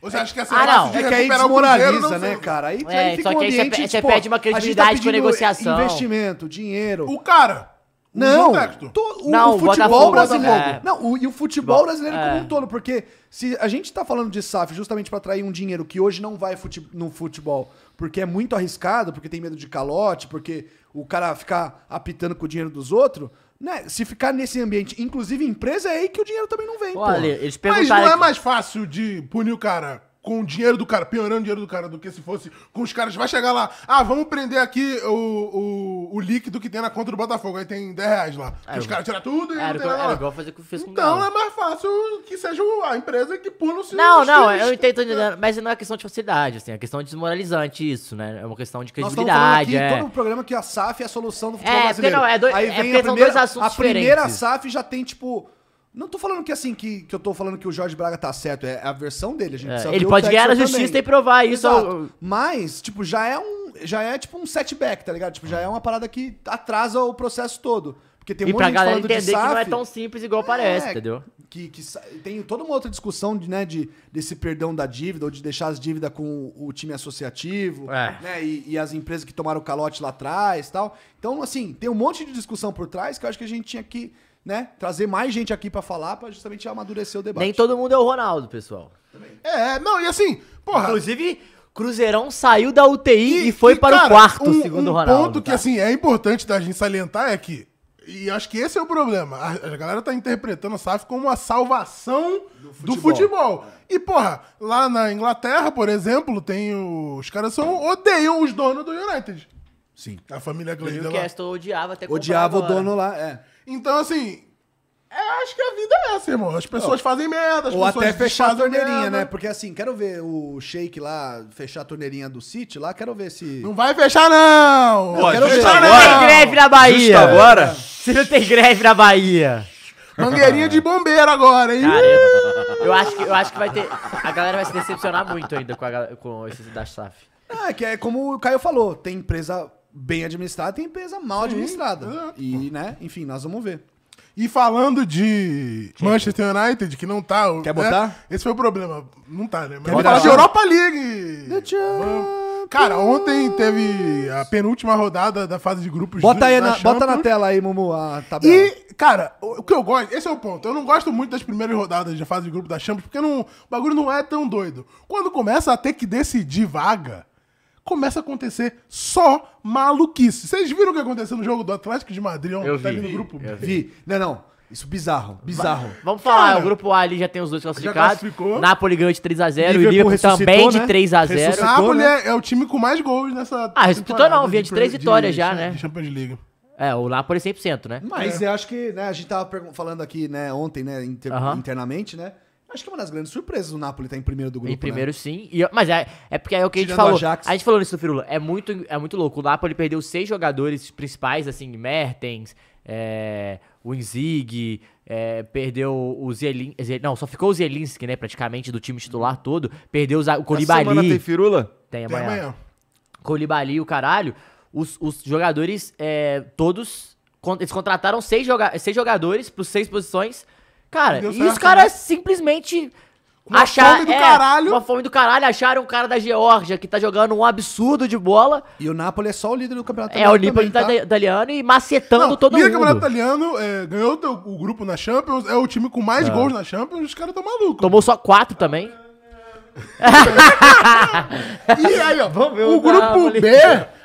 Speaker 5: Você acha que essa
Speaker 4: Ah, não.
Speaker 5: fácil de
Speaker 3: É que aí
Speaker 5: recuperar o Cruzeiro
Speaker 3: desmoraliza,
Speaker 5: não
Speaker 3: né,
Speaker 5: sendo?
Speaker 3: cara? Aí,
Speaker 4: É,
Speaker 3: aí fica
Speaker 4: só
Speaker 3: um
Speaker 4: que aí você
Speaker 3: ambiente,
Speaker 4: pe- você
Speaker 3: tipo,
Speaker 4: perde uma
Speaker 3: a gente tá
Speaker 4: credibilidade com
Speaker 3: pedindo
Speaker 4: negociação.
Speaker 3: Investimento, dinheiro.
Speaker 5: O cara. o
Speaker 3: não,
Speaker 5: João Textor.
Speaker 3: to- o,
Speaker 4: Não,
Speaker 3: o
Speaker 4: o
Speaker 3: futebol
Speaker 4: Botafogo,
Speaker 3: brasileiro.
Speaker 4: Botafogo.
Speaker 3: Não, o- e o futebol brasileiro como
Speaker 4: é.
Speaker 3: um todo, porque se a gente tá falando de SAF justamente pra atrair um dinheiro que hoje não vai fute- no futebol, porque é muito arriscado, porque tem medo de calote, porque o cara ficar apitando com o dinheiro dos outros, né? Se ficar nesse ambiente, inclusive empresa, é aí que o dinheiro também não vem, pô.
Speaker 4: Olha, eles
Speaker 5: Mas não
Speaker 4: perguntaram.
Speaker 5: é
Speaker 4: aqui-
Speaker 5: mais fácil de punir o cara com o dinheiro do cara, piorando o dinheiro do cara, do que se fosse com os caras. Vai chegar lá, ah, vamos prender aqui o, o, o líquido que tem na conta do Botafogo. Aí tem 10 reais lá. os caras tiram tudo e
Speaker 4: Era,
Speaker 5: não tem
Speaker 4: igual-
Speaker 5: nada
Speaker 4: era
Speaker 5: lá.
Speaker 4: igual fazer o que fez com o
Speaker 5: Então é
Speaker 4: Galo.
Speaker 5: mais fácil que seja a empresa que pula o seu.
Speaker 4: Não, não, eu entendo, tô entendendo, mas não é questão de facilidade, assim, é questão desmoralizante isso, né? É uma questão de
Speaker 3: Nós estamos falando aqui
Speaker 4: credibilidade, é.
Speaker 3: todo o programa que a SAF é a solução do futebol
Speaker 4: É, porque
Speaker 3: brasileiro.
Speaker 4: não, é dois-
Speaker 3: Aí
Speaker 4: é
Speaker 3: vem
Speaker 4: porque
Speaker 3: a
Speaker 4: são
Speaker 3: primeira,
Speaker 4: dois assuntos
Speaker 3: a primeira
Speaker 4: diferentes.
Speaker 3: SAF já tem, tipo... Não tô falando que assim, que, que eu tô falando que o Jorge Braga tá certo, é a versão dele, a gente
Speaker 4: É,
Speaker 3: precisa
Speaker 4: ele
Speaker 3: ver o
Speaker 4: pode ganhar na
Speaker 3: Textor
Speaker 4: justiça
Speaker 3: também.
Speaker 4: e provar isso.
Speaker 3: Exato.
Speaker 4: ao-
Speaker 3: Mas, tipo, já é um. Já é tipo um setback, tá ligado? Tipo, já é uma parada que atrasa o processo todo. Porque tem um
Speaker 4: E
Speaker 3: monte de
Speaker 4: pra
Speaker 3: gente
Speaker 4: galera
Speaker 3: falando de
Speaker 4: entender que não é
Speaker 3: SAF,
Speaker 4: tão simples igual parece,
Speaker 3: É,
Speaker 4: entendeu?
Speaker 3: que, que sa- tem toda uma outra discussão de, né, de, desse perdão da dívida, ou de deixar as dívidas com o time associativo,
Speaker 4: É.
Speaker 3: né? E, e as empresas que tomaram o calote lá atrás tal. Então, assim, tem um monte de discussão por trás que eu acho que a gente tinha que né, trazer mais gente aqui pra falar, pra justamente amadurecer o debate.
Speaker 4: Nem todo mundo é o Ronaldo, pessoal.
Speaker 5: É, não, e assim, porra.
Speaker 4: Inclusive, Cruzeirão saiu da UTI e, foi
Speaker 5: e,
Speaker 4: para
Speaker 5: cara,
Speaker 4: o quarto,
Speaker 5: um-
Speaker 4: segundo
Speaker 5: um
Speaker 4: o Ronaldo.
Speaker 5: ponto que,
Speaker 4: tá?
Speaker 5: assim, é importante da gente salientar é que. E acho que esse é o problema. A, a galera tá interpretando o SAF como a salvação do futebol.
Speaker 3: é.
Speaker 5: E, porra, lá na Inglaterra, por exemplo, tem o- os caras são odeiam os donos do United.
Speaker 3: Sim. é
Speaker 5: A família
Speaker 4: O
Speaker 5: Glazer lá.
Speaker 4: Newcastle odiava até comprar
Speaker 3: Odiava o
Speaker 4: agora.
Speaker 3: dono lá, é.
Speaker 5: Então, assim, eu acho que a vida é essa, irmão. As pessoas fazem merda, as
Speaker 3: Ou
Speaker 5: pessoas
Speaker 3: até fechar a
Speaker 5: desfazem
Speaker 3: torneirinha,
Speaker 5: merda.
Speaker 3: né? Porque assim, quero ver o Sheik lá, fechar a torneirinha do City lá, quero ver se.
Speaker 5: Não vai fechar, não!
Speaker 3: Eu quero ver.
Speaker 4: Tem greve na Bahia.
Speaker 1: Justo agora?
Speaker 4: Se não tem greve na Bahia.
Speaker 5: Mangueirinha de bombeiro agora, hein?
Speaker 4: Cara, eu acho que, eu acho que vai ter. A galera vai se decepcionar muito ainda com, a, gal- com esse da SAF.
Speaker 3: Ah, que é como o Caio falou, tem empresa bem administrada, tem empresa mal
Speaker 4: Ah.
Speaker 3: administrada. E, né, enfim, nós vamos ver.
Speaker 5: E falando de Manchester United, que não tá.
Speaker 3: Quer
Speaker 5: né?
Speaker 3: botar?
Speaker 5: Esse foi o problema. Não tá, né? Mas
Speaker 3: botar?
Speaker 5: falar de Europa League. Vamos- Cara, ontem teve a penúltima rodada da fase de grupos. do-
Speaker 3: Bota aí
Speaker 5: da
Speaker 3: na, bota na
Speaker 5: Champions.
Speaker 3: tela aí, Mumu, a tabela.
Speaker 5: E, cara, o o que eu gosto, esse é o ponto. Eu não gosto muito das primeiras rodadas da fase de grupo da Champions, porque não, o bagulho não é tão doido. Quando começa a ter que decidir vaga, começa a acontecer só maluquice. Vocês viram o que aconteceu no jogo do Atlético de Madrid? ontem?
Speaker 4: Eu
Speaker 5: Tá
Speaker 4: vi,
Speaker 5: ali no grupo. B.
Speaker 3: Vi. Não, não. Isso bizarro, bizarro.
Speaker 4: Vamos falar,
Speaker 5: Cara,
Speaker 4: o grupo A ali já tem os dois classificados.
Speaker 5: classificou.
Speaker 4: Napoli ganhou de 3x0 e o
Speaker 3: Liverpool
Speaker 4: Liverpool
Speaker 3: ressuscitou,
Speaker 4: também de
Speaker 3: né?
Speaker 4: 3x0.
Speaker 5: O Napoli é, é o time com mais gols nessa.
Speaker 4: né? Ah, ressuscitou
Speaker 5: temporada
Speaker 4: não, vinha de três vitórias já, né?
Speaker 5: de Champions League.
Speaker 4: É, o Napoli 100%, né?
Speaker 3: Mas eu acho que, né, a gente tava pergun- falando aqui, né, ontem, né, inter-
Speaker 4: Aham.
Speaker 3: internamente, né? Acho que é uma das grandes surpresas o Napoli tá em primeiro do grupo,
Speaker 4: Em
Speaker 3: né?
Speaker 4: primeiro, sim. E, mas é, é porque é o que
Speaker 3: Tirando
Speaker 4: a
Speaker 3: o
Speaker 4: gente falou.
Speaker 3: Ajax.
Speaker 4: A gente falou nisso, Firula. É muito, é muito louco. O Napoli perdeu seis jogadores principais, assim, Mertens, é, o Inzig, é, perdeu o Zielinski. Não, só ficou o Zielinski, né? Praticamente do time titular todo. Perdeu o Za-
Speaker 2: semana
Speaker 4: o Colibali.
Speaker 2: tem firula?
Speaker 4: Tem
Speaker 5: Até
Speaker 4: amanhã.
Speaker 5: amanhã.
Speaker 4: Colibali, o caralho, os, os jogadores, é, todos. con- Eles contrataram seis, joga seis jogadores para seis posições. Cara,
Speaker 5: Deu
Speaker 4: e
Speaker 5: certo,
Speaker 4: os caras
Speaker 5: né?
Speaker 4: simplesmente. é,
Speaker 5: Uma fome do caralho.
Speaker 4: Uma fome do caralho. Acharam um cara da Geórgia que tá jogando um absurdo de bola.
Speaker 3: E o Napoli é só o líder do campeonato.
Speaker 4: é, o
Speaker 3: italiano
Speaker 4: Napoli
Speaker 3: também,
Speaker 4: tá italiano e macetando todo
Speaker 5: Liga
Speaker 4: mundo.
Speaker 5: Campeonato Italiano é, ganhou o, teu- o grupo na Champions, é o time com mais gols na Champions, os caras tão malucos.
Speaker 4: Tomou só quatro também.
Speaker 5: E aí, ó,
Speaker 4: Vamos ver
Speaker 5: o
Speaker 4: o
Speaker 5: grupo
Speaker 4: Napoli.
Speaker 5: B,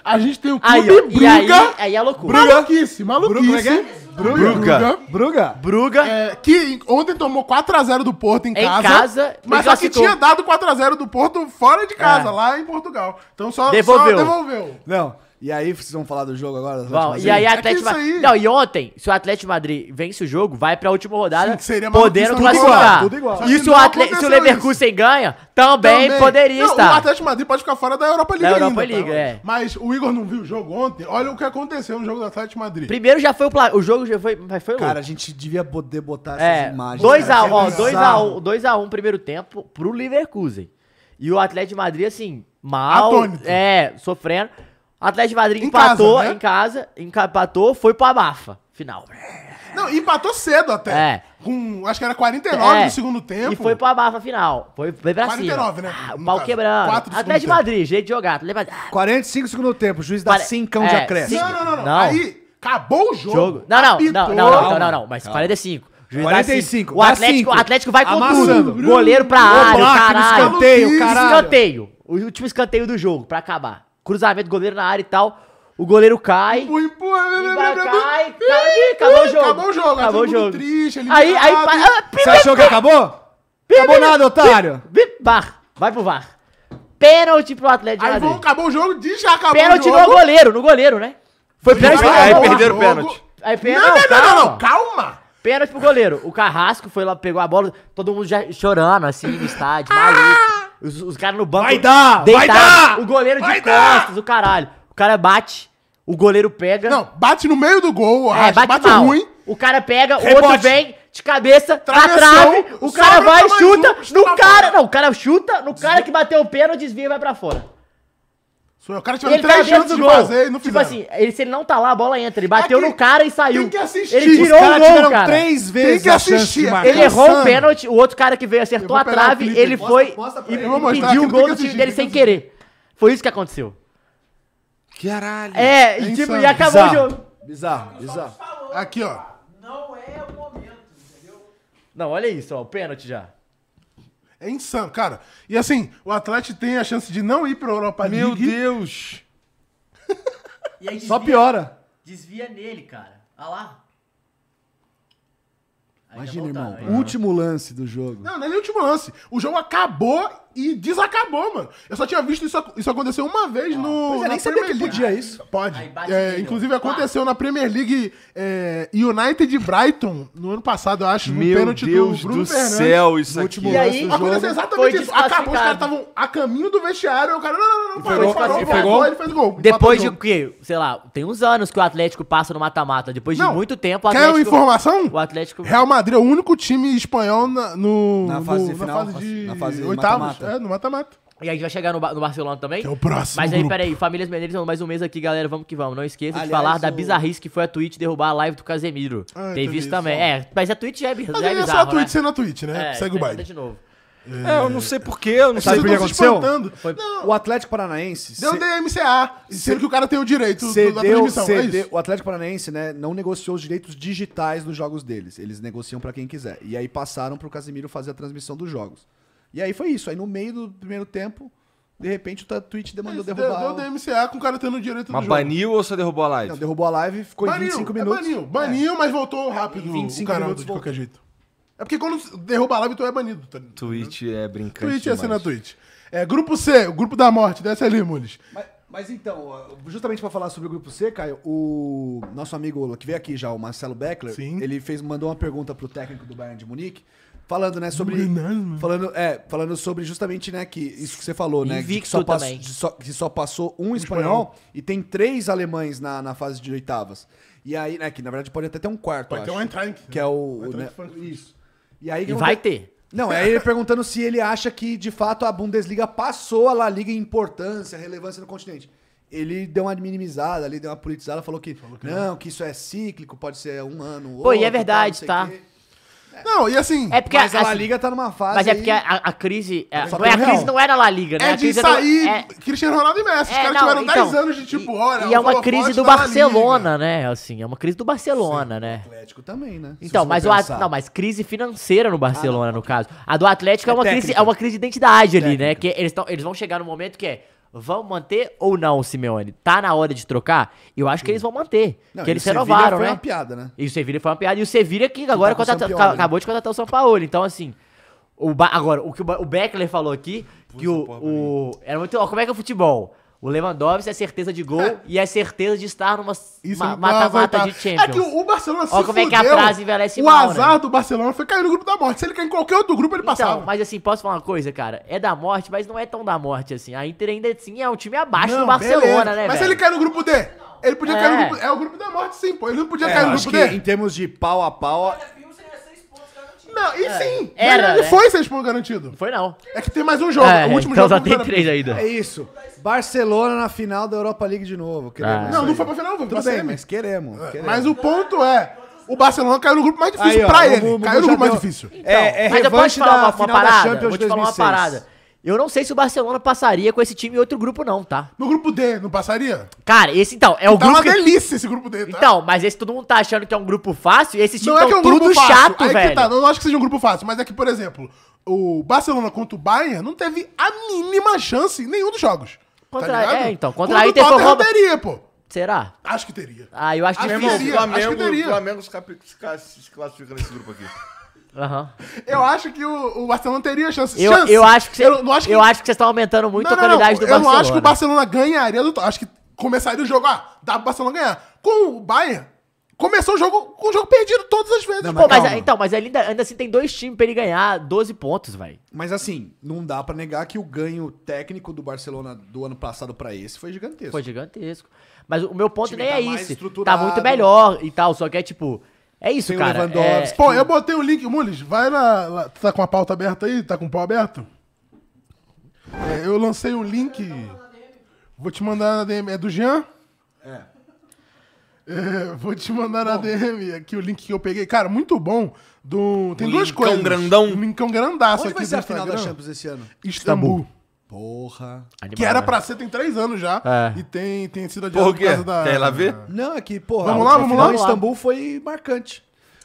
Speaker 5: a gente tem o Clube
Speaker 4: Aí, ó, e
Speaker 5: Bruga.
Speaker 4: aí, aí é loucura.
Speaker 5: Maluquice, maluquice.
Speaker 1: Bruga.
Speaker 3: tá? Bruga?
Speaker 4: Bruga.
Speaker 5: É, que ontem tomou 4x0 do Porto em
Speaker 4: Em
Speaker 5: casa.
Speaker 4: casa,
Speaker 5: mas
Speaker 4: e
Speaker 5: só que
Speaker 4: classificou.
Speaker 5: tinha dado 4x0 do Porto fora de casa,
Speaker 4: É.
Speaker 5: lá em Portugal. Então só
Speaker 4: Devolveu.
Speaker 5: Só devolveu.
Speaker 3: Não. E aí, vocês vão falar do jogo agora? das
Speaker 4: Bom,
Speaker 3: últimas
Speaker 4: e aí
Speaker 5: É
Speaker 4: a
Speaker 5: que
Speaker 4: Atlético
Speaker 5: isso
Speaker 4: Ma-
Speaker 5: aí-
Speaker 4: Não, e ontem, se o Atlético de Madrid vence o jogo, vai pra última rododada,
Speaker 5: Sim, que seria
Speaker 4: podendo
Speaker 5: maluquice, tudo
Speaker 4: classificar.
Speaker 5: igual, tudo igual. Só que
Speaker 4: E se
Speaker 5: não
Speaker 4: o, Atle... se o
Speaker 5: aconteceu
Speaker 4: Leverkusen ganha, também,
Speaker 5: Também.
Speaker 4: poderia
Speaker 5: Não, O
Speaker 4: estar.
Speaker 5: Atlético de Madrid pode ficar fora da Europa League
Speaker 4: Da Europa
Speaker 5: ainda, tá?
Speaker 4: League, é.
Speaker 5: Mas o Igor não viu o jogo ontem. Olha o que aconteceu no jogo do Atlético de Madrid.
Speaker 4: Primeiro já foi o, pla... o jogo, já foi, mas foi
Speaker 3: Cara, a
Speaker 4: louco.
Speaker 3: gente devia poder botar essas
Speaker 4: É,
Speaker 3: imagens.
Speaker 4: 2x1,
Speaker 3: cara,
Speaker 4: ó,
Speaker 3: que
Speaker 4: 2x1
Speaker 3: bizarro.
Speaker 4: 2 a 1 primeiro tempo pro Leverkusen. E o Atlético de Madrid, assim, mal,
Speaker 5: Atônito.
Speaker 4: é, sofrendo. O Atlético de Madrid
Speaker 5: Em
Speaker 4: empatou
Speaker 5: casa, né?
Speaker 4: em casa, enca- empatou, foi pra Bafa, final.
Speaker 5: Não, e empatou cedo até.
Speaker 4: É.
Speaker 5: Com, acho que era 49
Speaker 4: É,
Speaker 5: do segundo tempo.
Speaker 4: E foi pra barra final. Foi, foi pra
Speaker 5: 49,
Speaker 4: cima.
Speaker 5: né?
Speaker 4: Ah, o
Speaker 5: No
Speaker 4: pau
Speaker 5: caso.
Speaker 4: quebrando.
Speaker 5: Quatro do
Speaker 4: Atlético de
Speaker 5: segundo
Speaker 4: Madrid, jeito de jogar. Atlético de Madrid. Ah,
Speaker 3: 45 segundos do tempo, o juiz dá
Speaker 4: Pare-
Speaker 3: 5 de
Speaker 4: é,
Speaker 3: acréscimo.
Speaker 4: cinco.
Speaker 5: Não, não, não, não.
Speaker 4: Não.
Speaker 5: Aí, acabou o jogo.
Speaker 4: jogo. Não, não,
Speaker 5: Apitou.
Speaker 4: não, não, não, não, não, não. Mas 45. O juiz dá
Speaker 3: 45,
Speaker 4: cinco. O
Speaker 3: dá
Speaker 4: Atlético,
Speaker 3: cinco.
Speaker 4: o Atlético vai com
Speaker 3: Amassando.
Speaker 4: tudo. Goleiro pra área, o
Speaker 3: Oblak, no
Speaker 4: caralho.
Speaker 3: escanteio, caralho.
Speaker 4: Escanteio. O último escanteio do jogo, pra acabar. Cruzamento, goleiro na área e tal. O goleiro cai.
Speaker 5: Empurra, empurra,
Speaker 4: E
Speaker 5: blá,
Speaker 4: vai,
Speaker 5: blá, blá,
Speaker 4: cai,
Speaker 5: blá.
Speaker 4: cai, ih, acabou o jogo.
Speaker 5: Acabou o jogo.
Speaker 4: Acabou o
Speaker 5: Acabou
Speaker 4: jogo.
Speaker 5: Triste,
Speaker 4: Aí, aí,
Speaker 5: aliviado.
Speaker 4: pa- ah,
Speaker 3: Você achou que acabou? Acabou nada, otário.
Speaker 4: Bip, VAR. Vai pro VAR. Pênalti pro Atlético de
Speaker 5: Aí vão,
Speaker 4: Madrid.
Speaker 5: acabou o jogo, diz já acabou
Speaker 4: Pênalti
Speaker 5: o
Speaker 4: no
Speaker 5: jogo.
Speaker 4: goleiro, no goleiro, né? Foi
Speaker 5: Aí,
Speaker 4: pênalti pro
Speaker 5: aí,
Speaker 4: goleiro.
Speaker 1: perderam
Speaker 5: perderam o
Speaker 1: o
Speaker 5: pênalti.
Speaker 1: pênalti.
Speaker 4: Aí
Speaker 5: Não,
Speaker 4: pênalti.
Speaker 5: não, não, não, não,
Speaker 4: calma.
Speaker 5: calma.
Speaker 4: Pênalti pro goleiro. O Carrasco foi lá, pegou a bola, todo mundo já chorando, assim, no estádio,
Speaker 5: Ah!
Speaker 4: maluco. Os, os caras no banco.
Speaker 3: Vai dar, vai dar!
Speaker 4: O goleiro de
Speaker 5: Vai dar!
Speaker 4: costas, o caralho. O cara bate, o goleiro pega.
Speaker 5: Não, bate no meio do gol,
Speaker 4: é,
Speaker 5: acho,
Speaker 4: bate,
Speaker 5: bate,
Speaker 4: mal.
Speaker 5: ruim.
Speaker 4: O cara pega, o
Speaker 3: Rebote.
Speaker 4: outro vem de cabeça, na
Speaker 5: Travessão,
Speaker 4: trave, o
Speaker 5: sobra
Speaker 4: cara vai,
Speaker 5: pra mais
Speaker 4: chuta,
Speaker 5: um, chuta
Speaker 4: no
Speaker 5: na
Speaker 4: cara.
Speaker 5: bola.
Speaker 4: Não, o cara chuta, no cara que bateu o pênalti, desvia e vai pra fora.
Speaker 5: Se O cara tipo, tiver
Speaker 4: Ele tá
Speaker 5: três
Speaker 4: dentro
Speaker 5: chances
Speaker 4: do
Speaker 5: de
Speaker 4: gol.
Speaker 5: fazer e não
Speaker 4: tipo
Speaker 5: fizeram.
Speaker 4: assim, ele, se ele não tá lá, a bola entra. Ele bateu
Speaker 5: Aqui,
Speaker 4: no cara e saiu.
Speaker 5: tem que assistir.
Speaker 4: Ele
Speaker 3: Os
Speaker 4: tirou o
Speaker 3: caras
Speaker 4: gol,
Speaker 3: tiveram
Speaker 4: cara.
Speaker 3: três vezes
Speaker 5: que
Speaker 3: a chance
Speaker 5: assistir,
Speaker 3: de marcar.
Speaker 4: Ele errou o
Speaker 5: Insano.
Speaker 4: pênalti, o outro cara que veio acertou
Speaker 5: Eu
Speaker 4: a
Speaker 5: vou pegar o
Speaker 4: trave,
Speaker 5: clipe,
Speaker 4: ele
Speaker 5: mostra-
Speaker 4: foi
Speaker 3: mostra pra
Speaker 4: e
Speaker 3: ele.
Speaker 5: Eu vou mostrar
Speaker 4: impediu o
Speaker 5: aqui,
Speaker 4: gol
Speaker 5: fica
Speaker 4: do time
Speaker 5: assistindo,
Speaker 4: dele
Speaker 5: fica
Speaker 4: sem querer. Foi isso que aconteceu.
Speaker 1: Caralho.
Speaker 4: É, e, tipo,
Speaker 5: insano.
Speaker 4: e acabou o
Speaker 3: Bizarro,
Speaker 4: jogo.
Speaker 3: bizarro, bizarro.
Speaker 5: Aqui, ó.
Speaker 7: Não é um
Speaker 4: Não, olha isso, ó, o pênalti já.
Speaker 5: É insano, cara. E assim, o Atlético tem a chance de não ir pra Europa
Speaker 2: Meu
Speaker 5: League.
Speaker 2: Deus!
Speaker 4: E aí
Speaker 3: Só piora.
Speaker 4: Desvia nele, cara. Olha lá.
Speaker 3: Imagina, irmão.
Speaker 4: Tá, é.
Speaker 5: um
Speaker 3: Último lance do jogo.
Speaker 5: Não, não é nem o último lance. O jogo acabou e desacabou, mano. Eu só tinha visto isso, ac- isso acontecer uma vez no.
Speaker 3: Pois é, nem sabia que podia isso.
Speaker 5: Pode.
Speaker 4: Aí bate
Speaker 5: É,
Speaker 4: nele, ó.
Speaker 5: inclusive aconteceu na Premier League é, United e Brighton no ano passado, eu acho, no
Speaker 2: Meu
Speaker 5: pênalti
Speaker 2: Deus
Speaker 5: do Bruno
Speaker 2: do
Speaker 5: Fernandes.
Speaker 2: céu, isso
Speaker 3: No
Speaker 2: aqui.
Speaker 3: último
Speaker 4: E
Speaker 3: lance
Speaker 4: aí,
Speaker 3: do jogo.
Speaker 5: Aconteceu
Speaker 4: foi
Speaker 5: exatamente isso. Acabou, os caras
Speaker 4: desclassificado.
Speaker 5: estavam a caminho do vestiário, o cara, não, não, não, não, parou,
Speaker 4: gol,
Speaker 5: parou,
Speaker 4: e foi
Speaker 5: parou,
Speaker 4: gol.
Speaker 5: ele fez o gol.
Speaker 4: Depois de
Speaker 5: empatou
Speaker 4: o quê? Sei lá, tem uns anos que o Atlético passa no mata-mata. Depois
Speaker 5: Não.
Speaker 4: de muito tempo, o
Speaker 5: o jogo. Quer
Speaker 4: Atlético...
Speaker 5: uma informação?
Speaker 4: O Atlético...
Speaker 5: Real Madrid é o único time espanhol na, no,
Speaker 3: Na fase
Speaker 5: no-
Speaker 3: final,
Speaker 5: na fase de
Speaker 3: na fase de
Speaker 5: oitavos.
Speaker 3: mata-mata.
Speaker 5: É, no mata-mata.
Speaker 4: E aí a gente vai chegar no, Ba- no Barcelona também.
Speaker 5: Que é o próximo
Speaker 4: Mas aí,
Speaker 5: grupo.
Speaker 4: peraí, Famílias Menezes, mais um mês aqui, galera, vamos que vamos. Não esqueça de
Speaker 3: Aliás,
Speaker 4: falar da
Speaker 3: o-
Speaker 4: bizarrice que foi a Twitch derrubar a live do Casemiro.
Speaker 5: Ah, eu
Speaker 4: Teve
Speaker 5: também,
Speaker 4: isso também.
Speaker 5: só.
Speaker 4: É, mas a Twitch já é, bi-
Speaker 5: Mas
Speaker 4: já é
Speaker 5: aí é
Speaker 4: bizarro,
Speaker 5: só a Twitch
Speaker 4: né?
Speaker 5: sendo a Twitch, né?
Speaker 4: É,
Speaker 5: Segue o
Speaker 4: então
Speaker 5: baile.
Speaker 4: De novo.
Speaker 2: É, eu não sei porquê, eu não
Speaker 3: Sabe
Speaker 2: sei
Speaker 3: o que
Speaker 5: Vocês estão
Speaker 3: aconteceu?
Speaker 5: se espantando.
Speaker 3: O Atlético Paranaense
Speaker 5: Deu um
Speaker 3: ce-
Speaker 5: DMCA, sendo que o cara tem o direito do- da
Speaker 3: cedeu,
Speaker 5: transmissão.
Speaker 3: cedeu-
Speaker 5: É isso.
Speaker 3: o Atlético Paranaense, né, não negociou os direitos digitais dos jogos deles. Eles negociam pra quem quiser. E aí passaram pro Casemiro fazer a transmissão dos jogos. E aí foi isso. Aí no meio do primeiro tempo, de repente o Twitch demandou
Speaker 5: Deu,
Speaker 3: derrubar.
Speaker 5: deu
Speaker 3: o-
Speaker 5: DMCA com o cara tendo o direito
Speaker 2: Mas
Speaker 5: do jogo.
Speaker 2: baniu ou só derrubou a
Speaker 3: Não,
Speaker 2: live?
Speaker 3: derrubou a live, ficou em
Speaker 5: Baniu,
Speaker 3: 25
Speaker 5: é
Speaker 3: minutos.
Speaker 5: Baniu, baniu, mas voltou rápido
Speaker 3: 25
Speaker 5: o canal,
Speaker 3: minutos
Speaker 5: de qualquer
Speaker 3: voltou.
Speaker 5: jeito. É porque quando derruba a live, tu é banido. Tá? ligado?
Speaker 2: Twitch é brincante
Speaker 5: Twitch é assim na
Speaker 2: demais.
Speaker 5: Twitch. É, grupo C, o grupo da morte, desce ali, Mules.
Speaker 3: Mas, mas então, ó, justamente pra falar sobre o grupo C, Caio, o nosso amigo que veio aqui já, o Marcelo Beckler,
Speaker 5: Sim.
Speaker 3: ele fez, mandou uma pergunta pro técnico do Bayern de Munique, falando, né, sobre
Speaker 5: Grenasmo.
Speaker 3: falando, é, falando sobre justamente, né, que isso que você falou, né, de que
Speaker 4: Invicto
Speaker 3: só passou,
Speaker 4: também.
Speaker 3: de só- que só passou um espanhol, e tem três alemães na, na fase de oitavas. E aí, né, que na verdade pode até ter um quarto,
Speaker 5: Pode
Speaker 3: eu
Speaker 5: ter
Speaker 3: acho,
Speaker 5: um Eintrain.
Speaker 3: que é o,
Speaker 5: Eintrain
Speaker 3: né,
Speaker 5: de Frankfurt.
Speaker 3: isso. E aí que
Speaker 4: E
Speaker 3: não
Speaker 4: vai
Speaker 3: tem-
Speaker 4: ter.
Speaker 3: não, é ele perguntando se ele acha que, de fato, a Bundesliga passou a La Liga em importância, relevância no continente. Ele deu uma minimizada ali, deu uma politizada, falou que, não, que isso é cíclico, pode ser um ano,
Speaker 4: Pô, e é verdade,
Speaker 3: tal,
Speaker 4: tá?
Speaker 3: não sei o quê.
Speaker 5: Não, e assim,
Speaker 4: É porque
Speaker 3: Mas a La
Speaker 4: assim,
Speaker 3: Liga tá numa fase
Speaker 4: Mas é
Speaker 3: aí-
Speaker 4: porque a, a crise. é-
Speaker 3: Só
Speaker 4: não é,
Speaker 3: tem
Speaker 4: a
Speaker 3: um
Speaker 4: crise
Speaker 3: real.
Speaker 4: não é na La Liga, né?
Speaker 5: é
Speaker 4: a
Speaker 5: de
Speaker 4: crise é
Speaker 5: sair
Speaker 4: do, é,
Speaker 5: Cristiano Ronaldo e Messi. Os
Speaker 4: é,
Speaker 5: caras
Speaker 4: não,
Speaker 5: tiveram 10
Speaker 4: então,
Speaker 5: anos de tipo,
Speaker 4: e-
Speaker 5: olha...
Speaker 4: E é
Speaker 5: os
Speaker 4: uma crise
Speaker 5: holofotes
Speaker 4: do
Speaker 5: da La Liga.
Speaker 4: Barcelona, né? Assim, é uma crise do Barcelona, né?
Speaker 3: Atlético também, né? Se
Speaker 4: Então,
Speaker 3: você
Speaker 4: mas
Speaker 3: for
Speaker 4: o
Speaker 3: pensar. Ah,
Speaker 4: At- não, mas crise financeira no Barcelona, no caso. A do Atlético é, uma crise,
Speaker 3: técnica.
Speaker 4: é uma crise de identidade ali, né? Que eles, tão, eles vão chegar no momento que é vão manter ou não o Simeone? Tá na hora de trocar? Eu acho que eles vão manter.
Speaker 3: Não,
Speaker 4: que
Speaker 3: e o
Speaker 4: eles
Speaker 3: Sevilla
Speaker 4: renovaram,
Speaker 3: foi
Speaker 4: né?
Speaker 3: uma piada, né?
Speaker 4: E o Sevilla foi uma piada. E o Sevilla que agora
Speaker 3: com o
Speaker 4: contrata-
Speaker 3: Sampaoli, né?
Speaker 4: acabou de contratar o São Paulo. Então, assim. O Ba- agora, o que o, Ba- o Beckler falou aqui, que o, o- Era muito. Ó, como é que é o futebol? O Lewandowski é certeza de gol e é certeza de estar numa
Speaker 5: Isso
Speaker 4: ma-
Speaker 5: não
Speaker 4: mata-mata
Speaker 5: dá,
Speaker 4: de
Speaker 5: vai,
Speaker 4: Champions.
Speaker 5: tá. É que o o Barcelona se
Speaker 4: Ó, como é que a
Speaker 5: fudeu.
Speaker 4: frase envelhece
Speaker 5: O
Speaker 4: mal, né?
Speaker 5: azar do Barcelona foi cair no grupo da morte. Se ele cair em qualquer outro grupo, ele passava.
Speaker 4: Então, mas assim, posso falar uma coisa, cara? É da morte, mas não é tão da morte assim. A Inter ainda assim é um time abaixo do
Speaker 5: Não,
Speaker 4: Barcelona,
Speaker 5: beleza.
Speaker 4: né,
Speaker 5: Mas se
Speaker 4: velho?
Speaker 5: ele cair no grupo D, ele podia
Speaker 4: É.
Speaker 5: cair no grupo... É o grupo da morte, sim, pô. Ele não podia
Speaker 3: É,
Speaker 5: cair
Speaker 3: eu
Speaker 5: no
Speaker 3: acho
Speaker 5: grupo
Speaker 3: que
Speaker 5: D.
Speaker 3: em termos de pau a pau,
Speaker 5: Não, e sim.
Speaker 4: Era,
Speaker 5: mas ele
Speaker 4: né?
Speaker 5: foi seis pontos garantido.
Speaker 4: Não foi não.
Speaker 5: É que tem mais um jogo.
Speaker 4: É,
Speaker 5: o último
Speaker 4: então só
Speaker 5: jogo... Então, não
Speaker 4: tem
Speaker 5: era-
Speaker 4: três ainda.
Speaker 3: é isso. Barcelona na final da Europa League de novo.
Speaker 4: é.
Speaker 3: queremos
Speaker 5: Não,
Speaker 3: isso
Speaker 5: não
Speaker 3: aí.
Speaker 5: foi pra final, foi pra
Speaker 3: Tudo bem,
Speaker 5: semi. É,
Speaker 3: mas queremos. queremos.
Speaker 5: Mas o ponto é, o Barcelona caiu no grupo mais difícil
Speaker 3: Aí, ó,
Speaker 5: pra
Speaker 3: o
Speaker 5: ele.
Speaker 3: Mumu
Speaker 5: caiu
Speaker 3: já
Speaker 5: no grupo mais
Speaker 3: deu-
Speaker 5: difícil.
Speaker 3: É, é
Speaker 4: mas eu posso
Speaker 3: revanche
Speaker 4: te falar
Speaker 3: da
Speaker 4: uma, uma
Speaker 3: final da
Speaker 4: parada.
Speaker 3: Champions
Speaker 4: Vou te falar uma
Speaker 3: 2006.
Speaker 4: parada. Eu não sei se o Barcelona passaria com esse time em outro grupo, não, tá?
Speaker 5: No grupo D, não passaria?
Speaker 4: Cara, esse então, é o
Speaker 5: Tá uma
Speaker 4: grupo. que-
Speaker 5: delícia esse grupo D, tá?
Speaker 4: Então, mas esse todo mundo tá achando que é um grupo fácil, e esse time
Speaker 5: não
Speaker 4: tá
Speaker 5: é que é um
Speaker 4: tudo
Speaker 5: grupo fácil.
Speaker 4: chato,
Speaker 5: Aí
Speaker 4: velho.
Speaker 5: que tá, eu não acho que seja um grupo fácil, mas é que, por exemplo, o Barcelona contra o Bayern não teve a mínima chance em nenhum dos jogos. Tá
Speaker 4: Contra-
Speaker 5: ligado?
Speaker 4: é, então, contra a
Speaker 5: o
Speaker 4: Inter foi
Speaker 5: Tottenham
Speaker 4: rouba-
Speaker 5: teria, pô.
Speaker 4: Será?
Speaker 5: Acho que teria.
Speaker 4: Ah, eu acho
Speaker 5: Acho que
Speaker 2: Meu irmão,
Speaker 4: difícil.
Speaker 5: teria.
Speaker 2: o
Speaker 5: acho que
Speaker 2: Flamengo,
Speaker 5: teria.
Speaker 2: o Flamengo se capi- se ca- se classifica nesse grupo aqui.
Speaker 4: Aham.
Speaker 5: Eu acho que o, o Barcelona teria chance.
Speaker 4: Eu,
Speaker 5: chance.
Speaker 4: eu acho que cê-
Speaker 5: Eu não acho que
Speaker 4: eu acho que vocês estão aumentando muito a qualidade do
Speaker 5: eu
Speaker 4: Barcelona.
Speaker 5: não acho que o Barcelona ganharia do. Acho que começaria o jogo, ah, dá pro Barcelona ganhar. Com o Bayern, começou o jogo com o jogo perdido todas as vezes.
Speaker 4: Pô, mas,
Speaker 3: calma.
Speaker 4: então, mas ele ainda, ainda assim tem dois times pra ele ganhar 12 pontos, velho.
Speaker 3: Mas assim, não dá pra negar que o ganho técnico do Barcelona do ano passado pra esse foi gigantesco.
Speaker 4: Foi gigantesco. Mas o meu ponto
Speaker 3: time
Speaker 4: nem
Speaker 3: tá
Speaker 4: é
Speaker 3: mais
Speaker 4: esse. Tá
Speaker 3: estruturado.
Speaker 4: muito melhor e tal, só que é tipo. É isso,
Speaker 3: Tem o
Speaker 4: cara.
Speaker 3: Lewandowski.
Speaker 5: Pô, eu botei o link. Mules, vai na. lá- tu tá com a pauta aberta aí? Tá com o pau aberto? É, eu lancei um link. Vou te mandar na DM. É do Jean? É. Vou te mandar na DM aqui o link que eu peguei. Cara, muito bom. Do... Tem duas
Speaker 2: linkão
Speaker 5: coisas.
Speaker 2: grandão.
Speaker 5: Um linkão grandaço
Speaker 3: Onde
Speaker 5: aqui
Speaker 3: vai
Speaker 5: do
Speaker 3: ser a final da
Speaker 5: Instagram.
Speaker 3: Champions esse ano?
Speaker 5: Istambul.
Speaker 3: Porra.
Speaker 4: Animal,
Speaker 5: Que era
Speaker 4: né?
Speaker 5: pra ser tem três anos já.
Speaker 4: É.
Speaker 5: E tem, tem sido
Speaker 2: Por
Speaker 5: adiado
Speaker 2: quê? Quer ir lá ver?
Speaker 3: Não, é que, porra,
Speaker 5: Vamos lá,
Speaker 3: a
Speaker 5: vamos
Speaker 3: final
Speaker 5: lá?
Speaker 3: em Istambul foi marcante.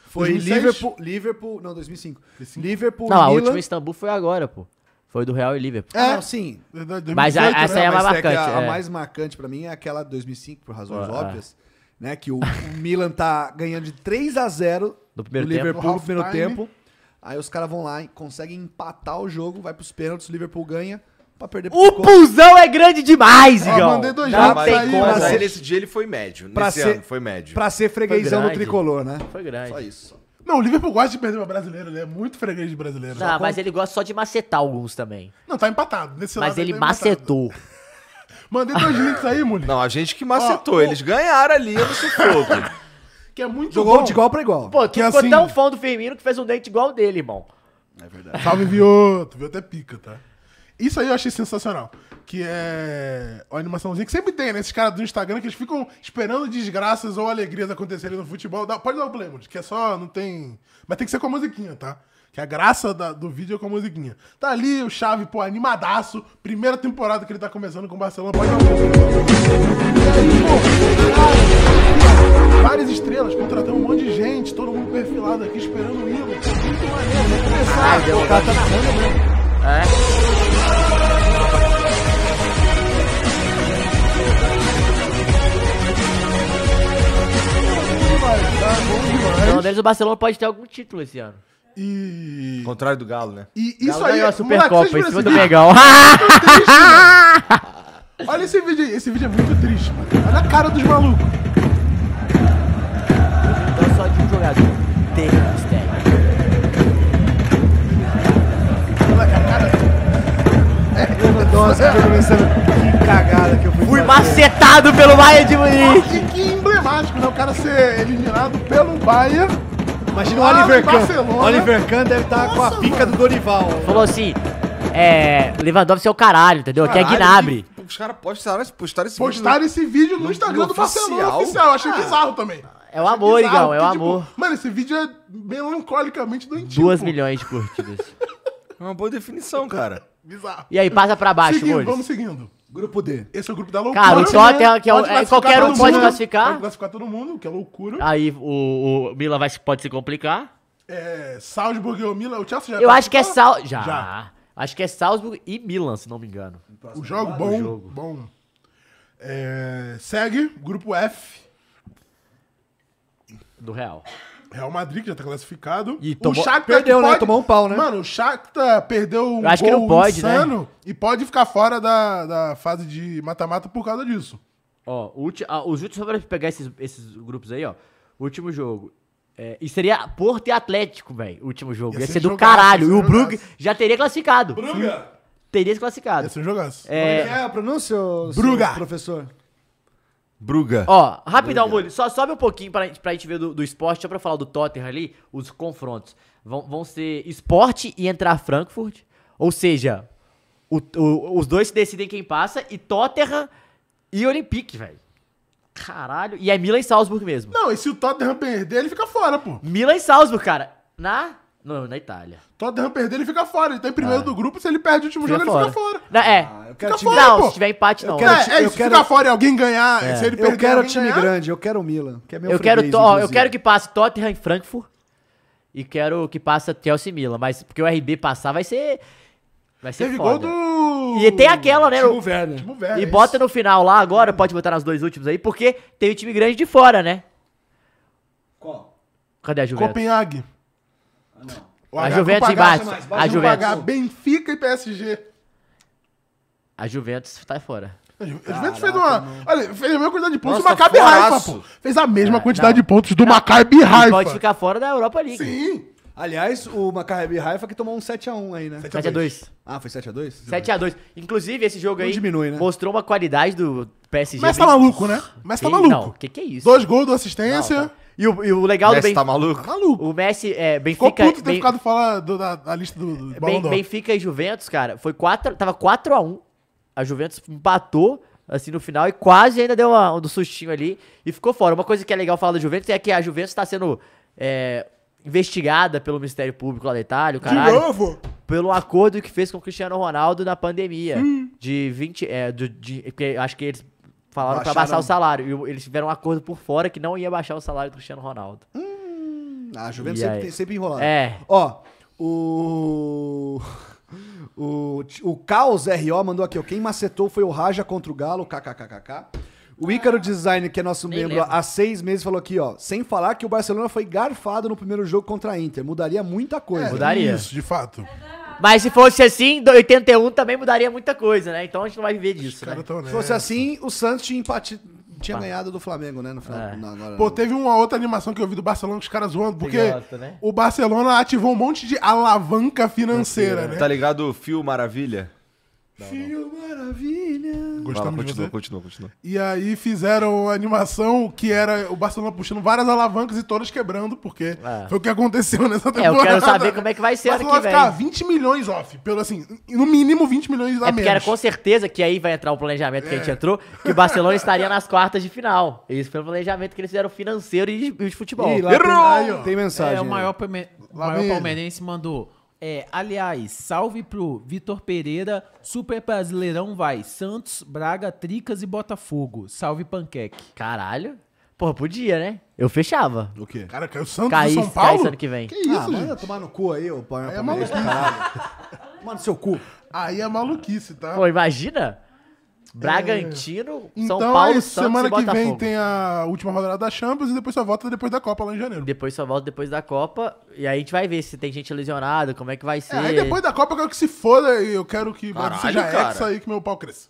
Speaker 3: Foi
Speaker 5: 2006?
Speaker 3: Liverpool, Liverpool. Não, 2005. Liverpool.
Speaker 4: né? Não, a
Speaker 3: Milan-
Speaker 4: última em Istambul foi agora, pô. Foi do Real e Liverpool. Ah,
Speaker 3: É, não, sim.
Speaker 5: Verdade,
Speaker 4: Mas a-
Speaker 5: 2018,
Speaker 4: essa
Speaker 5: né?
Speaker 4: é a mais
Speaker 3: Mas que
Speaker 4: marcante.
Speaker 3: a, a
Speaker 4: é.
Speaker 3: mais marcante pra mim é aquela de 2005, por razões
Speaker 4: Ah.
Speaker 3: óbvias, né? Que o, o Milan tá ganhando de 3 a 0
Speaker 4: No primeiro
Speaker 3: do
Speaker 4: tempo.
Speaker 3: Liverpool no
Speaker 5: No
Speaker 3: primeiro
Speaker 5: halftime.
Speaker 3: tempo. Aí os caras vão lá e conseguem empatar o jogo, vai pros pênaltis, o Liverpool ganha pra perder pro
Speaker 4: O
Speaker 3: Portugal.
Speaker 4: pulsão é grande demais,
Speaker 5: Ó,
Speaker 4: Igão.
Speaker 5: mandei dois
Speaker 4: Não
Speaker 5: jogos
Speaker 4: tem
Speaker 5: aí,
Speaker 4: como.
Speaker 3: mas
Speaker 2: Mas
Speaker 3: ser-
Speaker 2: aí nesse dia ele foi médio.
Speaker 3: pra
Speaker 2: Nesse
Speaker 3: ser-
Speaker 2: ano foi médio.
Speaker 3: Pra ser freguesão
Speaker 4: Foi
Speaker 3: do
Speaker 4: grande.
Speaker 3: tricolor, né?
Speaker 4: Foi grande.
Speaker 3: Só isso.
Speaker 4: é-
Speaker 5: Não, o Liverpool gosta de perder pra brasileiro, ele é muito freguês de brasileiro.
Speaker 4: Não, mas ele gosta só de macetar alguns também.
Speaker 5: Não, tá empatado. Nesse
Speaker 4: Mas
Speaker 5: lado
Speaker 4: ele
Speaker 5: tá
Speaker 4: macetou.
Speaker 5: empatado. Mandei dois links aí, mulher.
Speaker 2: Não, a gente que macetou.
Speaker 5: Ó, o-
Speaker 2: Eles ganharam ali no sufoco.
Speaker 5: Que é muito
Speaker 3: Jogou
Speaker 5: bom.
Speaker 3: de igual pra igual.
Speaker 4: Pô, tu
Speaker 5: Que
Speaker 4: ficou
Speaker 5: assim-
Speaker 4: tão fã do Firmino que fez um dente igual o dele, irmão.
Speaker 5: Salve, Vioto. Vioto é pica, tá? Isso aí eu achei sensacional. Que é a animaçãozinha que sempre tem, né? Esses caras do Instagram que eles ficam esperando desgraças ou alegrias acontecerem no futebol. Dá- pode dar o play, mano, que é só, não tem... Mas tem que ser com a musiquinha, tá? Que a graça da- do vídeo é com a musiquinha. Tá ali o Chave, pô, animadaço. Primeira temporada que ele tá começando com o Barcelona. Pode dar o play. Várias estrelas, contratando um monte de gente, todo mundo perfilado aqui esperando o ídolo. Muito maneiro, vamos começar. o cara tá narrando mesmo. É.
Speaker 4: Pelo menos o Barcelona pode ter algum título esse ano.
Speaker 5: E,
Speaker 2: Contrário do Galo, né?
Speaker 5: e
Speaker 4: Galo
Speaker 5: isso aí, é
Speaker 4: ganhou a é
Speaker 5: moleque,
Speaker 4: Supercopa em
Speaker 5: vocês
Speaker 4: cima
Speaker 5: viram
Speaker 4: do
Speaker 5: esse
Speaker 4: Megão.
Speaker 5: vídeo? Olha esse vídeo aí, esse vídeo é muito triste, mano. Olha a cara dos malucos.
Speaker 4: Não só de um jogador. Terreno mistério.
Speaker 5: Moleque, a cara...
Speaker 3: Nossa, eu tô começando. Que cagada que eu fui.
Speaker 4: Fui
Speaker 3: fazer.
Speaker 4: macetado pelo Bayern de Munique.
Speaker 5: E que emblemático, né? O cara ser eliminado pelo Bayern.
Speaker 3: Imagina
Speaker 4: Ah,
Speaker 5: Lá
Speaker 3: o
Speaker 5: no
Speaker 3: Oliver Kahn.
Speaker 5: Barcelona.
Speaker 3: Oliver Kahn deve estar com a pica do Dorival.
Speaker 4: Falou assim, é... Lewandowski é o caralho, entendeu? Aqui é
Speaker 2: Caralho,
Speaker 4: Gnabri.
Speaker 2: que- Os caras postaram, postaram esse vídeo
Speaker 5: Postaram esse vídeo no
Speaker 2: No-
Speaker 5: Instagram
Speaker 2: no
Speaker 5: do Barcelona
Speaker 2: oficial?
Speaker 5: oficial. Eu Achei bizarro também.
Speaker 4: É o Ah. amor,
Speaker 5: Bizarro,
Speaker 4: Igão, é o
Speaker 5: porque, tipo,
Speaker 4: amor.
Speaker 5: mano, esse vídeo é melancolicamente doentio.
Speaker 4: Duas
Speaker 5: pô.
Speaker 4: milhões de curtidas.
Speaker 2: É uma boa definição, cara.
Speaker 5: Bizarro.
Speaker 4: E aí, passa pra baixo,
Speaker 5: Seguindo,
Speaker 4: Mules.
Speaker 5: vamos seguindo.
Speaker 3: Grupo D.
Speaker 5: Esse é o grupo da loucura.
Speaker 4: Cara, o
Speaker 5: né?
Speaker 4: Tottenham, que é o-
Speaker 5: Pode
Speaker 4: é,
Speaker 5: classificar
Speaker 4: qualquer um
Speaker 5: todo
Speaker 4: pode
Speaker 5: mundo.
Speaker 4: classificar.
Speaker 5: Pode classificar todo mundo, que é loucura.
Speaker 4: Aí o, o Milan vai, se- pode se complicar.
Speaker 5: É, Salzburg e o Milan, o Chelsea já tá
Speaker 4: Eu acho que é
Speaker 5: classificou?
Speaker 4: Sal... Já.
Speaker 5: Já.
Speaker 4: Acho que é Salzburg e Milan, se não me engano.
Speaker 5: O jogo bom,
Speaker 4: jogo.
Speaker 5: bom. É, segue, grupo F.
Speaker 4: Do Real.
Speaker 5: Real Madrid, que já tá classificado.
Speaker 4: E tomou-
Speaker 3: perdeu, né? Tomou um pau, né?
Speaker 5: Mano, o Shakhtar perdeu um
Speaker 4: Eu acho que não pode, né?
Speaker 5: insano e pode ficar fora da, da fase de mata-mata por causa disso.
Speaker 4: Ó, o ulti- ah, os últimos, só pra pegar esses, esses grupos aí, ó. Último jogo. É, e seria Porto e Atlético, velho. Último jogo. Ia,
Speaker 5: Ia ser
Speaker 4: ser do
Speaker 5: jogaço,
Speaker 4: caralho.
Speaker 5: ia
Speaker 4: E
Speaker 5: ser
Speaker 4: o Brugge
Speaker 5: jogaço.
Speaker 4: já teria classificado.
Speaker 2: Bruga!
Speaker 4: Teria se classificado.
Speaker 5: Ia ser um jogaço.
Speaker 4: É,
Speaker 3: É, a pronúncia, ô,
Speaker 5: Bruga.
Speaker 3: seu professor.
Speaker 2: Bruga.
Speaker 4: Ó, rapidão, Muli, só sobe um pouquinho pra, pra gente ver do, do esporte, só pra falar do Tottenham ali, os confrontos. Vão, vão ser esporte e entrar Frankfurt, ou seja, o- o- os dois decidem quem passa, e Tottenham e Olympique, velho. Caralho, e é Milan e Salzburg mesmo.
Speaker 5: Não, e se o Tottenham perder, ele fica fora, pô.
Speaker 4: Milan e Salzburg, cara, na... Não, na Itália.
Speaker 5: Tottenham perder, ele fica fora. Ele tá em
Speaker 3: É.
Speaker 5: primeiro do grupo, se ele perde o último
Speaker 4: Fica
Speaker 5: jogo,
Speaker 4: fora.
Speaker 5: ele fica fora.
Speaker 4: Na- é,
Speaker 3: Ah, quero
Speaker 4: não,
Speaker 3: time-
Speaker 5: fora, pô.
Speaker 4: se tiver empate não.
Speaker 3: Eu
Speaker 4: Eu
Speaker 3: quero
Speaker 4: quero,
Speaker 3: ti-
Speaker 5: É, é,
Speaker 3: eu
Speaker 5: se
Speaker 3: quero- É.
Speaker 5: ficar fora e alguém ganhar, se ele perder,
Speaker 3: Eu quero
Speaker 5: alguém
Speaker 3: time
Speaker 5: ganhar,
Speaker 3: grande, eu quero o Milan, que é meu freguês,
Speaker 4: to- ó, eu
Speaker 3: inclusive.
Speaker 4: quero que passe Tottenham e Frankfurt, e quero que passe Chelsea e Milan, mas porque o RB passar vai ser... Vai ser
Speaker 5: Teve
Speaker 4: foda.
Speaker 5: gol do...
Speaker 4: E tem aquela, né?
Speaker 3: Timo
Speaker 4: o-
Speaker 3: Werner.
Speaker 5: Timo Werner,
Speaker 4: E
Speaker 5: isso.
Speaker 4: bota no final lá
Speaker 5: É.
Speaker 4: agora, pode botar nas dois últimas aí, porque tem o time grande de fora, né?
Speaker 1: Qual?
Speaker 4: Cadê a Juventus?
Speaker 5: Copenhague. O
Speaker 4: A
Speaker 5: H-
Speaker 4: Juventus
Speaker 5: Copenhague,
Speaker 4: embaixo,
Speaker 5: mais,
Speaker 4: a
Speaker 5: baixo,
Speaker 4: Juventus.
Speaker 5: Copenhague, Benfica e PSG.
Speaker 4: A Juventus tá fora.
Speaker 5: A Ju- a Juventus fez uma. Olha, fez a mesma quantidade de
Speaker 2: Nossa,
Speaker 5: pontos do Maccabi Haifa,
Speaker 2: foraço.
Speaker 5: pô. Fez a mesma
Speaker 4: É,
Speaker 5: quantidade
Speaker 4: não.
Speaker 5: de pontos do Maccabi Haifa.
Speaker 4: Pode ficar fora da Europa League.
Speaker 5: Sim.
Speaker 3: Aliás, o Maccabi Haifa que tomou um 7x1 aí, né?
Speaker 4: 7x2.
Speaker 3: Ah, foi 7x2?
Speaker 4: 7x2. Inclusive, esse jogo aí
Speaker 3: diminui, né?
Speaker 4: mostrou uma qualidade do PSG.
Speaker 5: Mas tá
Speaker 4: bem-
Speaker 5: maluco, né? Mas tá
Speaker 4: Sim, Não,
Speaker 5: maluco.
Speaker 4: que que é isso?
Speaker 5: Dois gols, duas assistência.
Speaker 4: Não, tá. E o, e o legal do
Speaker 2: Messi
Speaker 4: Benfica...
Speaker 2: tá maluco?
Speaker 5: Maluco.
Speaker 4: O Messi, é,
Speaker 5: Ficou
Speaker 4: Benfica...
Speaker 5: puto ter
Speaker 4: Ben-
Speaker 5: ficado fora do- da, da lista do, do Balão
Speaker 4: Ben-
Speaker 5: d'Or.
Speaker 4: Benfica e Juventus, cara, foi 4, tava 4x1. A, Juventus empatou, assim, no final e quase ainda deu uma, um do sustinho ali e ficou fora. Uma coisa que é legal falar da Juventus é que a Juventus tá sendo é, investigada pelo Ministério Público lá da Itália, o caralho.
Speaker 5: novo?
Speaker 4: Pelo acordo que fez com o Cristiano Ronaldo na pandemia.
Speaker 3: Hum.
Speaker 4: De 20. É, do- de, porque acho que eles falaram pra
Speaker 3: Baixaram.
Speaker 4: baixar o salário. E o- eles tiveram um acordo por fora que não ia baixar o salário do Cristiano Ronaldo.
Speaker 3: Ah, A Juventus
Speaker 4: E
Speaker 3: sempre,
Speaker 4: aí?
Speaker 3: tem- sempre enrolada.
Speaker 4: É.
Speaker 3: Ó, o... O, o Caos RO mandou aqui, ó. Quem macetou foi o Raja contra o Galo, kkkk. O Ícaro Design, que é nosso
Speaker 4: Ah, Nem
Speaker 3: membro
Speaker 4: lembro.
Speaker 3: há seis meses, falou aqui, ó. Sem falar que o Barcelona foi garfado no primeiro jogo contra a Inter. Mudaria muita coisa.
Speaker 4: Mudaria.
Speaker 5: Isso, de
Speaker 3: É
Speaker 5: fato.
Speaker 4: Mas se fosse assim, do 81 também mudaria muita coisa, né? Então a gente não vai viver disso, né?
Speaker 5: Cara, tão
Speaker 3: Se
Speaker 5: honesto.
Speaker 3: fosse assim, o Santos tinha, empati-
Speaker 4: Ah.
Speaker 3: tinha ganhado do Flamengo, né? No final,
Speaker 4: É.
Speaker 3: na- agora,
Speaker 5: Pô, teve uma outra animação que eu vi do Barcelona com os caras zoando, porque
Speaker 4: Pelota, né?
Speaker 5: o Barcelona ativou um monte de alavanca financeira, né?
Speaker 2: Tá ligado o Fio Maravilha?
Speaker 3: Fio maravilha.
Speaker 2: Vai lá,
Speaker 5: Gostamos de
Speaker 2: Tá, continua,
Speaker 5: você.
Speaker 2: continua, continua.
Speaker 5: E aí fizeram a animação que era o Barcelona puxando várias alavancas e todas quebrando, porque
Speaker 4: É.
Speaker 5: foi o que aconteceu nessa
Speaker 4: É,
Speaker 5: temporada.
Speaker 4: eu quero saber como é que vai ser ano que
Speaker 5: Barcelona
Speaker 4: vem.
Speaker 5: ficar 20 milhões off, pelo assim, no mínimo 20 milhões a
Speaker 4: É porque
Speaker 5: menos.
Speaker 4: era com certeza que aí vai entrar o planejamento que a
Speaker 3: É.
Speaker 4: gente entrou, que o Barcelona estaria nas quartas de final. Isso foi o planejamento que eles fizeram financeiro e de, e de futebol.
Speaker 3: Ih, lá tem-
Speaker 5: Aí, ó.
Speaker 3: tem mensagem.
Speaker 7: É, o
Speaker 3: aí.
Speaker 7: maior, palme- o
Speaker 5: Lá
Speaker 7: maior
Speaker 5: vem ele.
Speaker 7: palmeirense mandou. É, aliás, salve pro Vitor Pereira, Super Brasileirão vai, Santos, Braga, Tricas e Botafogo. Salve Panqueque.
Speaker 4: Caralho. Porra, podia, né? Eu fechava.
Speaker 3: O quê?
Speaker 5: Cara, caiu Santos e
Speaker 4: Caísse,
Speaker 5: São Paulo?
Speaker 4: caísse ano que vem.
Speaker 5: Que isso,
Speaker 3: ah,
Speaker 2: é
Speaker 3: manda
Speaker 5: gente?
Speaker 3: tomar no cu aí, ô pai.
Speaker 5: É
Speaker 3: É
Speaker 5: maluquice.
Speaker 3: Toma no seu cu.
Speaker 5: Aí é maluquice, tá?
Speaker 4: Pô, imagina. Bragantino,
Speaker 5: Então,
Speaker 4: São Paulo,
Speaker 5: aí,
Speaker 4: Santos
Speaker 5: semana
Speaker 4: e
Speaker 5: que
Speaker 4: Botafogo.
Speaker 5: vem tem a última rodada da Champions e depois só volta depois da Copa lá em janeiro.
Speaker 4: Depois só volta depois da Copa. E aí a gente vai ver se tem gente lesionada, como é que vai ser.
Speaker 5: É, aí depois da Copa eu quero que se foda e eu quero que
Speaker 2: Caralho,
Speaker 5: seja
Speaker 2: cara.
Speaker 5: hexa aí que meu pau cresça.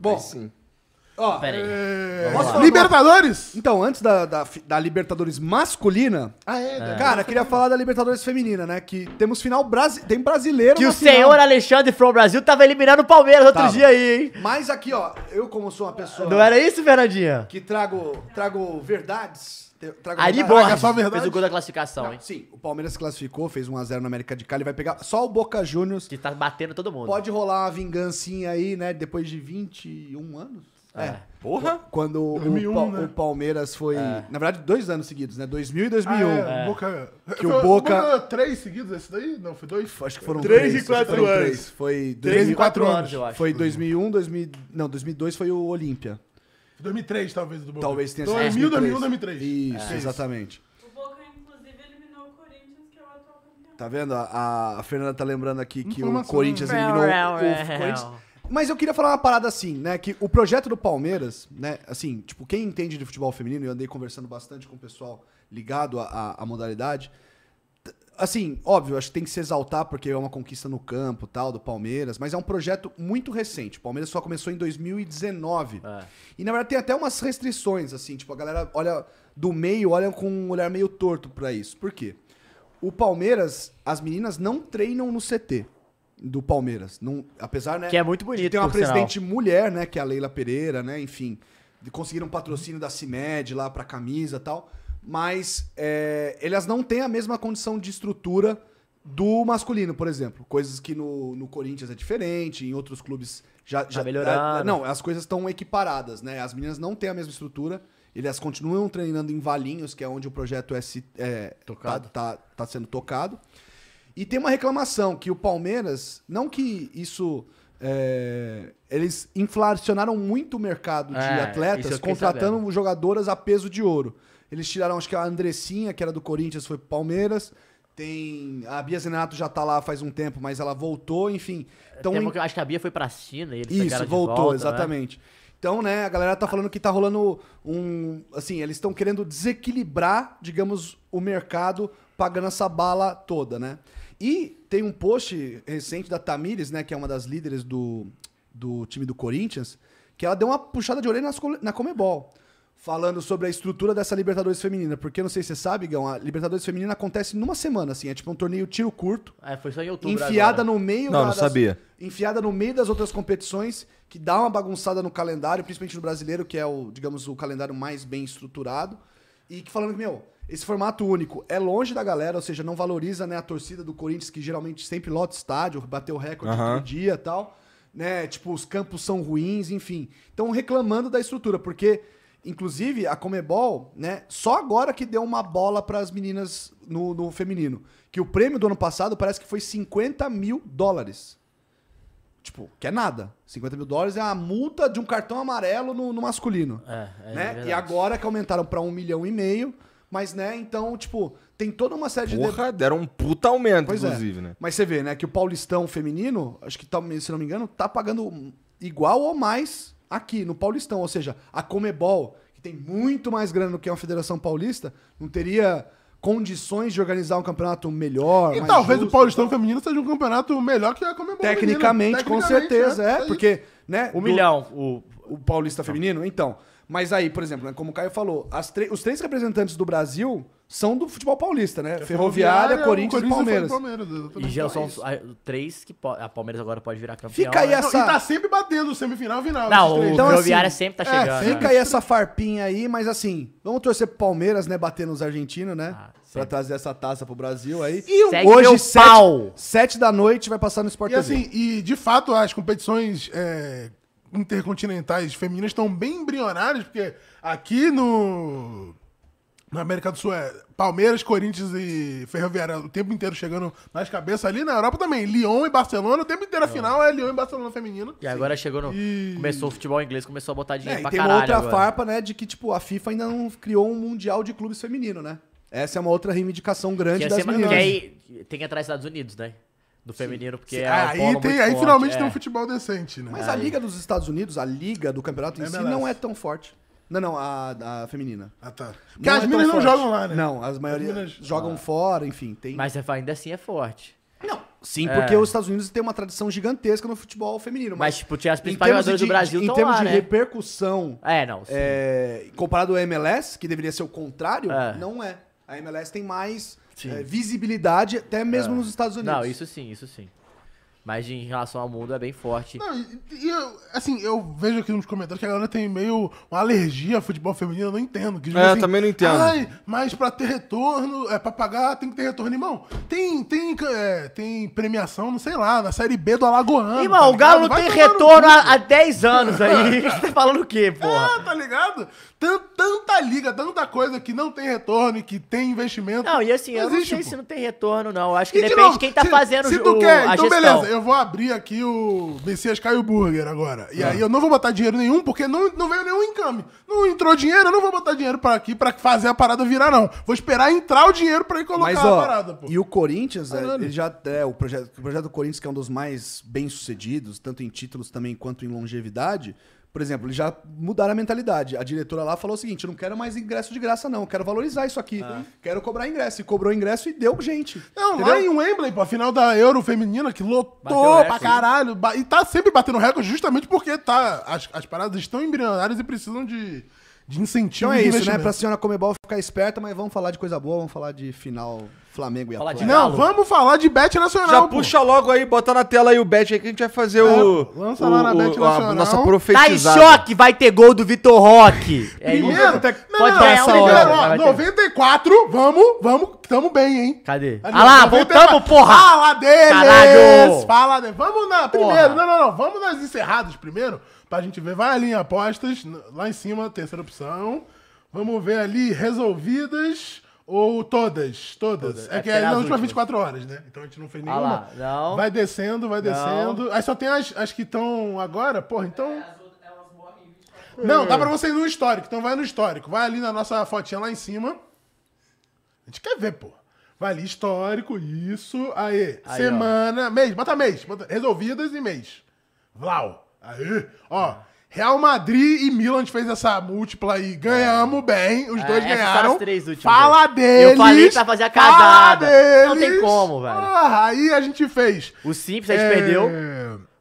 Speaker 3: Bom,
Speaker 4: Pera aí.
Speaker 5: É,
Speaker 3: Posso falar
Speaker 5: Libertadores?
Speaker 3: Então, antes da, da, fi- da Libertadores masculina,
Speaker 5: Ah, é,
Speaker 3: cara, queria falar da Libertadores feminina, né? Que temos final brasi tem brasileiro
Speaker 4: Que
Speaker 3: na
Speaker 4: o
Speaker 3: final.
Speaker 4: senhor Alexandre From Brasil tava eliminando o Palmeiras outro
Speaker 3: assim, Tava.
Speaker 4: dia aí, hein?
Speaker 3: Mas aqui, ó, eu como sou uma pessoa
Speaker 4: Não era isso, Fernandinha?
Speaker 3: que trago, trago verdades... te- Trago
Speaker 4: Ari
Speaker 3: verdades-
Speaker 4: Borges
Speaker 5: só a verdade.
Speaker 4: fez o gol da classificação, hein?
Speaker 3: Sim, o Palmeiras se classificou, fez 1x0 na América de Cali, vai pegar só o Boca Juniors.
Speaker 4: Que tá batendo todo mundo.
Speaker 3: Pode rolar uma vingancinha aí, né? Depois de 21 anos. É.
Speaker 2: Porra!
Speaker 3: Quando o
Speaker 5: 2001,
Speaker 3: Pa-
Speaker 5: né? É.
Speaker 3: o Palmeiras foi. Na verdade, dois anos seguidos, né? 2000 e 2001.
Speaker 5: Ah, é, Boca...
Speaker 3: Que o
Speaker 5: Foi-
Speaker 3: Boca-
Speaker 5: Três seguidos esse daí? Não, foi dois?
Speaker 3: Acho que foram
Speaker 5: Três
Speaker 3: três.
Speaker 5: e
Speaker 3: acho que
Speaker 5: quatro
Speaker 3: foram
Speaker 5: anos.
Speaker 3: três. Foi,
Speaker 5: Três e
Speaker 3: 2000,
Speaker 5: quatro
Speaker 4: quatro
Speaker 5: anos.
Speaker 4: anos, eu acho.
Speaker 3: foi 2001, 2000, um, não, 2002 foi o Olímpia.
Speaker 5: 2003 talvez do Boca.
Speaker 3: Talvez tenha
Speaker 5: 2000, 2001, 2003.
Speaker 3: Isso,
Speaker 5: É.
Speaker 3: exatamente.
Speaker 11: O Boca, inclusive, eliminou o Corinthians, que é o atual campeão.
Speaker 3: Tá vendo? A, a Fernanda tá lembrando aqui que o
Speaker 5: Informação.
Speaker 3: Corinthians eliminou o Corinthians. Mas eu queria falar uma parada assim, né? Que o projeto do Palmeiras, né? Assim, tipo, quem entende de futebol feminino, eu andei conversando bastante com o pessoal ligado à- à, à modalidade. t- Assim, óbvio, acho que tem que se exaltar porque é uma conquista no campo tal, do Palmeiras, mas é um projeto muito recente. O Palmeiras só começou em 2019.
Speaker 4: É.
Speaker 3: E na verdade tem até umas restrições, assim, tipo, a galera olha do meio, olha com um olhar meio torto pra isso. Por quê? O Palmeiras, as meninas não treinam no CT do Palmeiras. Não, apesar, né?
Speaker 4: Que é muito bonito,
Speaker 3: Tem uma
Speaker 4: por sinal.
Speaker 3: presidente mulher, né? Que é a Leila Pereira, né? Enfim, de- conseguiram um patrocínio da CIMED lá pra camisa e tal. Mas é, elas não têm a mesma condição de estrutura do masculino, por exemplo. Coisas que no, no Corinthians é diferente, em outros clubes já. já
Speaker 4: melhorando.
Speaker 3: é, não, as coisas estão equiparadas, né? As meninas não têm a mesma estrutura. Elas continuam treinando em Valinhos, que é onde o projeto é, se- é,
Speaker 4: Tocado.
Speaker 3: Tá, tá- tá sendo tocado. E tem uma reclamação que o Palmeiras, não que isso. é, eles inflacionaram muito o mercado de
Speaker 4: É, isso
Speaker 3: atletas,
Speaker 4: eu fiquei
Speaker 3: contratando jogadoras a peso de ouro. Eles tiraram, acho que a Andressinha, que era do Corinthians, foi pro Palmeiras. Tem. A Bia Zenato já tá lá faz um tempo, mas ela voltou, enfim. Então,
Speaker 4: Tem uma que eu acho que a Bia foi pra China e eles
Speaker 3: isso,
Speaker 4: pegaram de
Speaker 3: voltou,
Speaker 4: volta, né?
Speaker 3: exatamente. Então, né, a galera tá falando que tá rolando um. Assim, eles estão querendo desequilibrar, digamos, o mercado pagando essa bala toda, né? E tem um post recente da Tamires, né, que é uma das líderes do, do time do Corinthians, que ela deu uma puxada de orelha nas cole- na Comebol. Falando sobre a estrutura dessa Libertadores Feminina. Porque eu não sei se você sabe, Gão, a Libertadores Feminina acontece numa semana, assim. É tipo um torneio tiro curto
Speaker 4: É, foi só em outubro
Speaker 3: enfiada
Speaker 4: agora.
Speaker 3: no meio
Speaker 2: Não,
Speaker 3: da-
Speaker 2: não
Speaker 3: das-
Speaker 2: sabia.
Speaker 3: enfiada no meio das outras competições que dá uma bagunçada no calendário principalmente no brasileiro que é o digamos o calendário mais bem estruturado e que falando que meu esse formato único é longe da galera ou seja não valoriza né a torcida do Corinthians que geralmente sempre lota estádio bateu recorde
Speaker 2: Aham.
Speaker 3: todo dia tal né tipo os campos são ruins enfim então reclamando da estrutura porque Inclusive, a Comebol, né, só agora que deu uma bola para as meninas no, no feminino. Que o prêmio do ano passado parece que foi 50 mil dólares. Tipo, que é nada. 50 mil dólares é a multa de um cartão amarelo no, no masculino.
Speaker 4: É, é
Speaker 3: né?
Speaker 4: verdade.
Speaker 3: E agora que aumentaram para um milhão e meio, Mas, né, então, tipo, tem toda uma série de.
Speaker 2: Porra, deram um puta aumento,
Speaker 3: Pois é.
Speaker 2: inclusive, né?
Speaker 3: Mas você vê, né, que o paulistão feminino, acho que, tá, se não me engano, tá pagando igual ou mais aqui no paulistão. Ou seja, a Comebol, que tem muito mais grana do que uma federação paulista, não teria condições de organizar um campeonato melhor.
Speaker 5: E
Speaker 3: mais
Speaker 5: talvez
Speaker 3: justo.
Speaker 5: o Paulistão Feminino seja um campeonato melhor que a Comebol.
Speaker 3: Tecnicamente,
Speaker 5: Feminino.
Speaker 3: com
Speaker 5: Tecnicamente,
Speaker 3: certeza,
Speaker 5: né?
Speaker 3: é,
Speaker 5: Isso aí.
Speaker 3: porque, né?
Speaker 4: O
Speaker 3: do-
Speaker 4: Um milhão, o.
Speaker 3: o paulista feminino, então. Mas aí, por exemplo, né, como o Caio falou, as tre- os três representantes do Brasil são do futebol paulista, né? Ferroviária,
Speaker 5: o
Speaker 3: Corinthians e
Speaker 5: foi
Speaker 3: Palmeiras.
Speaker 5: Palmeiras exatamente. É
Speaker 4: E já são ah, três que. po- A Palmeiras agora pode virar campeão.
Speaker 3: Fica aí
Speaker 4: né?
Speaker 5: Não,
Speaker 3: essa.
Speaker 5: E tá sempre batendo semifinal e final.
Speaker 4: Não,
Speaker 5: esses três.
Speaker 4: o
Speaker 3: Então,
Speaker 4: Ferroviária
Speaker 3: assim,
Speaker 4: sempre tá
Speaker 3: é,
Speaker 4: chegando.
Speaker 3: fica
Speaker 4: né?
Speaker 3: aí essa farpinha aí, mas assim, vamos torcer pro Palmeiras, né? Bater nos argentinos, né?
Speaker 4: Ah,
Speaker 3: pra
Speaker 4: sempre.
Speaker 3: trazer essa taça pro Brasil aí.
Speaker 4: Segue
Speaker 3: Hoje,
Speaker 4: meu
Speaker 3: sete,
Speaker 4: pau.
Speaker 3: sete da noite, vai passar no Sport
Speaker 5: E
Speaker 3: TV.
Speaker 5: assim, e de fato as competições é, intercontinentais femininas estão bem embrionárias, porque aqui no. Na América do Sul é Palmeiras, Corinthians e Ferroviária o tempo inteiro chegando nas cabeças ali. Na Europa também, Lyon e Barcelona, o tempo inteiro a final é Lyon e Barcelona feminino.
Speaker 4: E agora chegou no.
Speaker 5: E-
Speaker 4: Começou o futebol inglês, começou a botar dinheiro
Speaker 3: É, e
Speaker 4: pra
Speaker 3: tem
Speaker 4: caralho.
Speaker 3: uma outra
Speaker 4: agora.
Speaker 3: farpa, né, de que, tipo, a FIFA ainda não criou um mundial de clubes feminino, né? Essa é uma outra reivindicação grande
Speaker 4: Que, ia
Speaker 3: das
Speaker 4: ser-
Speaker 3: meninas.
Speaker 4: que aí tem que entrar nos Estados Unidos, né? Do feminino, porque é
Speaker 5: Ah,
Speaker 4: um
Speaker 5: aí
Speaker 4: polo
Speaker 5: tem,
Speaker 4: muito
Speaker 5: aí
Speaker 4: forte,
Speaker 5: finalmente
Speaker 4: é.
Speaker 5: tem um futebol decente, né?
Speaker 3: Mas a liga dos Estados Unidos, a liga do campeonato em si,
Speaker 5: MLS.
Speaker 3: não é tão forte. Não, não, a, a feminina.
Speaker 5: Ah, tá. Porque
Speaker 3: Não é
Speaker 5: as
Speaker 3: tão
Speaker 5: minas não
Speaker 3: forte.
Speaker 5: jogam lá, né? Ah.
Speaker 3: Não, as maioria
Speaker 5: minas-
Speaker 3: jogam fora, enfim, tem.
Speaker 4: Mas É. ainda assim é forte.
Speaker 3: não, sim, porque os Estados Unidos têm uma tradição gigantesca no futebol feminino.
Speaker 4: Mas,
Speaker 3: Mas,
Speaker 4: tipo, tinha as
Speaker 3: em
Speaker 4: principais
Speaker 3: termos de,
Speaker 4: jogadoras do Brasil
Speaker 3: em
Speaker 4: estão
Speaker 3: termos
Speaker 4: lá,
Speaker 3: de
Speaker 4: né?
Speaker 3: repercussão,
Speaker 4: É, não. sim.
Speaker 3: é, comparado ao MLS, que deveria ser o contrário,
Speaker 4: É.
Speaker 3: não é. A MLS tem mais é, visibilidade, até mesmo nos Estados Unidos.
Speaker 4: É. Não, isso sim, isso sim. Mas em relação ao mundo é bem forte.
Speaker 5: Não, e, e eu, assim, eu vejo aqui nos comentários que a galera tem meio uma alergia ao futebol feminino, eu não entendo. Que,
Speaker 2: É, eu
Speaker 5: assim,
Speaker 2: também não entendo.
Speaker 5: Ai, mas pra ter retorno, é, pra pagar, tem que ter retorno, irmão. Tem, tem, é, tem premiação, não sei lá, na Série B do Alagoano.
Speaker 4: Irmão,
Speaker 5: tá
Speaker 4: o Galo
Speaker 5: ligado?
Speaker 4: tem
Speaker 5: Vai tomar no
Speaker 4: retorno
Speaker 5: cu.
Speaker 4: há, há 10 anos aí. Você tá falando o quê, porra?
Speaker 5: É, tá ligado? Tan- tanta liga, tanta coisa que não tem retorno e que tem investimento.
Speaker 4: Não, e assim, eu não
Speaker 5: Existe,
Speaker 4: sei
Speaker 5: pô.
Speaker 4: se não tem retorno, não. Acho que
Speaker 5: E, de
Speaker 4: depende de
Speaker 5: novo,
Speaker 4: quem tá
Speaker 5: se-
Speaker 4: fazendo
Speaker 5: se
Speaker 4: o,
Speaker 5: tu quer,
Speaker 4: a gestão.
Speaker 5: então beleza, eu vou abrir aqui o Messias Caio Burger agora. E aí eu não vou botar dinheiro nenhum, porque não, não veio nenhum encame. Não entrou dinheiro, eu não vou botar dinheiro pra aqui pra fazer a parada virar, não. Vou esperar entrar o dinheiro pra ir colocar
Speaker 3: Mas,
Speaker 5: a
Speaker 3: ó,
Speaker 5: parada, pô.
Speaker 3: e o Corinthians, é,
Speaker 5: Caralho.
Speaker 3: ele já é o projeto, o projeto do Corinthians que é um dos mais bem-sucedidos, tanto em títulos também quanto em longevidade. Por exemplo, eles já mudaram a mentalidade. A diretora lá falou o seguinte: eu não quero mais ingresso de graça, não. Eu quero valorizar isso aqui.
Speaker 4: Ah.
Speaker 3: Quero cobrar ingresso. E cobrou ingresso e deu gente.
Speaker 5: Não,
Speaker 3: entendeu?
Speaker 5: É um lá em Wembley, pô, a final da Euro feminina, que
Speaker 4: Bateu
Speaker 5: lotou
Speaker 4: recorde.
Speaker 5: pra caralho. ba- E tá sempre batendo recorde justamente porque tá, as, as paradas estão embrionárias e precisam de, de
Speaker 3: Então
Speaker 5: incentivo.
Speaker 3: é
Speaker 5: de
Speaker 3: isso, né?
Speaker 5: investimento.
Speaker 3: Pra senhora Comebol ficar esperta, mas vamos falar de coisa boa, vamos falar de final Flamengo e
Speaker 4: Falar de
Speaker 3: Atlético.
Speaker 5: Não,
Speaker 4: Galo.
Speaker 5: vamos falar de bet nacional,
Speaker 2: Já
Speaker 5: pô.
Speaker 2: puxa logo aí, bota na tela aí o bet aí que a gente vai fazer o.
Speaker 5: É, lança lá na
Speaker 2: o-
Speaker 5: Bet
Speaker 2: o-
Speaker 5: Nacional.
Speaker 2: A nossa
Speaker 4: Tá em
Speaker 2: profetizada.
Speaker 4: choque, vai ter gol do Vitor Roque. É isso.
Speaker 5: Primeiro, não,
Speaker 4: pode
Speaker 5: não,
Speaker 4: dar
Speaker 5: não,
Speaker 4: essa
Speaker 5: primeiro,
Speaker 4: hora,
Speaker 5: ó,
Speaker 4: vai ter.
Speaker 5: 94, vamos, vamos, tamo bem, hein?
Speaker 4: Cadê?
Speaker 5: Ali,
Speaker 4: ah lá,
Speaker 5: 94.
Speaker 4: voltamos, porra!
Speaker 5: Fala deles!
Speaker 4: Caralho!
Speaker 5: Fala deles! Vamos na,
Speaker 4: Porra.
Speaker 5: primeiro, não, não, não, vamos nas encerradas primeiro, pra gente ver, vai ali em apostas, n- lá em cima, terceira opção, vamos ver ali resolvidas ou todas, todas,
Speaker 4: Todas. É
Speaker 5: é que
Speaker 4: porque
Speaker 5: é
Speaker 4: era
Speaker 5: nas
Speaker 4: as
Speaker 5: últimas
Speaker 4: últimas.
Speaker 5: 24 horas, né, então a gente não fez
Speaker 4: Ah
Speaker 5: nenhuma.
Speaker 4: lá, não.
Speaker 5: Vai descendo, vai
Speaker 4: Não.
Speaker 5: descendo. Aí só tem as, as que estão agora, porra, então. Não,
Speaker 4: É.
Speaker 5: dá pra você ir no histórico, então vai no histórico. Vai ali na nossa fotinha lá em cima. A gente quer ver, porra. Vai ali, histórico, isso. Aí,
Speaker 4: Aí,
Speaker 5: semana, mês, bota mês. bota- resolvidas e mês. Vlau. Aí, ó.
Speaker 4: É.
Speaker 5: Real Madrid e Milan, a gente fez essa múltipla aí. Ganhamos bem, os
Speaker 4: É,
Speaker 5: dois
Speaker 4: essas são
Speaker 5: ganharam.
Speaker 4: as três últimas.
Speaker 5: Fala deles.
Speaker 4: Eu falei pra fazer a
Speaker 5: fala
Speaker 4: cagada. Não
Speaker 5: deles.
Speaker 4: tem como, velho.
Speaker 5: Porra, aí a gente fez.
Speaker 4: O simples, a gente
Speaker 5: É,
Speaker 4: perdeu.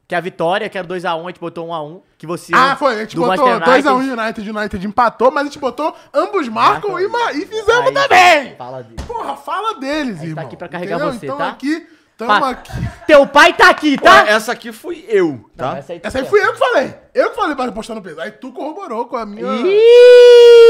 Speaker 4: Que é a vitória, que era 2x1, a, gente botou 1x1. que você.
Speaker 5: Ah, foi. A um gente
Speaker 4: do
Speaker 5: botou
Speaker 4: Manchester
Speaker 5: 2x1
Speaker 4: United.
Speaker 5: United, United empatou, mas a gente botou ambos marcam e, ma- e fizemos
Speaker 4: Ah, Aí,
Speaker 5: também.
Speaker 4: Fala dele.
Speaker 5: Porra, fala deles,
Speaker 4: tá
Speaker 5: irmão.
Speaker 4: aqui pra carregar você,
Speaker 5: então
Speaker 4: tá?
Speaker 5: aqui, tamo
Speaker 4: Pa-
Speaker 5: aqui.
Speaker 4: Teu pai tá aqui,
Speaker 2: Pô,
Speaker 4: tá?
Speaker 2: Essa aqui fui eu, tá?
Speaker 4: Essa aí, tu
Speaker 5: Essa aí
Speaker 4: quer.
Speaker 5: fui eu que falei. Eu que falei pra postar no peso. Aí tu corroborou com a minha...
Speaker 4: Ih!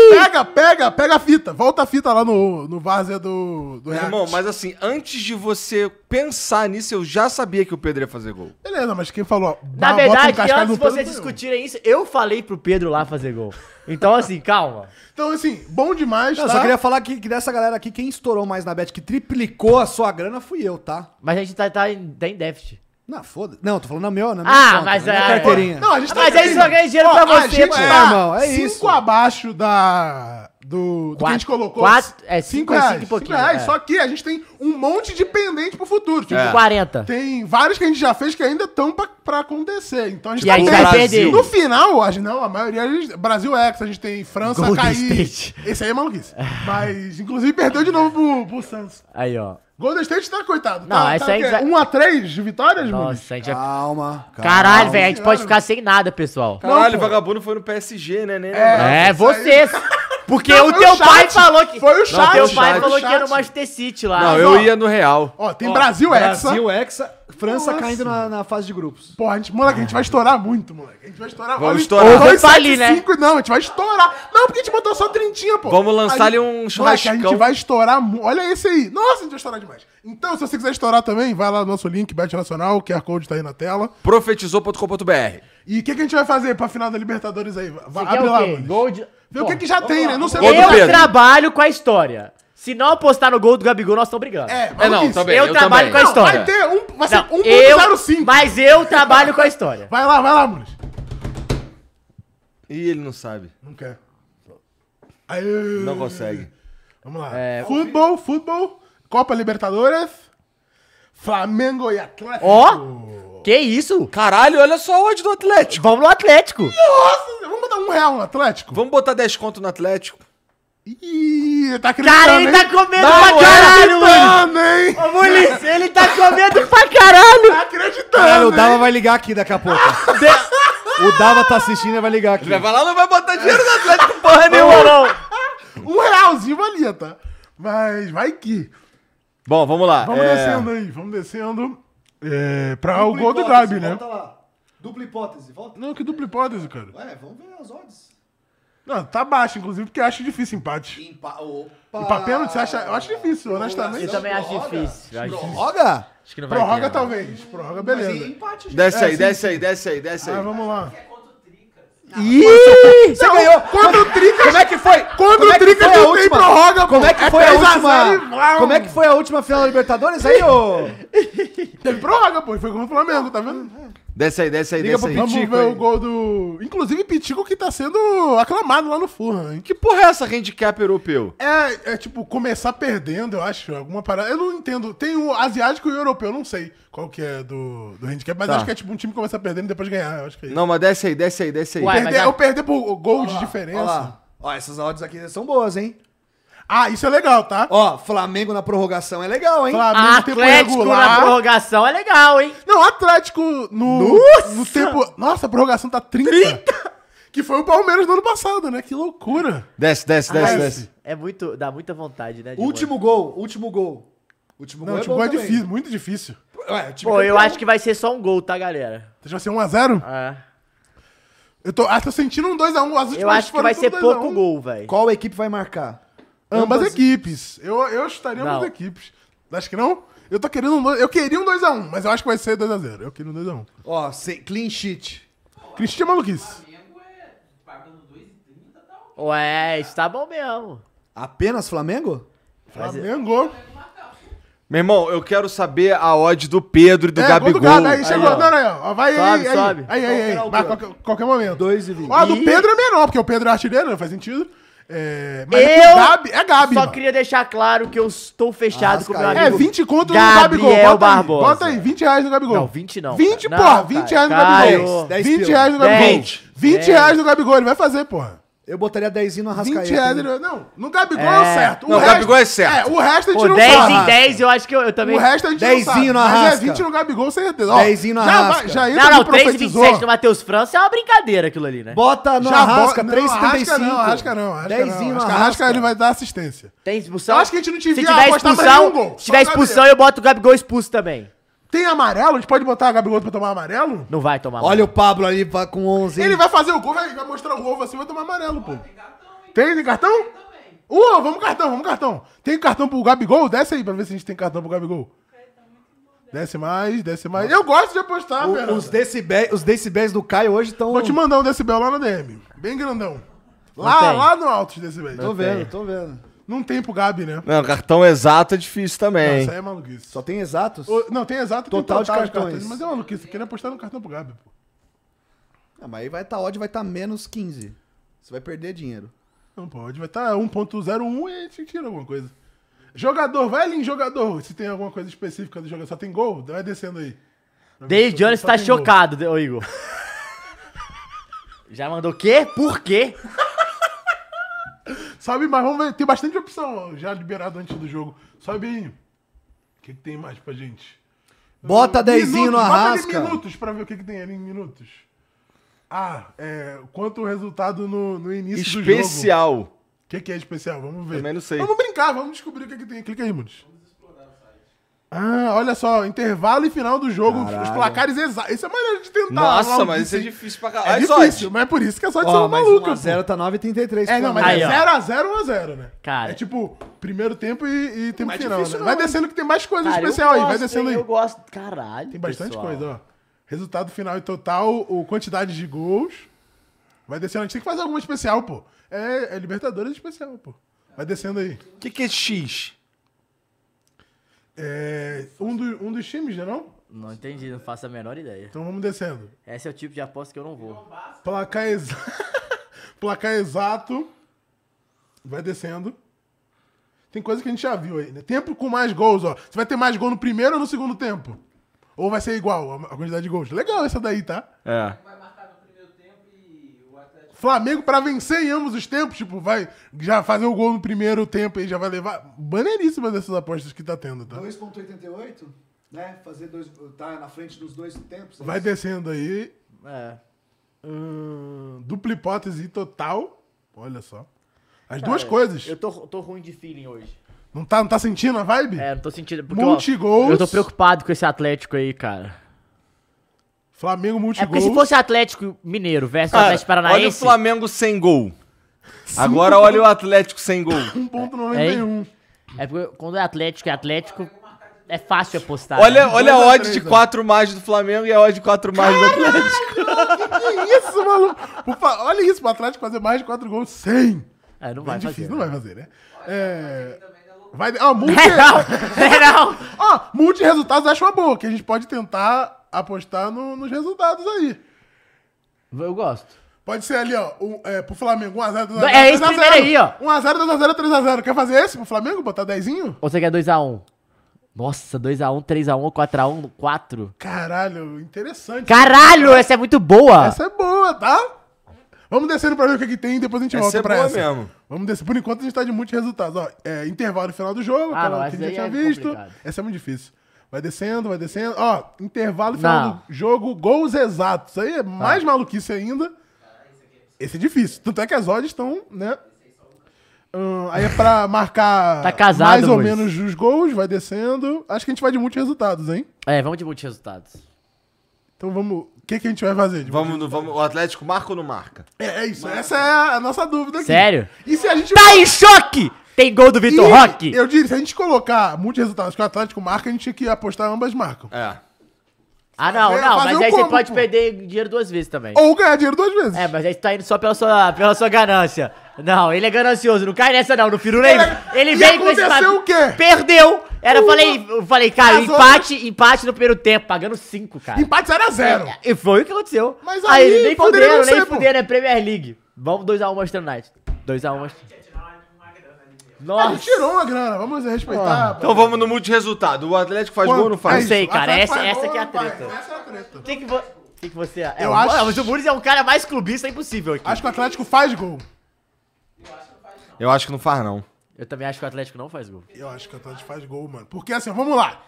Speaker 5: Pega, pega, pega a fita. Volta a fita lá no, no várzea do, do
Speaker 2: Meu
Speaker 5: React.
Speaker 2: irmão, mas assim, antes de você pensar nisso, eu já sabia que o Pedro ia fazer gol.
Speaker 5: Beleza, mas quem falou...
Speaker 4: Na
Speaker 5: ba- bota um
Speaker 4: verdade,
Speaker 5: cascalho
Speaker 4: antes de
Speaker 5: no Pedro,
Speaker 4: vocês
Speaker 5: não.
Speaker 4: discutirem isso, eu falei pro Pedro lá fazer gol. Então, assim, calma.
Speaker 5: Então, assim, bom demais,
Speaker 3: Não, eu
Speaker 5: tá?
Speaker 3: só queria falar que, que dessa galera aqui, quem estourou mais na bet, que triplicou a sua grana, fui eu, tá?
Speaker 4: Mas a gente tá, tá em, tá em déficit.
Speaker 3: Não, foda Não, tô falando na minha, na minha
Speaker 4: Ah,
Speaker 3: conta,
Speaker 4: mas
Speaker 3: na minha
Speaker 4: é-
Speaker 3: carteirinha.
Speaker 5: Não, a gente
Speaker 4: Mas aí só ganha dinheiro pra
Speaker 5: a
Speaker 4: você,
Speaker 5: gente
Speaker 4: pô.
Speaker 5: tá
Speaker 3: É, irmão, é
Speaker 5: cinco
Speaker 3: isso.
Speaker 5: abaixo da do, do que
Speaker 4: Quatro-
Speaker 5: a gente colocou.
Speaker 4: quatro- é, cinco
Speaker 5: cinco
Speaker 4: e
Speaker 5: reais.
Speaker 4: cinco e
Speaker 5: cinco
Speaker 4: pouquinho,
Speaker 5: reais,
Speaker 4: é.
Speaker 5: Só que a gente tem um monte de pendente pro futuro. Tipo,
Speaker 4: Cinco
Speaker 2: É.
Speaker 4: e quarenta.
Speaker 5: Tem vários que a gente já fez que ainda estão pra, pra acontecer. Então a gente
Speaker 4: E aí
Speaker 5: tem-
Speaker 4: vai perder.
Speaker 5: No final, a gente, não, a maioria. A gente, Brasil ex, a gente tem França
Speaker 4: Golden
Speaker 5: cair.
Speaker 4: State.
Speaker 5: Esse aí é maluquice. Mas, inclusive, perdeu de novo pro, pro Santos.
Speaker 4: Aí, ó.
Speaker 5: Golden State tá coitado.
Speaker 4: Não,
Speaker 5: tá,
Speaker 4: essa
Speaker 5: tá
Speaker 4: aí
Speaker 5: o quê?
Speaker 4: já-
Speaker 5: Um a três de vitórias, mano?
Speaker 4: Nossa, a gente vai...
Speaker 3: Calma.
Speaker 4: Caralho, velho, a gente
Speaker 5: Ah, Cara.
Speaker 4: pode ficar sem nada, pessoal.
Speaker 2: Caralho,
Speaker 5: Não, pô.
Speaker 2: vagabundo foi no PSG, né? Nem
Speaker 4: É,
Speaker 2: lembrava.
Speaker 4: você. Porque
Speaker 5: Não,
Speaker 4: o
Speaker 5: foi
Speaker 4: teu
Speaker 5: o chat.
Speaker 4: pai falou que.
Speaker 5: Foi o
Speaker 4: Não,
Speaker 5: chat,
Speaker 4: teu
Speaker 5: o
Speaker 4: pai
Speaker 5: chat,
Speaker 4: falou
Speaker 5: o
Speaker 4: que era o
Speaker 5: chat.
Speaker 4: Manchester City lá.
Speaker 2: Não, eu ia no Real.
Speaker 5: Ó, tem Brasil Hexa.
Speaker 3: Brasil, Hexa, França
Speaker 5: Nossa.
Speaker 3: caindo na, na fase de grupos.
Speaker 5: Porra, a gente, moleque, a gente vai estourar muito, moleque. A gente vai estourar.
Speaker 2: Vamos
Speaker 5: olha,
Speaker 2: estourar. Ou
Speaker 5: dois,
Speaker 4: vai
Speaker 5: sete,
Speaker 4: falir, né?
Speaker 5: cinco, Não, a gente vai estourar. Não, porque a gente botou só trintinha, pô.
Speaker 2: Vamos lançar
Speaker 5: A
Speaker 2: ali
Speaker 5: gente-
Speaker 2: um
Speaker 5: Moleque, a gente
Speaker 2: churrascão.
Speaker 5: vai estourar mu- Olha esse aí. Nossa, a gente vai estourar demais. Então, se você quiser estourar também, vai lá no nosso link, Bet Nacional, o QR Code tá aí na tela.
Speaker 2: Profetizou.com.br.
Speaker 5: E o que, que a gente vai fazer pra final da Libertadores aí?
Speaker 4: Você
Speaker 5: Vai-
Speaker 4: quer
Speaker 5: abre
Speaker 4: o
Speaker 5: lá,
Speaker 4: quê?
Speaker 5: mano.
Speaker 4: Gol de-
Speaker 5: Vê o que, que já tem, né? Não sei
Speaker 2: Gol do
Speaker 5: o que-
Speaker 4: Eu
Speaker 2: Pedro.
Speaker 4: trabalho com a história. Se não apostar no gol do Gabigol, nós estamos brigando.
Speaker 5: É,
Speaker 2: É, não,
Speaker 5: maluquice.
Speaker 2: também.
Speaker 4: Eu trabalho com a
Speaker 2: também.
Speaker 4: história.
Speaker 5: Vai ter um. Vai ser
Speaker 4: Não,
Speaker 5: 1.05.
Speaker 4: eu, mas eu trabalho com a história.
Speaker 5: Vai lá, vai lá, Muniz.
Speaker 2: Ih, ele não sabe.
Speaker 5: Não quer. Aí,
Speaker 2: Não consegue.
Speaker 5: Vamos lá. Futebol, futebol, Copa Libertadores, Flamengo e Atlético.
Speaker 4: Ó, que isso?
Speaker 2: Caralho, olha só o ódio do Atlético.
Speaker 4: Vamos no Atlético.
Speaker 5: Nossa, vamos botar um real no Atlético?
Speaker 2: Vamos botar 10 conto no Atlético.
Speaker 5: Ih, tá acreditando,
Speaker 4: Cara, ele tá comendo
Speaker 5: Tá
Speaker 4: pra caralho, Willis.
Speaker 5: acreditando, hein?
Speaker 4: Ô, Willis, ele tá comendo pra caralho.
Speaker 5: Tá acreditando,
Speaker 3: Caralho, o
Speaker 5: hein?
Speaker 3: Dava vai ligar aqui daqui a pouco. o Dava tá assistindo e vai ligar aqui.
Speaker 2: Vai lá, não vai botar dinheiro no Atlético, porra
Speaker 4: Não,
Speaker 2: nenhuma.
Speaker 4: não.
Speaker 5: Um realzinho valia, tá? Mas vai que.
Speaker 2: Bom, vamos lá.
Speaker 5: Vamos
Speaker 2: É,
Speaker 5: descendo aí, vamos descendo. É, pra o gol do Gabi, né?
Speaker 3: Volta lá. Dupla hipótese, volta.
Speaker 5: Não, que dupla hipótese, cara.
Speaker 3: Ué, vamos ver as odds.
Speaker 5: Não, tá baixo, inclusive, porque eu acho difícil empate.
Speaker 3: Empa... Opa!
Speaker 5: E pra pênalti, você acha? Eu acho difícil, honestamente.
Speaker 3: tá
Speaker 4: Eu também acho difícil. Eu acho difícil.
Speaker 3: Droga!
Speaker 4: Acho que não vai
Speaker 5: Prorroga
Speaker 4: ter, não.
Speaker 5: talvez. Prorroga, beleza.
Speaker 3: empate, gente.
Speaker 2: Desce
Speaker 5: É,
Speaker 2: aí,
Speaker 5: sim,
Speaker 2: desce aí, desce aí, desce aí.
Speaker 5: Ah, vamos lá.
Speaker 3: Ih! Você
Speaker 5: Não,
Speaker 3: ganhou!
Speaker 5: Quando o Trica. Como é que foi? Quando
Speaker 3: Como
Speaker 5: o
Speaker 3: é que foi
Speaker 5: Trica
Speaker 3: a
Speaker 5: não tem
Speaker 3: última?
Speaker 5: prorroga,
Speaker 3: Como é que foi a
Speaker 5: 3 a 0 e
Speaker 3: última?
Speaker 5: vlau.
Speaker 3: Como é que foi a última final da Libertadores aí, ô?
Speaker 5: Teve prorroga, pô. e Foi contra o Flamengo, tá vendo?
Speaker 2: Desce aí, desce aí,
Speaker 3: Liga
Speaker 2: desce aí.
Speaker 3: pro
Speaker 5: Vamos
Speaker 3: Pitico
Speaker 5: ver
Speaker 3: aí.
Speaker 5: o gol do. Inclusive, Pitico que tá sendo aclamado lá no Furran, hein?
Speaker 2: Que porra é essa handicap europeu?
Speaker 5: É, é tipo, começar perdendo, eu acho. Alguma parada. Eu não entendo. Tem o asiático e o europeu, eu não sei qual que é do, do handicap, mas
Speaker 2: Tá.
Speaker 5: acho que é tipo um time começar perdendo e depois ganhar. Eu acho que é isso.
Speaker 2: Não, é, mas desce aí, desce aí, desce aí.
Speaker 4: Ué.
Speaker 5: Perder,
Speaker 4: mas a-
Speaker 5: Eu perder por gol de
Speaker 3: Olha
Speaker 5: diferença.
Speaker 3: lá. Ó, essas odds aqui são boas, hein?
Speaker 5: Ah, isso é legal, tá?
Speaker 3: Ó, Flamengo na prorrogação é legal, hein?
Speaker 4: Atlético na prorrogação é legal, hein?
Speaker 5: Não, Atlético no, no tempo. Nossa, a prorrogação tá 30. Que foi o Palmeiras no ano passado, né? Que loucura.
Speaker 2: Desce, desce, desce,
Speaker 5: Ah,
Speaker 2: desce.
Speaker 4: É muito. Dá muita vontade, né? de
Speaker 3: Último gol, último gol. Último
Speaker 5: Não,
Speaker 3: gol é
Speaker 5: tipo,
Speaker 3: bom
Speaker 5: é,
Speaker 3: também.
Speaker 5: difícil, muito difícil.
Speaker 3: Ué, o time
Speaker 4: Pô, eu
Speaker 3: campeão.
Speaker 4: acho que vai ser só um gol, tá, galera?
Speaker 5: Então, Vai ser 1x0?
Speaker 4: É.
Speaker 5: Eu tô, acho que tô sentindo um 2x1. As últimas
Speaker 4: Eu acho que
Speaker 5: foram
Speaker 4: vai
Speaker 5: tudo
Speaker 4: ser
Speaker 5: 2 a 1.
Speaker 4: pouco gol, velho.
Speaker 3: Qual equipe vai marcar?
Speaker 5: Ambas, equipes. Eu, eu chutaria
Speaker 4: Não.
Speaker 5: ambas equipes. Acho que não? Eu tô querendo um. dois- Eu queria um 2x1, mas eu acho que vai ser 2x0. Eu queria um 2x1.
Speaker 3: Ó, sem- clean sheet.
Speaker 5: Cristian Maluquice.
Speaker 4: Ué, isso tá bom mesmo.
Speaker 3: Apenas Flamengo?
Speaker 4: é-
Speaker 5: Flamengo.
Speaker 2: Meu irmão, eu quero saber a odd do Pedro e do
Speaker 5: gol
Speaker 2: Gabigol.
Speaker 5: Gabi, É, aí chegou.
Speaker 4: ó.
Speaker 5: não, não, não. Ó, Vai
Speaker 4: Sobe,
Speaker 5: aí,
Speaker 4: sobe.
Speaker 5: aí. Aí, aí, aí.
Speaker 3: Qual
Speaker 5: Vai a
Speaker 3: que é o
Speaker 5: qualquer, qualquer momento.
Speaker 3: 2 e 20.
Speaker 5: Ó, a do
Speaker 4: Ih.
Speaker 5: Pedro é menor, porque o Pedro é artilheiro, não faz sentido. É, mas é que
Speaker 4: Eu
Speaker 5: o Gabi, é Gabi.
Speaker 4: Só
Speaker 5: mano.
Speaker 4: queria deixar claro que eu estou fechado com o meu
Speaker 3: Lasca-
Speaker 4: amigo.
Speaker 5: É 20 conto
Speaker 4: Gabriel
Speaker 5: no Gabigol. Bota
Speaker 4: Barbosa.
Speaker 5: aí, bota aí, 20 reais no Gabigol.
Speaker 4: Não, 20 não,
Speaker 5: 20,
Speaker 4: cara.
Speaker 5: porra,
Speaker 4: Não,
Speaker 5: 20
Speaker 4: cara.
Speaker 5: reais no Gabigol.
Speaker 4: Caiu.
Speaker 3: 10
Speaker 5: 20
Speaker 3: pila.
Speaker 5: reais no Gabigol.
Speaker 4: 20.
Speaker 5: 20 reais no Gabigol, ele vai fazer, porra.
Speaker 3: Eu botaria 10 no
Speaker 5: 20
Speaker 3: Arrascaeta.
Speaker 5: reais,
Speaker 3: hein?
Speaker 5: ele... não, no Gabigol é,
Speaker 4: É.
Speaker 5: o certo.
Speaker 2: Não, o Gabigol é certo.
Speaker 5: É, o resto a gente
Speaker 4: Pô,
Speaker 5: não
Speaker 4: 10
Speaker 5: sabe.
Speaker 4: em 10, eu acho que eu, eu também.
Speaker 5: O resto a gente não sabe.
Speaker 3: Dezinho no
Speaker 5: Mas é
Speaker 3: Arrasca.
Speaker 5: 20 no Gabigol, certeza. Ó,
Speaker 3: Dezinho no
Speaker 5: já,
Speaker 3: Arrasca.
Speaker 5: vai, já entra
Speaker 4: Não, não,
Speaker 5: no
Speaker 4: 3 e
Speaker 5: profetizou.
Speaker 4: 27 do Matheus França é uma brincadeira aquilo ali, né?
Speaker 3: Bota no
Speaker 5: Já
Speaker 3: Arrasca,
Speaker 5: bo-
Speaker 3: 3,35.
Speaker 5: Não, arrasca não, arrasca não. Arrasca,
Speaker 3: Dezinho no
Speaker 5: arrasca,
Speaker 3: Arrasca.
Speaker 5: ele vai dar assistência.
Speaker 4: Tem expulsão?
Speaker 5: Eu acho que a gente não te
Speaker 4: Se
Speaker 5: via
Speaker 4: tiver
Speaker 5: apostar pra
Speaker 4: expulsão,
Speaker 5: nenhum gol.
Speaker 4: se
Speaker 5: Só
Speaker 4: tiver
Speaker 5: o Gabriel.
Speaker 4: expulsão, eu boto o Gabigol expulso também.
Speaker 5: Tem amarelo? A gente pode botar a Gabigol pra tomar amarelo?
Speaker 4: Não vai tomar.
Speaker 3: Olha o Pablo ali pra- com 11. hein?
Speaker 5: Ele vai fazer o gol, vai, vai mostrar o ovo assim, vai tomar amarelo, pô. Tem, tem cartão? Uh, vamos cartão, vamos cartão. Tem cartão pro Gabigol? Desce aí pra ver se a gente tem cartão pro Gabigol. Desce mais, desce mais. Eu gosto de apostar,
Speaker 3: O-
Speaker 5: Fernando.
Speaker 3: os, decibéis, os decibéis do Caio hoje estão...
Speaker 5: Vou te mandar um decibel lá na DM. Bem grandão. Lá,
Speaker 4: tem.
Speaker 5: lá no alto de decibéis.
Speaker 3: Tô vendo, tô vendo.
Speaker 5: Não tem pro Gabi, né?
Speaker 2: Não, cartão exato é difícil
Speaker 5: Não,
Speaker 2: também.
Speaker 5: isso aí é maluquice.
Speaker 3: Só tem exatos?
Speaker 5: Ô, Não, tem exato tem
Speaker 3: Total de cartões.
Speaker 5: Mas é maluquice. Eu queria apostar no cartão pro Gabi, pô.
Speaker 3: tá Ah, mas aí vai estar tá, odd, vai estar menos 15. Você vai perder dinheiro.
Speaker 5: Não pode, vai um estar 1.01 e a gente tira alguma coisa. Jogador, vai ali em jogador, se tem alguma coisa específica do jogador. Só tem gol? Vai descendo aí.
Speaker 4: David Jones tá chocado, ô Igor. Já mandou o quê? Por quê?
Speaker 5: Sabe, mas vamos ver. Tem bastante opção já liberado antes do jogo. Sobe aí. O que, que tem mais pra gente?
Speaker 9: Bota dezinho no
Speaker 5: Minutos, bota ali
Speaker 9: Arrasca.
Speaker 5: minutos pra ver o que, que tem ali em minutos. Ah, é, quanto o resultado no, no início é do jogo.
Speaker 2: Especial.
Speaker 5: O que, que é especial? Vamos ver.
Speaker 2: Também não sei.
Speaker 5: Vamos brincar, vamos descobrir o que, que tem. Clica aí, Muniz. Ah, olha só, intervalo e final do jogo, os placares exatos. Isso é maneiro de tentar.
Speaker 2: Nossa,
Speaker 5: lá,
Speaker 2: mas
Speaker 5: assim.
Speaker 2: isso é difícil pra
Speaker 5: É
Speaker 2: caralho.
Speaker 5: difícil, mas é por isso que a sorte é uma
Speaker 2: um
Speaker 5: maluca. pô.
Speaker 3: 0 um tá 9,33.
Speaker 5: É, não, mas
Speaker 4: Aí,
Speaker 5: é
Speaker 4: ó.
Speaker 5: 0x0, 1x0, né?
Speaker 4: Cara.
Speaker 5: É tipo, primeiro tempo e, e tempo
Speaker 2: é
Speaker 3: Mas
Speaker 5: final.
Speaker 3: difícil
Speaker 5: né?
Speaker 3: não,
Speaker 5: Vai
Speaker 3: né?
Speaker 5: descendo que tem mais coisa
Speaker 4: Cara, Ah, eu
Speaker 5: especial aí, vai
Speaker 4: gosto,
Speaker 5: descendo
Speaker 4: hein?
Speaker 5: aí.
Speaker 4: Eu gosto. Caralho.
Speaker 5: Tem bastante
Speaker 4: pessoal.
Speaker 5: coisa, ó. Resultado final e total, o quantidade de gols. Vai descendo. A gente tem que fazer alguma especial, pô. É, é Libertadores especial, pô. Vai descendo aí.
Speaker 2: O que, que é X?
Speaker 5: É, um, do- um dos times, né, não?
Speaker 4: Não entendi, não faço a menor ideia.
Speaker 5: Então vamos descendo.
Speaker 4: Esse é o tipo de aposta que eu não vou.
Speaker 5: Placar, exa... Placar exato. Vai descendo. Tem coisa que a gente já viu aí, né? Tempo com mais gols, ó. Você vai ter mais gol no primeiro ou no segundo tempo? Ou vai ser igual a a quantidade de gols? Legal essa daí, tá?
Speaker 2: É.
Speaker 5: Flamengo pra vencer em ambos os tempos, tipo, vai já fazer o gol no primeiro tempo e já vai levar. Maneiríssimas essas apostas que tá tendo, tá?
Speaker 3: 2,88, né? Fazer dois. Tá na frente dos dois tempos. é
Speaker 5: Vai
Speaker 3: isso?
Speaker 5: descendo aí.
Speaker 4: É.
Speaker 5: Hum, dupla hipótese total. Olha só. As duas coisas.
Speaker 4: Eu tô, tô ruim de feeling hoje.
Speaker 5: Não, tá, não tá sentindo a vibe?
Speaker 4: É, não tô sentindo. Porque,
Speaker 5: Multigols.
Speaker 4: ó, eu tô preocupado com esse Atlético aí, cara.
Speaker 5: Flamengo
Speaker 4: É porque
Speaker 5: multigols.
Speaker 4: se fosse Atlético Mineiro versus
Speaker 2: Cara,
Speaker 4: Atlético Paranaense.
Speaker 2: olha o Flamengo sem gol. Agora olha o Atlético sem gol.
Speaker 5: 1.91.
Speaker 4: É porque quando é Atlético, é Atlético. É fácil apostar.
Speaker 2: Olha,
Speaker 4: né?
Speaker 2: olha a
Speaker 5: Dois a
Speaker 2: odd
Speaker 5: três,
Speaker 2: de
Speaker 5: ó.
Speaker 2: 4 mais do Flamengo e a odd de 4 mais do Atlético.
Speaker 5: Que isso, maluco? Por fa- Olha isso, pro Atlético fazer mais de 4 gols sem.
Speaker 4: É, não
Speaker 5: Bem
Speaker 4: vai fazer.
Speaker 5: difícil, não
Speaker 4: né?
Speaker 5: vai fazer, né? É... Vai... Ó, multi...
Speaker 4: É, não!
Speaker 5: Ó, multi-resultados eu acho uma boa, que a gente pode tentar apostar no- nos resultados aí.
Speaker 4: Eu gosto.
Speaker 5: Pode ser ali, ó, um, é, pro Flamengo, 1x0, 2x0,
Speaker 4: É esse primeiro aí, ó.
Speaker 5: 1x0, 2x0, 3x0. Quer fazer esse pro Flamengo? Botar 10?
Speaker 4: Ou você quer 2x1? Nossa, 2x1, 3x1, 4x1, 4.
Speaker 5: Caralho, interessante.
Speaker 4: Caralho, essa é muito boa!
Speaker 5: Essa é boa, tá? Vamos descendo pra ver o que, que tem e depois a gente
Speaker 2: Essa
Speaker 5: volta
Speaker 2: é
Speaker 5: pra
Speaker 2: boa
Speaker 5: essa.
Speaker 2: mesmo.
Speaker 5: Vamos descer. Por enquanto a gente tá de muitos resultados. Ó, é, intervalo final do jogo,
Speaker 4: Ah,
Speaker 5: aquela
Speaker 4: não,
Speaker 5: que a
Speaker 4: essa
Speaker 5: gente já tinha
Speaker 4: daí é
Speaker 5: visto.
Speaker 4: complicado.
Speaker 5: Essa é muito difícil. Vai descendo, vai descendo. Ó, intervalo final
Speaker 4: Não. Tá.
Speaker 5: do jogo, gols exatos. Isso aí é mais maluquice ainda. Esse é difícil. Tanto é que as odds estão, né? Hum, aí é pra marcar
Speaker 4: Tá casado,
Speaker 5: mais ou
Speaker 4: Luiz.
Speaker 5: menos os gols, vai descendo. Acho que a gente vai de muitos resultados, hein?
Speaker 4: É, vamos de muitos resultados.
Speaker 5: Então vamos. O que, que a gente vai fazer? De
Speaker 2: Vamos, no- vamos, o Atlético marca ou não marca?
Speaker 5: É, é isso, essa é a nossa dúvida aqui.
Speaker 4: Sério?
Speaker 5: E se a gente.
Speaker 4: Tá em choque! Tem gol do Vitor
Speaker 5: E
Speaker 4: Roque!
Speaker 5: Eu diria, se a gente colocar muitos resultados que o Atlético marca, a gente tinha que apostar ambas marcam.
Speaker 2: É.
Speaker 4: Ah, não,
Speaker 5: fazer-
Speaker 4: não, mas
Speaker 5: fazer o
Speaker 4: aí você
Speaker 5: combo,
Speaker 4: pode
Speaker 5: pô. Oh.
Speaker 4: perder dinheiro duas vezes também.
Speaker 5: Ou ganhar dinheiro duas vezes.
Speaker 4: É, mas aí você tá indo só pela sua, pela sua ganância. Não, ele é ganancioso, não cai nessa não, no Firula. Ele, ele
Speaker 5: é- E
Speaker 4: veio com esse
Speaker 5: aconteceu
Speaker 4: papo-
Speaker 5: o quê?
Speaker 4: Perdeu! Era, eu falei, eu falei, cara,
Speaker 5: As
Speaker 4: empate, empate no primeiro tempo, pagando cinco, cara.
Speaker 5: Empate 0 a 0
Speaker 3: é,
Speaker 4: E foi o que aconteceu.
Speaker 5: Mas
Speaker 4: aí,
Speaker 5: aí
Speaker 4: nem
Speaker 5: poderia
Speaker 4: fuderam,
Speaker 5: não ser,
Speaker 4: nem
Speaker 5: pô.
Speaker 4: fuderam, é Premier League. Vamos 2x1 Manchester United. 2x1 Manchester
Speaker 5: A gente
Speaker 4: Nossa,
Speaker 5: Ah, tirou uma grana, vamos respeitar. pô.
Speaker 2: Então vamos no multi-resultado. O Atlético faz gol ou não
Speaker 5: É
Speaker 4: não
Speaker 2: faz?
Speaker 5: isso,
Speaker 4: sei, cara,
Speaker 5: Atlético
Speaker 4: essa,
Speaker 5: faz
Speaker 4: essa
Speaker 5: gol,
Speaker 4: que é a
Speaker 5: não faz.
Speaker 4: treta.
Speaker 5: Essa é a treta.
Speaker 4: O que, que, vo- que que você é?
Speaker 5: Eu
Speaker 4: o-
Speaker 5: acho-
Speaker 4: Mas o Muniz é um cara mais clubista impossível aqui.
Speaker 5: Acho que o Atlético faz gol.
Speaker 2: Eu acho que não faz,
Speaker 5: Tá
Speaker 2: não.
Speaker 4: Eu também acho que o Atlético não faz gol.
Speaker 5: Eu acho que o Atlético faz gol, mano. Porque assim, vamos lá.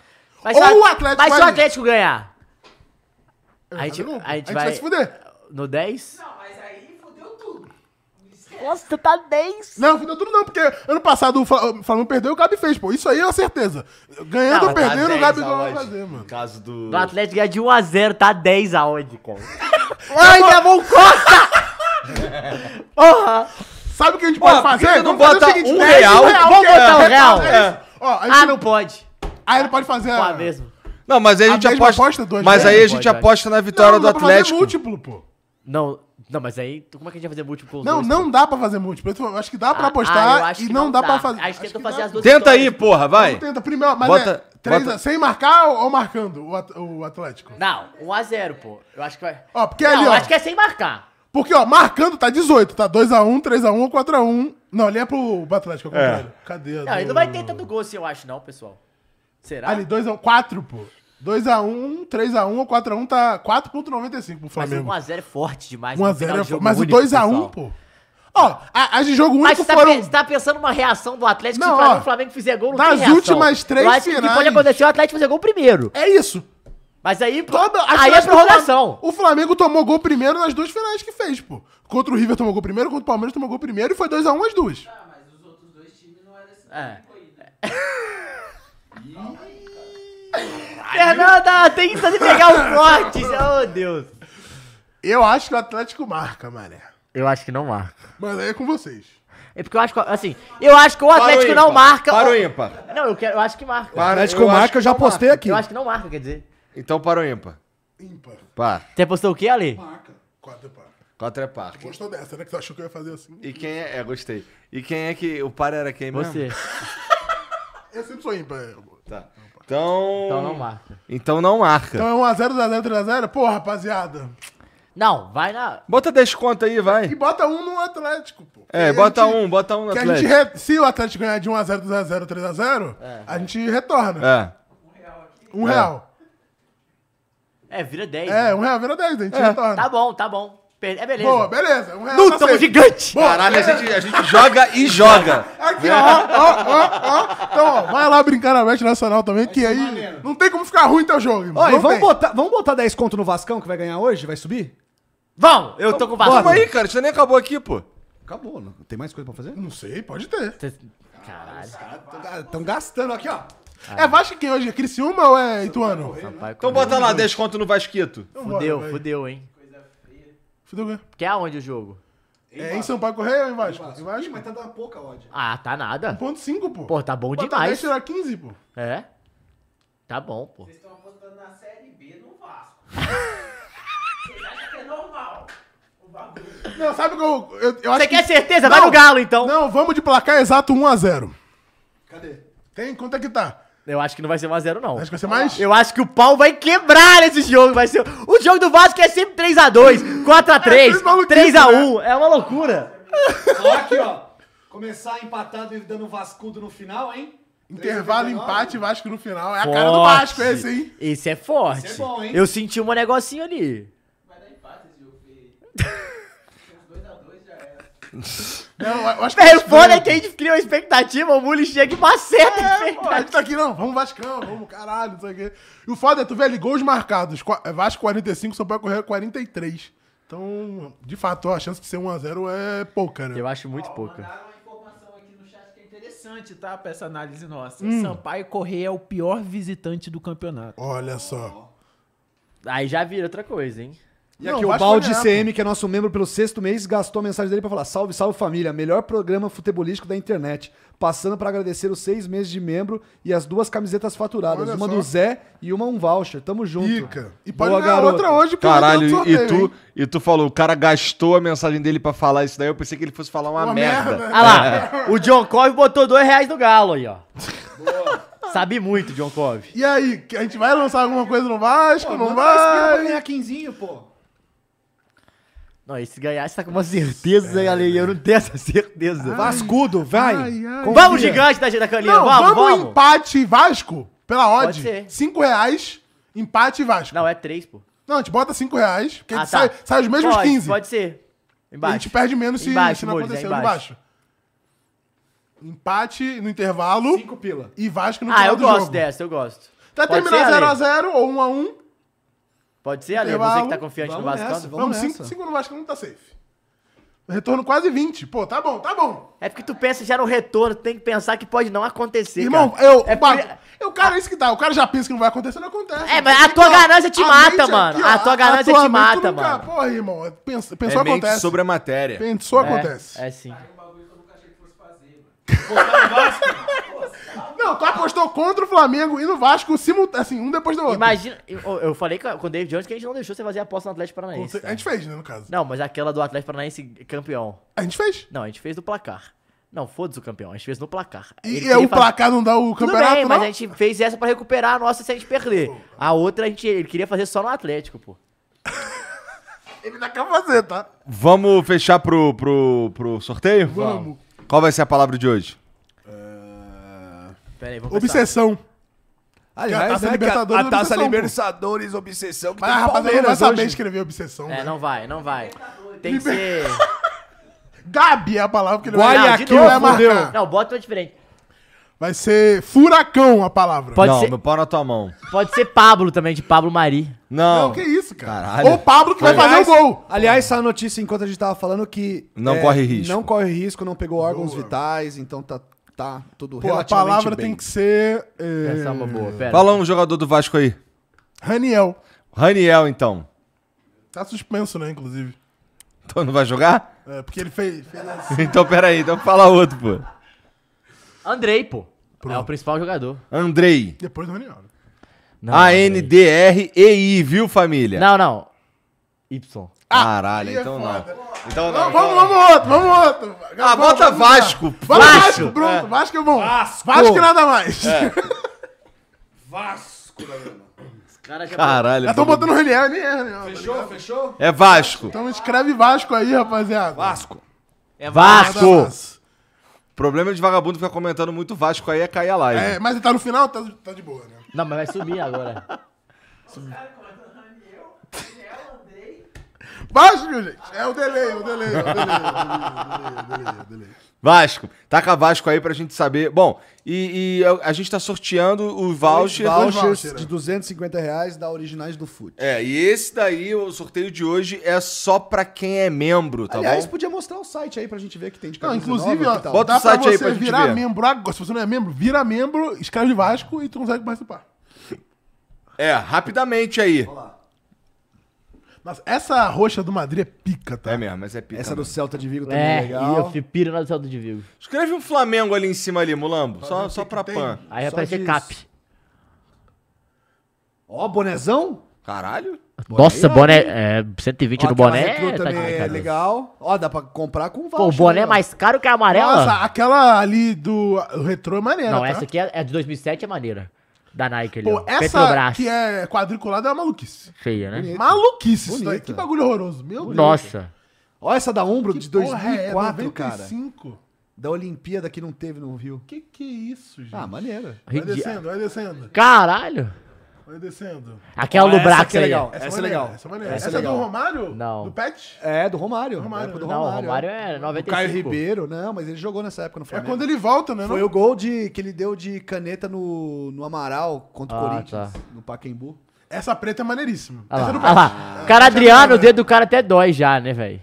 Speaker 4: Mas
Speaker 5: Ou
Speaker 4: se
Speaker 5: o Atlético
Speaker 4: Mas se o
Speaker 5: faz-
Speaker 4: Atlético ganhar. A gente,
Speaker 5: Fazer gol, pô.
Speaker 4: a gente vai.
Speaker 5: se fuder.
Speaker 4: No 10?
Speaker 11: Não, mas aí fodeu tudo.
Speaker 4: Nossa, tá 10.
Speaker 5: Não, fudeu tudo não, porque ano passado o Fla- o Flamengo perdeu e o Gabi fez, pô. Isso aí é uma certeza. Ganhando
Speaker 4: Não,
Speaker 5: ou
Speaker 4: tá
Speaker 5: perdendo, o
Speaker 4: 10
Speaker 5: Gabigol
Speaker 4: aonde?
Speaker 5: vai fazer, mano.
Speaker 2: caso do.
Speaker 4: O Atlético ganha de 1x0, tá 10 aonde, cara? Ai, minha mão costa! Porra!
Speaker 5: Sabe o que a gente
Speaker 2: Ó,
Speaker 5: pode
Speaker 2: por que
Speaker 5: fazer?
Speaker 2: que não
Speaker 5: Vamos fazer
Speaker 2: bota
Speaker 5: o seguinte,
Speaker 2: um
Speaker 5: dez
Speaker 2: real?
Speaker 5: que
Speaker 4: Vamos botar um
Speaker 5: é-
Speaker 4: real.
Speaker 5: é isso. Ó, a gente
Speaker 4: Ah,
Speaker 5: não Ah.
Speaker 4: não pode.
Speaker 5: Aí não pode fazer
Speaker 4: Pô, mesmo.
Speaker 2: Não, mas aí a
Speaker 5: A
Speaker 2: gente
Speaker 5: mesma
Speaker 2: aposta.
Speaker 5: Ah, aposta, duas
Speaker 2: mas
Speaker 5: vezes?
Speaker 2: aí a
Speaker 4: Não
Speaker 2: gente
Speaker 4: pode,
Speaker 2: aposta na vitória
Speaker 5: não,
Speaker 2: Então do
Speaker 5: dá pra fazer
Speaker 2: Atlético.
Speaker 5: múltiplo, pô.
Speaker 4: Não, não, mas aí, como é que a gente vai fazer múltiplo com os
Speaker 5: Não,
Speaker 4: dois?
Speaker 5: não dá pra fazer múltiplo. Eu tô- eu acho que dá pra
Speaker 4: Ah, ah, eu
Speaker 5: apostar
Speaker 4: acho
Speaker 5: e
Speaker 4: que
Speaker 5: não dá pra fazer.
Speaker 4: A gente
Speaker 5: Acho
Speaker 4: tentou
Speaker 5: que
Speaker 4: fazer
Speaker 5: dá.
Speaker 4: as duas
Speaker 2: Tenta aí,
Speaker 4: vitórias.
Speaker 2: porra, vai.
Speaker 5: Tenta primeiro, mas
Speaker 2: Bota-
Speaker 5: é, três
Speaker 2: bota-
Speaker 5: a- sem marcar ou, ou marcando o, at- o Atlético?
Speaker 4: Não, 1x0, pô. Eu acho que vai.
Speaker 5: Ó, porque
Speaker 4: não,
Speaker 5: ali, ó.
Speaker 4: acho que é sem marcar.
Speaker 5: Porque, ó, marcando tá 18, tá 2x1, 3x1 ou 4x1. Não, ali é pro, pro Atlético, ao
Speaker 2: É.
Speaker 5: contrário. Cadê? a
Speaker 4: Não, ele
Speaker 5: do-
Speaker 4: não vai ter tanto gol assim, eu acho, não, pessoal. Será?
Speaker 5: Ali, 2x1, 4, pô. 2x1, 3x1 ou 4x1 tá 4,95 pro
Speaker 4: Mas
Speaker 5: Flamengo.
Speaker 4: 1x0 é forte demais. no
Speaker 5: 1x0
Speaker 4: final
Speaker 5: é
Speaker 4: de jogo
Speaker 5: foda. Mas o
Speaker 4: único,
Speaker 5: 2x1,
Speaker 4: pessoal.
Speaker 5: pô. Ó, a- as de jogo
Speaker 4: Mas
Speaker 5: único
Speaker 4: você tá,
Speaker 5: foram.
Speaker 4: pe- você tá pensando numa reação do Atlético
Speaker 5: Não,
Speaker 4: se o Flamengo,
Speaker 5: ó,
Speaker 4: o Flamengo fizer gol no
Speaker 5: nas
Speaker 4: tem reação.
Speaker 5: últimas três
Speaker 4: Eu acho que o que pode
Speaker 5: finais-
Speaker 4: acontecer é o Atlético fazer gol primeiro.
Speaker 5: É isso.
Speaker 4: Mas aí,
Speaker 5: Toda- as
Speaker 4: aí é
Speaker 5: finais do Flam-
Speaker 4: prorrogação.
Speaker 5: O Flamengo tomou gol primeiro nas duas finais que fez, pô. Contra o River tomou gol primeiro, contra o Palmeiras tomou gol primeiro e foi 2x1 as duas.
Speaker 4: É. Fernanda, tem que pegar o corte. Oh, Deus.
Speaker 5: Eu acho que o Atlético marca, mané.
Speaker 4: Eu acho que não marca.
Speaker 5: Mas aí é com vocês.
Speaker 4: É porque eu acho que, assim, eu acho que o Atlético
Speaker 2: Para o
Speaker 4: não
Speaker 2: ímpar.
Speaker 4: marca.
Speaker 2: Para o
Speaker 4: o-
Speaker 2: ímpar.
Speaker 4: Não, eu, quero, eu acho que marca.
Speaker 2: Para,
Speaker 12: Atlético
Speaker 2: eu acho
Speaker 12: marca,
Speaker 2: que
Speaker 12: eu já
Speaker 5: é
Speaker 2: não marca.
Speaker 12: apostei aqui.
Speaker 4: Eu acho que não marca, quer dizer.
Speaker 2: Então para o ímpar.
Speaker 5: Ímpar.
Speaker 2: Par.
Speaker 4: Você apostou o quê, Ale?
Speaker 5: Marca. Quatro pá.
Speaker 2: Quatro é par.
Speaker 5: Gostou dessa, né? Que tu achou que eu ia fazer assim?
Speaker 2: E quem é... É, gostei. E quem é que... O par era quem mesmo?
Speaker 4: Você.
Speaker 5: Eu sempre sou ímpar. né? amor.
Speaker 2: Tá. Então...
Speaker 4: Então não marca.
Speaker 2: Então não marca.
Speaker 5: Então é 1x0, 2x0, 3x0. Pô, rapaziada.
Speaker 4: Não, vai na.
Speaker 2: Bota desconto aí,
Speaker 5: E
Speaker 2: vai.
Speaker 5: bota um no Atlético, pô.
Speaker 2: É,
Speaker 5: E a
Speaker 2: bota
Speaker 5: gente-
Speaker 2: um, bota um no
Speaker 5: que a gente
Speaker 2: Atlético.
Speaker 5: re- Se o Atlético ganhar de 1x0, 2x0, 3x0, a gente retorna.
Speaker 2: É.
Speaker 5: Um real.
Speaker 4: É, vira 10.
Speaker 5: É,
Speaker 4: né?
Speaker 5: um real vira 10, a gente
Speaker 2: É.
Speaker 5: retorna.
Speaker 4: Tá bom, tá bom. Per- É beleza.
Speaker 5: Boa, beleza. Um real.
Speaker 4: Não,
Speaker 5: tá
Speaker 4: tamo
Speaker 5: safe.
Speaker 4: gigante.
Speaker 5: Boa.
Speaker 2: Caralho, a gente, a gente joga e joga.
Speaker 5: Aqui, ó, ó, ó, ó. Então, ó, vai lá brincar na Bet Nacional também, que aí não tem como ficar ruim teu jogo, irmão.
Speaker 3: Ó, e
Speaker 5: Não
Speaker 3: vamos
Speaker 5: tem.
Speaker 3: botar, vamos botar 10 conto no Vascão que vai ganhar hoje? Vai subir?
Speaker 4: Vamos, eu tô com
Speaker 2: Calma
Speaker 4: vacina.
Speaker 2: É aí, cara. Isso nem acabou aqui, pô.
Speaker 3: Acabou, não. Tem mais coisa pra fazer?
Speaker 5: Não sei, pode ter.
Speaker 4: Caralho,
Speaker 3: Estão gastando aqui, ó. né?
Speaker 5: É Vasco quem hoje? É Criciúma ou é Ituano?
Speaker 4: rapaz.
Speaker 2: Então bota lá desconto no Vasquito.
Speaker 4: Fudeu, fudeu, hein?
Speaker 5: Fudeu, ganha.
Speaker 4: Que é aonde o jogo?
Speaker 5: É em São Paulo Correia ou em Vasco? Em
Speaker 3: Ih,
Speaker 5: Vasco.
Speaker 3: mas tá dando pouca ódio.
Speaker 4: Ah, tá nada.
Speaker 5: 1.5, pô.
Speaker 4: Pô, tá bom
Speaker 5: Bota
Speaker 4: demais.
Speaker 5: 10 tirar 15, pô.
Speaker 4: É? Tá bom, pô.
Speaker 13: Estão apostando na Série B no Vasco. Vocês acham que é normal? O bagulho.
Speaker 5: Não, sabe que eu, eu, eu acho
Speaker 4: Você
Speaker 5: que...
Speaker 4: quer certeza? Vai no Galo, então.
Speaker 5: Não, vamos de placar exato 1x0.
Speaker 3: Cadê?
Speaker 5: Tem? Quanto é que tá?
Speaker 4: Eu acho que não vai ser 1x0, não.
Speaker 5: Acho que vai ser mais?
Speaker 4: Eu acho que o pau vai quebrar esse jogo. Vai ser... O jogo do Vasco é sempre 3x2, 4x3,
Speaker 5: É, maluquice,
Speaker 4: 3x1. É uma loucura.
Speaker 3: Ó, aqui, ó. Começar empatado e dando vascudo no final, hein?
Speaker 5: Intervalo, empate, Vasco no final. É a cara do Vasco
Speaker 4: Forte.
Speaker 5: esse, hein?
Speaker 4: Esse é forte.
Speaker 3: Esse é bom, hein?
Speaker 4: Eu senti um negocinho ali.
Speaker 5: Não, eu acho que
Speaker 4: Velho,
Speaker 5: Vasco
Speaker 4: foda
Speaker 5: ganha,
Speaker 4: é que a gente cria uma expectativa, o Muli chega e maceta a
Speaker 5: É, pô, a
Speaker 4: expectativa.
Speaker 5: gente tá aqui, não, vamos Vascão, vamos caralho, não sei o quê. E o foda é, tu vê ali, gols marcados, Qua- é Vasco 45, São Paulo Correia 43. Então, de fato, ó, a chance de ser 1x0 é pouca, né?
Speaker 4: Eu acho muito pouca.
Speaker 13: Mandaram uma informação aqui no chat que é interessante.
Speaker 7: Interessante, tá? Pra essa análise nossa. Sampaio Correia é o pior visitante do campeonato.
Speaker 5: Olha só.
Speaker 4: Aí já vira outra coisa, hein?
Speaker 3: E
Speaker 5: Não,
Speaker 3: aqui o
Speaker 5: Vasco
Speaker 3: Balde
Speaker 5: vai ganhar,
Speaker 3: CM, que é nosso membro pelo sexto mês, gastou a mensagem dele pra falar: Salve, salve família, melhor programa futebolístico da internet. Passando pra agradecer os seis meses de membro e as duas camisetas faturadas.
Speaker 5: Olha
Speaker 3: uma
Speaker 5: só.
Speaker 3: do Zé e uma um voucher. Tamo junto.
Speaker 5: Pica. E pode
Speaker 3: Boa,
Speaker 5: ganhar
Speaker 3: garoto.
Speaker 5: outra hoje, pelo
Speaker 2: Caralho,
Speaker 5: menos,
Speaker 2: e
Speaker 5: sorteio,
Speaker 2: tu,
Speaker 5: hein?
Speaker 2: e tu falou, o cara gastou a mensagem dele pra falar isso daí, eu pensei que ele fosse falar uma,
Speaker 5: Uma
Speaker 2: merda. né?
Speaker 5: merda.
Speaker 4: Ah lá, o John Cove botou dois reais no galo aí, ó. Sabe muito, John Cove.
Speaker 5: E aí, que a gente vai lançar alguma coisa no Vasco,
Speaker 3: Pô,
Speaker 5: não
Speaker 3: manda mais dinheiro pra
Speaker 5: vai?
Speaker 3: ganhar quinzinho, pô.
Speaker 4: Não, e se ganhar, você tá com uma certeza, hein, Ale? Eu não tenho essa certeza.
Speaker 3: Vascudo, vai.
Speaker 5: ai, ai.
Speaker 3: Confia.
Speaker 4: vamos, gigante da, da Canina,
Speaker 5: Não,
Speaker 4: vamos,
Speaker 5: vamos,
Speaker 4: vamos.
Speaker 5: empate Vasco, pela
Speaker 4: Pode
Speaker 5: odd,
Speaker 4: ser.
Speaker 5: 5 reais, empate Vasco. Não,
Speaker 4: Não, é três, pô.
Speaker 5: a gente bota 5 reais, porque a
Speaker 4: Ah,
Speaker 5: gente sai,
Speaker 4: tá.
Speaker 5: sai os mesmos
Speaker 4: pode,
Speaker 5: 15.
Speaker 4: Pode ser.
Speaker 5: E A
Speaker 4: Embaixo.
Speaker 5: gente perde menos se,
Speaker 4: Embaixo,
Speaker 5: se não
Speaker 4: Mules, é
Speaker 5: acontecer
Speaker 4: embaixo.
Speaker 5: embaixo. Empate no intervalo
Speaker 3: Cinco pila.
Speaker 5: e Vasco no
Speaker 4: Ah,
Speaker 5: final
Speaker 4: eu
Speaker 5: do
Speaker 4: gosto
Speaker 5: jogo.
Speaker 4: dessa, eu gosto.
Speaker 5: Tá
Speaker 4: Pode
Speaker 5: terminar
Speaker 4: ser, Ale?
Speaker 5: 0x0 ou 1x1.
Speaker 4: Pode ser, Ale? Você
Speaker 5: Intervalo.
Speaker 4: que tá confiante no
Speaker 3: Vamos
Speaker 4: Vasco.
Speaker 3: nessa, vamos
Speaker 5: Vamos,
Speaker 3: nessa.
Speaker 5: 5 no Vasco não tá safe. Retorno quase 20. Pô, tá bom, tá bom.
Speaker 4: É porque tu pensa já no retorno, tu tem que pensar que pode não acontecer.
Speaker 5: Irmão,
Speaker 4: cara.
Speaker 5: eu,
Speaker 4: É,
Speaker 5: ba-
Speaker 4: porque-
Speaker 5: eu. cara, é isso que dá. O cara já pensa que não vai acontecer, não acontece.
Speaker 4: É, mas a
Speaker 5: Tem
Speaker 4: tua
Speaker 5: que, ó,
Speaker 4: ganância te
Speaker 5: a
Speaker 4: mata,
Speaker 5: mente é
Speaker 4: mano.
Speaker 5: ó,
Speaker 4: A tua ganância
Speaker 5: tua
Speaker 4: te
Speaker 5: mente
Speaker 4: mata,
Speaker 5: nunca-
Speaker 4: mano.
Speaker 5: Porra, irmão. Pensa,
Speaker 2: É
Speaker 5: pensou
Speaker 2: mente
Speaker 5: acontece.
Speaker 2: sobre a matéria.
Speaker 5: Pensou
Speaker 4: é,
Speaker 5: acontece.
Speaker 4: É sim.
Speaker 5: Não, tu apostou contra o Flamengo e no Vasco, simu- assim, um depois do outro.
Speaker 4: Imagina, eu, eu falei com com o David Jones que a gente não deixou você fazer a aposta no Atlético Paranaense.
Speaker 5: A gente fez, né, no caso.
Speaker 4: é. Não, mas aquela do Atlético Paranaense campeão.
Speaker 5: A gente fez.
Speaker 4: Não, a gente fez no placar. Não, foda-se o campeão, a gente fez no placar. Ele
Speaker 5: E é,
Speaker 4: queria
Speaker 5: o
Speaker 4: fazer-
Speaker 5: placar não dá o
Speaker 4: Tudo
Speaker 5: campeonato,
Speaker 4: bem,
Speaker 5: não?
Speaker 4: mas a gente fez essa pra recuperar a nossa se a gente perder. A outra a gente ele queria fazer só no Atlético, pô.
Speaker 5: Ele dá quer fazer, tá?
Speaker 2: Vamos fechar pro, pro, pro sorteio?
Speaker 5: Vamos.
Speaker 2: Qual vai ser a palavra de hoje?
Speaker 4: Peraí, vamos pensar.
Speaker 5: Obsessão.
Speaker 3: Aliás,
Speaker 5: Que é a taça
Speaker 3: né, que
Speaker 5: Libertadores
Speaker 3: a,
Speaker 5: é
Speaker 3: a taça
Speaker 5: obsessão, pô.
Speaker 3: Libertadores, obsessão, que
Speaker 5: Mas
Speaker 3: tem
Speaker 5: a rapaziada não vai
Speaker 3: Palmeiras
Speaker 5: saber
Speaker 3: hoje.
Speaker 5: escrever obsessão. né?
Speaker 4: É,
Speaker 5: velho.
Speaker 4: não vai, não vai. Tem que ser.
Speaker 5: Gabi é a palavra que ele
Speaker 2: Guayaquil,
Speaker 5: Não, de novo, vai
Speaker 2: fudeu.
Speaker 5: marcar.
Speaker 4: Não, bota uma diferente.
Speaker 5: Vai ser furacão a palavra.
Speaker 4: Pode
Speaker 2: não,
Speaker 4: ser-
Speaker 2: meu pau na tua mão.
Speaker 4: Pode ser Pablo também, de Pablo Mari.
Speaker 2: Não.
Speaker 5: Não, que isso, cara.
Speaker 2: Caralho.
Speaker 5: Ou o Pablo que vai fazer o gol.
Speaker 3: Aliás, essa notícia, enquanto a gente tava falando, que... é,
Speaker 2: Não corre risco.
Speaker 3: Não corre risco, não pegou órgãos vitais, então tá, tá tudo
Speaker 5: Pô, a
Speaker 3: relativamente
Speaker 5: palavra
Speaker 3: bem.
Speaker 5: tem que ser. eh,
Speaker 4: Essa é uma boa, pera.
Speaker 2: Fala um jogador do Vasco aí.
Speaker 5: Raniel.
Speaker 2: Raniel, então.
Speaker 5: Tá suspenso, né, inclusive.
Speaker 2: Então não vai jogar?
Speaker 5: É, porque ele fez. fez assim.
Speaker 2: Então peraí, então fala outro, pô.
Speaker 4: Andrei, pô. É o principal jogador.
Speaker 2: Andrei.
Speaker 5: Depois do Raniel. né?
Speaker 4: Não,
Speaker 5: Ah,
Speaker 4: Andrei.
Speaker 2: A-N-D-R-E-I, viu, família?
Speaker 4: Não, não. Y.
Speaker 2: Caralho,
Speaker 5: Aí é
Speaker 2: então não.
Speaker 5: foda.
Speaker 2: Então não.
Speaker 5: Não, vamos, vamos outro, vamos outro.
Speaker 2: Ah,
Speaker 5: Vamos,
Speaker 2: bota
Speaker 5: vamos lá.
Speaker 2: Vasco.
Speaker 5: Vai, Vasco,
Speaker 2: Vasco.
Speaker 5: pronto.
Speaker 2: É.
Speaker 5: Vasco é bom.
Speaker 1: Vasco.
Speaker 5: Vasco e nada mais.
Speaker 1: Vasco da Gama.
Speaker 2: Caralho.
Speaker 5: Já estão botando o Raniel, nem é Raniel.
Speaker 1: Fechou, fechou?
Speaker 2: É Vasco.
Speaker 5: Então escreve Vasco aí, rapaziada.
Speaker 3: Vasco.
Speaker 4: É
Speaker 5: Nada
Speaker 2: Vasco.
Speaker 5: mais.
Speaker 2: O problema é de vagabundo ficar comentando muito Vasco aí é cair a live.
Speaker 5: É, mas ele tá no final, tá, tá de boa, né?
Speaker 4: Não, mas vai subir agora.
Speaker 5: Vasco, gente. É o delay, é o delay, é o delay.
Speaker 2: Vasco. Taca Vasco aí pra gente saber. Bom, e, e a gente tá sorteando o voucher.
Speaker 5: Dois
Speaker 3: Vouchers
Speaker 5: voucher,
Speaker 3: de 250 reais da Originais do Foot.
Speaker 2: É, e esse daí, o sorteio de hoje, é só pra quem é membro, tá
Speaker 3: Aliás,
Speaker 2: bom?
Speaker 3: podia mostrar o site aí pra gente ver que tem de
Speaker 5: Não,
Speaker 3: camisa
Speaker 5: inclusive,
Speaker 3: nova,
Speaker 5: ó,
Speaker 3: que tal.
Speaker 2: Bota
Speaker 5: dá
Speaker 2: o site
Speaker 5: pra
Speaker 2: aí
Speaker 5: você
Speaker 2: pra gente
Speaker 5: virar
Speaker 2: ver.
Speaker 5: membro agora. Se você não é membro, vira membro, escreve Vasco e tu consegue participar.
Speaker 2: É, rapidamente aí.
Speaker 5: Nossa, essa roxa do Madrid é pica, tá?
Speaker 2: É mesmo, mas é pica.
Speaker 3: Essa do
Speaker 2: mesmo.
Speaker 3: Celta de Vigo também é,
Speaker 4: é,
Speaker 3: legal.
Speaker 4: e eu fico piro na Celta de Vigo.
Speaker 2: Escreve um Flamengo ali em cima ali, Mulambo. Só, só pra pan.
Speaker 4: Aí vai
Speaker 3: Só
Speaker 4: aparecer
Speaker 3: disso.
Speaker 4: Cap.
Speaker 3: Ó, bonezão.
Speaker 2: Caralho?
Speaker 4: Nossa, boné. É, 120
Speaker 3: Ó,
Speaker 4: no
Speaker 3: aquela
Speaker 4: boné.
Speaker 3: retrô
Speaker 4: Tá de
Speaker 3: também é
Speaker 4: brincadeira.
Speaker 3: legal. Ó, dá pra comprar com voucher.
Speaker 4: Pô, o boné
Speaker 3: né,
Speaker 4: é mais caro que a amarela.
Speaker 5: Nossa, aquela ali do o retrô é maneira,
Speaker 4: não,
Speaker 5: tá?
Speaker 4: essa aqui é, é de 2007, é maneira. Da Nike ali.
Speaker 5: Pô,
Speaker 4: ó.
Speaker 5: essa
Speaker 4: Petrobras.
Speaker 5: que é quadriculada é uma maluquice.
Speaker 4: Feia, né?
Speaker 5: Maluquice isso
Speaker 3: Bonita.
Speaker 5: daí. Que bagulho horroroso. Meu Deus.
Speaker 4: Nossa.
Speaker 3: Ó, essa da Umbro
Speaker 5: Que
Speaker 3: de
Speaker 5: porra é?
Speaker 3: 2004, cara.
Speaker 5: 95?
Speaker 3: Da Olimpíada que não teve no Rio.
Speaker 5: Que que é isso, gente?
Speaker 3: Ah, maneira.
Speaker 5: vai
Speaker 4: Ridi-
Speaker 5: descendo, vai descendo.
Speaker 4: Caralho.
Speaker 5: Vai descendo.
Speaker 4: Aquela do
Speaker 3: essa
Speaker 4: Brax
Speaker 3: que é
Speaker 4: aí.
Speaker 3: legal.
Speaker 4: ó.
Speaker 3: Essa, é
Speaker 5: maneira,
Speaker 3: legal.
Speaker 5: Essa é maneira.
Speaker 3: Essa
Speaker 5: Essa,
Speaker 3: é
Speaker 5: é do
Speaker 3: legal.
Speaker 5: Romário?
Speaker 4: Não.
Speaker 5: Do Pet?
Speaker 3: É, do Romário.
Speaker 5: Romário.
Speaker 3: época do
Speaker 4: Não, o
Speaker 3: Romário.
Speaker 4: Romário é
Speaker 3: Do
Speaker 4: 95.
Speaker 3: Caio Ribeiro, não, mas ele jogou nessa época no
Speaker 5: É
Speaker 3: Flamengo.
Speaker 5: quando ele volta, né?
Speaker 3: Foi
Speaker 5: não?
Speaker 3: o gol de, que ele deu de caneta no, no Amaral contra o
Speaker 4: Ah,
Speaker 3: Corinthians,
Speaker 4: tá.
Speaker 3: no Pacaembu.
Speaker 5: Essa preta é maneiríssima.
Speaker 3: Ah
Speaker 4: Olha lá,
Speaker 5: Essa é do
Speaker 4: olha
Speaker 5: Pet.
Speaker 4: lá. O cara Adriano, o dedo do cara até dói já, né, velho?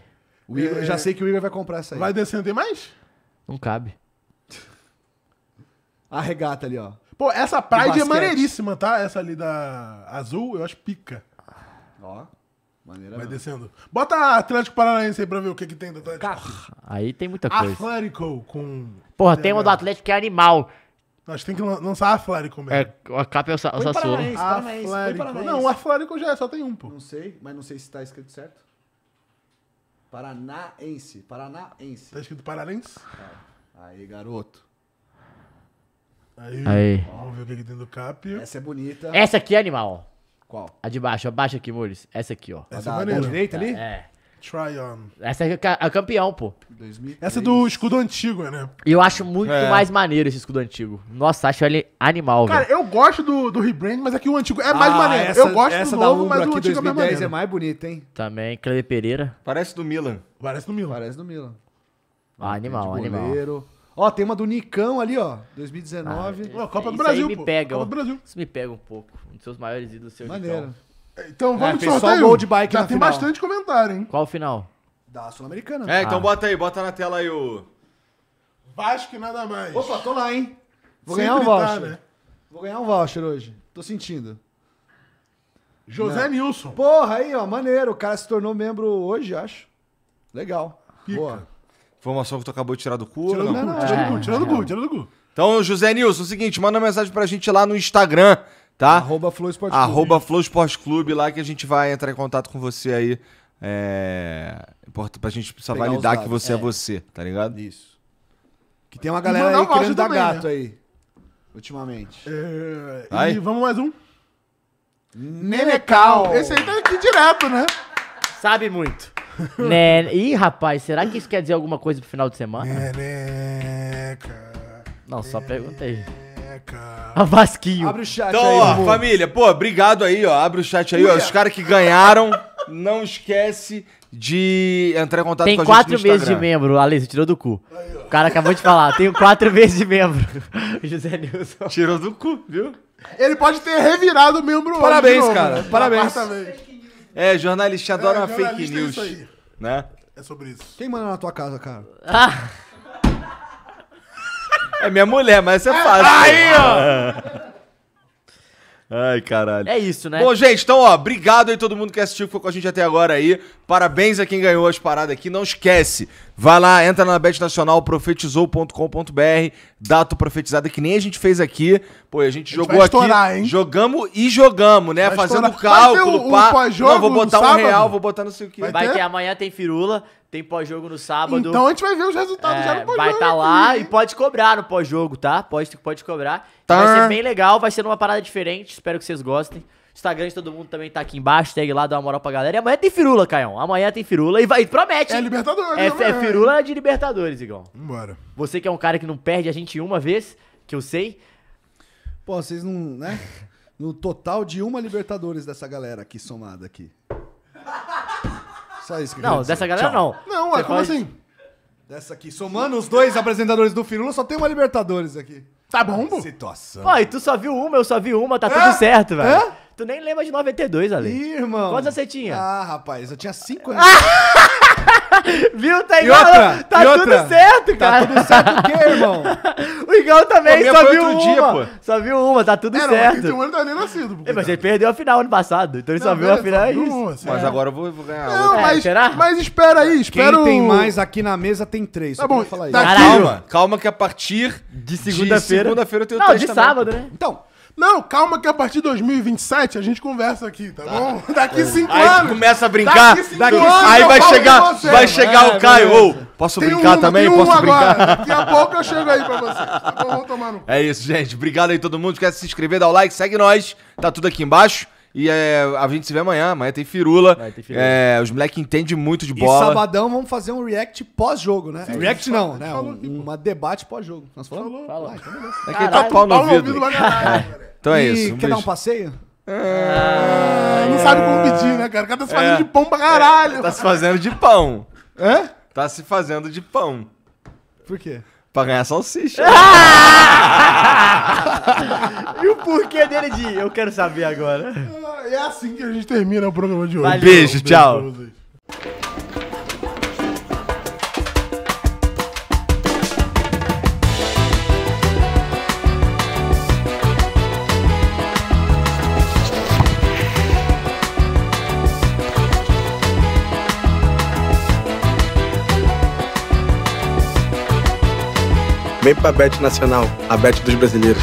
Speaker 3: O Igor- eu Já sei que o Igor vai comprar essa aí.
Speaker 5: É. Vai descendo. Tem mais?
Speaker 4: Não cabe.
Speaker 3: A regata ali, ó.
Speaker 5: Pô, essa Pride é
Speaker 3: basquete.
Speaker 5: maneiríssima, tá? Essa ali da azul, eu acho pica.
Speaker 3: Ó. Maneira
Speaker 5: Vai
Speaker 3: mesmo.
Speaker 5: descendo. Bota Atlético Paranaense aí pra ver o que, que tem do Atlético.
Speaker 4: Aí tem muita
Speaker 5: Ah,
Speaker 4: coisa.
Speaker 5: Atlético com.
Speaker 4: Porra, tem uma do Atlético que é animal.
Speaker 5: Nós tem que lan- lançar Atlético
Speaker 4: É,
Speaker 5: mesmo.
Speaker 4: a capa é o, Sa o Sassuolo.
Speaker 5: Atlético. Não, Atlético já é, só tem um, pô.
Speaker 3: Não sei, mas não sei se tá escrito certo. Paranaense. Paranaense.
Speaker 5: Tá escrito Paranaense?
Speaker 3: Aí, garoto.
Speaker 5: Aí.
Speaker 4: Aí.
Speaker 5: Vamos ver o que, que tem do Cap.
Speaker 3: Essa é bonita.
Speaker 4: Essa aqui é animal.
Speaker 3: Qual?
Speaker 4: ó. A de baixo, abaixa aqui, Mouris. Essa aqui, ó.
Speaker 5: Essa
Speaker 3: Da,
Speaker 5: é
Speaker 3: da
Speaker 5: maneira.
Speaker 3: direita ali?
Speaker 4: É.
Speaker 5: Try on.
Speaker 4: Essa é a a campeão, pô.
Speaker 3: 2003.
Speaker 5: Essa é do escudo antigo, né?
Speaker 4: E eu acho muito
Speaker 2: É.
Speaker 4: mais maneiro esse escudo antigo. Nossa, acho ele animal,
Speaker 5: Cara,
Speaker 4: velho.
Speaker 5: eu gosto do, do rebrand, mas é que o antigo é mais
Speaker 3: Ah,
Speaker 5: maneiro.
Speaker 3: essa-
Speaker 5: eu gosto
Speaker 3: essa
Speaker 5: do
Speaker 3: da
Speaker 5: novo,
Speaker 3: Umbro
Speaker 5: mas o
Speaker 3: aqui,
Speaker 5: antigo é mais
Speaker 3: 2010
Speaker 5: maneiro.
Speaker 3: é mais bonita, hein?
Speaker 4: Também, Cleber Pereira.
Speaker 2: Parece do Milan.
Speaker 5: Parece no Milan.
Speaker 3: Parece do Milan.
Speaker 4: Ah, animal,
Speaker 3: de
Speaker 4: animal.
Speaker 3: goleiro. Ó, tem uma do Nicão ali, ó. 2019.
Speaker 5: Ó, Copa do
Speaker 4: Isso aí
Speaker 5: Brasil,
Speaker 4: me
Speaker 5: pô.
Speaker 4: pega,
Speaker 5: Copa
Speaker 4: ó.
Speaker 5: do Brasil.
Speaker 4: Isso me pega um pouco. Um dos seus maiores ídolos, seu
Speaker 3: Maneiro.
Speaker 4: Vitão.
Speaker 5: Então
Speaker 3: É,
Speaker 5: vamos de
Speaker 3: fez só
Speaker 5: sorteio.
Speaker 3: o gol de bike
Speaker 5: Já
Speaker 3: na
Speaker 5: tem
Speaker 3: final.
Speaker 5: bastante comentário, hein?
Speaker 4: Qual o final?
Speaker 3: Da Sul-Americana.
Speaker 2: É, então bota aí, bota na tela aí o.
Speaker 5: Vasco e nada mais.
Speaker 3: É. Opa, tô lá, hein? Vou
Speaker 5: Sempre
Speaker 3: ganhar um
Speaker 5: tá,
Speaker 3: voucher.
Speaker 5: né?
Speaker 3: Vou ganhar um voucher hoje. Tô sentindo.
Speaker 5: José Nilson.
Speaker 3: Porra, aí, ó, maneiro. O cara se tornou membro hoje, acho. Legal. Boa.
Speaker 2: Informação que tu acabou de tirar do cu.
Speaker 5: Tirando
Speaker 2: ou
Speaker 5: do
Speaker 2: não?
Speaker 5: cu, tirando do cu, tirando do cu, tirando do cu.
Speaker 2: Então, José Nilson, é o seguinte, manda mensagem pra gente lá no Instagram, tá?
Speaker 3: Arroba Flow Esporte Clube.
Speaker 2: Arroba Flow Esporte Clube, lá que a gente vai entrar em contato com você aí. É. Importa pra gente só
Speaker 3: Pegar os
Speaker 2: validar
Speaker 3: dados.
Speaker 2: que você é. você, tá ligado?
Speaker 3: Isso. Que tem uma galera
Speaker 5: mandar
Speaker 3: aí
Speaker 5: um voucher
Speaker 3: querendo dar
Speaker 5: também,
Speaker 3: gato
Speaker 5: né?
Speaker 3: aí. Ultimamente.
Speaker 5: É,
Speaker 2: Vai.
Speaker 5: E vamos mais um.
Speaker 3: Nenecal.
Speaker 5: Esse aí tá aqui direto, né?
Speaker 4: Sabe muito. né? Ih, rapaz, será que isso quer dizer alguma coisa pro final de semana?
Speaker 2: É,
Speaker 5: Neneca.
Speaker 4: Não, só perguntei. A Vasquinho.
Speaker 3: Abre o chat
Speaker 2: Então,
Speaker 3: aí,
Speaker 2: ó,
Speaker 3: Bubu.
Speaker 2: família, pô, obrigado aí, ó. Abre o chat aí, ó. Os caras que ganharam, não esquece de entrar em contato
Speaker 4: Tem
Speaker 2: com a
Speaker 4: quatro
Speaker 2: gente no
Speaker 4: meses de
Speaker 2: Instagram.
Speaker 4: membro, Alê, você tirou do cu. O cara acabou de falar, tenho quatro meses de membro. José Nilson.
Speaker 2: Tirou do cu, viu?
Speaker 5: Ele pode ter revirado o membro hoje
Speaker 2: Parabéns,
Speaker 5: de novo. né?
Speaker 2: cara, parabéns.
Speaker 5: Exatamente.
Speaker 2: É, jornalista adora
Speaker 5: É,
Speaker 2: uma fake
Speaker 5: jornalista é
Speaker 2: news.
Speaker 5: isso aí.
Speaker 2: Né?
Speaker 5: É sobre isso.
Speaker 3: Quem manda na tua casa, cara?
Speaker 2: É minha mulher, mas essa é fácil. Aí, ó! Ai, caralho.
Speaker 4: É isso, né?
Speaker 2: Bom, gente, então, ó, obrigado aí todo mundo que assistiu, que ficou com a gente até agora aí. Parabéns a quem ganhou as paradas aqui. Não esquece, vai lá, entra na Bet Nacional, profetizou.com.br, data profetizada, que nem a gente fez aqui. Pô, a gente jogou
Speaker 5: vai
Speaker 2: aqui.
Speaker 5: estourar, hein?
Speaker 2: Jogamos e jogamos, né?
Speaker 5: Vai
Speaker 2: Fazendo
Speaker 5: estourar. Vai ter
Speaker 2: cálculo,
Speaker 5: o- o
Speaker 2: pá.
Speaker 5: pós-jogo
Speaker 2: Não, vou botar
Speaker 5: no
Speaker 2: um
Speaker 5: sábado?
Speaker 2: real, vou botar não sei o quê.
Speaker 5: Vai
Speaker 4: Vai
Speaker 5: ter?
Speaker 4: ter amanhã, tem firula, tem pós-jogo no sábado.
Speaker 5: Então a gente vai ver os resultados já
Speaker 4: É,
Speaker 5: no né? pós
Speaker 4: vai estar lá e pode cobrar no pós-jogo, tá? Pode, pode cobrar.
Speaker 2: Tá.
Speaker 4: Vai ser bem legal, vai ser numa parada diferente. Espero que vocês gostem. Instagram de todo mundo também tá aqui embaixo. Segue lá, dá uma moral pra galera. E amanhã tem firula, Caião. Amanhã tem firula e vai, promete.
Speaker 5: É
Speaker 4: hein?
Speaker 5: Libertadores.
Speaker 3: né,
Speaker 4: É,
Speaker 5: amanhã,
Speaker 4: é
Speaker 5: hein?
Speaker 4: firula de Libertadores, Igão.
Speaker 5: Vambora.
Speaker 4: Você que é um cara que não perde a gente uma vez, que eu sei.
Speaker 3: Pô, vocês não, né? No total de uma Libertadores dessa galera aqui somada aqui. Só isso que eu
Speaker 4: Não,
Speaker 3: queria dizer.
Speaker 4: dessa galera não.
Speaker 5: Não, é
Speaker 4: Você
Speaker 5: como
Speaker 4: pode-
Speaker 5: assim?
Speaker 3: Dessa aqui, somando os dois apresentadores do Firula, só tem uma Libertadores aqui.
Speaker 5: Tá bom, pô.
Speaker 3: Situação.
Speaker 4: assim, Pô, e tu só viu uma, eu só vi uma, tá tudo certo, velho. Tu nem lembra de 92, Ale.
Speaker 3: É? Ih, irmão.
Speaker 4: Quantos você tinha? Ah!
Speaker 3: Ah, rapaz, eu tinha cinco anos.
Speaker 4: Viu? Tá
Speaker 3: E
Speaker 4: igual.
Speaker 3: outra,
Speaker 4: tá
Speaker 3: e
Speaker 4: tudo
Speaker 3: outra.
Speaker 4: certo,
Speaker 3: Tá
Speaker 4: cara.
Speaker 3: tudo certo o quê, irmão?
Speaker 4: O Igão também
Speaker 2: minha
Speaker 4: só
Speaker 2: foi
Speaker 4: viu
Speaker 2: outro dia,
Speaker 4: uma.
Speaker 2: pô.
Speaker 4: só viu uma, tá tudo
Speaker 5: Era, mas
Speaker 4: certo.
Speaker 5: 31 anos não nem nascido. pô.
Speaker 4: É, Mas ele perdeu a final ano passado, então ele só
Speaker 5: Não,
Speaker 4: viu a
Speaker 5: beleza,
Speaker 4: final, é
Speaker 5: viu
Speaker 4: isso.
Speaker 5: uma, assim.
Speaker 2: Mas agora eu vou, vou ganhar
Speaker 5: Não,
Speaker 2: outra.
Speaker 4: É,
Speaker 5: mas,
Speaker 4: será?
Speaker 5: mas espera aí,
Speaker 3: Quem
Speaker 5: espera o...
Speaker 3: tem mais aqui na mesa tem três. só
Speaker 5: Tá bom,
Speaker 3: queria falar
Speaker 5: tá
Speaker 3: isso.
Speaker 4: Caralho.
Speaker 2: Calma, calma que a partir de
Speaker 4: segunda-feira.
Speaker 2: segunda-feira eu tenho
Speaker 4: Não,
Speaker 2: três
Speaker 4: de
Speaker 2: também.
Speaker 4: sábado, né?
Speaker 3: Então,
Speaker 5: Não, calma que a partir de 2027 a gente conversa aqui, tá bom? Daqui cinco
Speaker 2: Aí tu
Speaker 5: anos.
Speaker 2: começa a brincar,
Speaker 5: Daqui cinco
Speaker 2: daqui-
Speaker 5: anos
Speaker 2: aí
Speaker 5: eu
Speaker 2: vai
Speaker 5: falo
Speaker 2: chegar,
Speaker 5: com você,
Speaker 2: vai
Speaker 5: mano.
Speaker 2: chegar
Speaker 4: É,
Speaker 2: o Caio. Ô, posso
Speaker 5: Tem
Speaker 2: brincar
Speaker 5: um-
Speaker 2: também?
Speaker 5: tem um
Speaker 2: Posso brincar?
Speaker 5: agora. Daqui a pouco eu chego aí pra vocês. Tá bom, vamos tomar no cu.
Speaker 2: É isso, gente. Obrigado aí todo mundo. Esquece de se inscrever, dar o like, segue nós. Tá tudo aqui embaixo. E é, a gente se vê amanhã. Amanhã tem firula.
Speaker 4: tem firula.
Speaker 2: É, os moleques entendem muito de
Speaker 3: e
Speaker 2: bola.
Speaker 3: sabadão vamos fazer um react pós-jogo, né? react
Speaker 5: a gente
Speaker 3: não,
Speaker 5: falou- a
Speaker 3: né?
Speaker 5: gente falou aqui,
Speaker 3: Um, uma debate pós-jogo. Nós falamos? Ah, então beleza.
Speaker 2: É que ele tá
Speaker 4: Caralho,
Speaker 2: pau no
Speaker 5: Paulo
Speaker 2: ouvido.
Speaker 5: ouvido lá galera.
Speaker 2: Então é
Speaker 3: E
Speaker 2: isso. Um
Speaker 3: quer
Speaker 2: beijo.
Speaker 3: dar um passeio?
Speaker 5: Não sabe como pedir, né, cara? O cara tá se fazendo de pão pra caralho.
Speaker 2: É. Tá se fazendo de pão.
Speaker 3: Hã?
Speaker 2: Tá se fazendo de pão.
Speaker 3: Por quê?
Speaker 2: Pra ganhar salsicha.
Speaker 5: Ah!
Speaker 4: E o porquê dele de eu quero saber agora.
Speaker 5: É assim que a gente termina o programa de hoje.
Speaker 4: Valeu.
Speaker 2: Beijo, tchau.
Speaker 5: pra vocês.
Speaker 14: Vem pra Bet Nacional, a Bet dos brasileiros.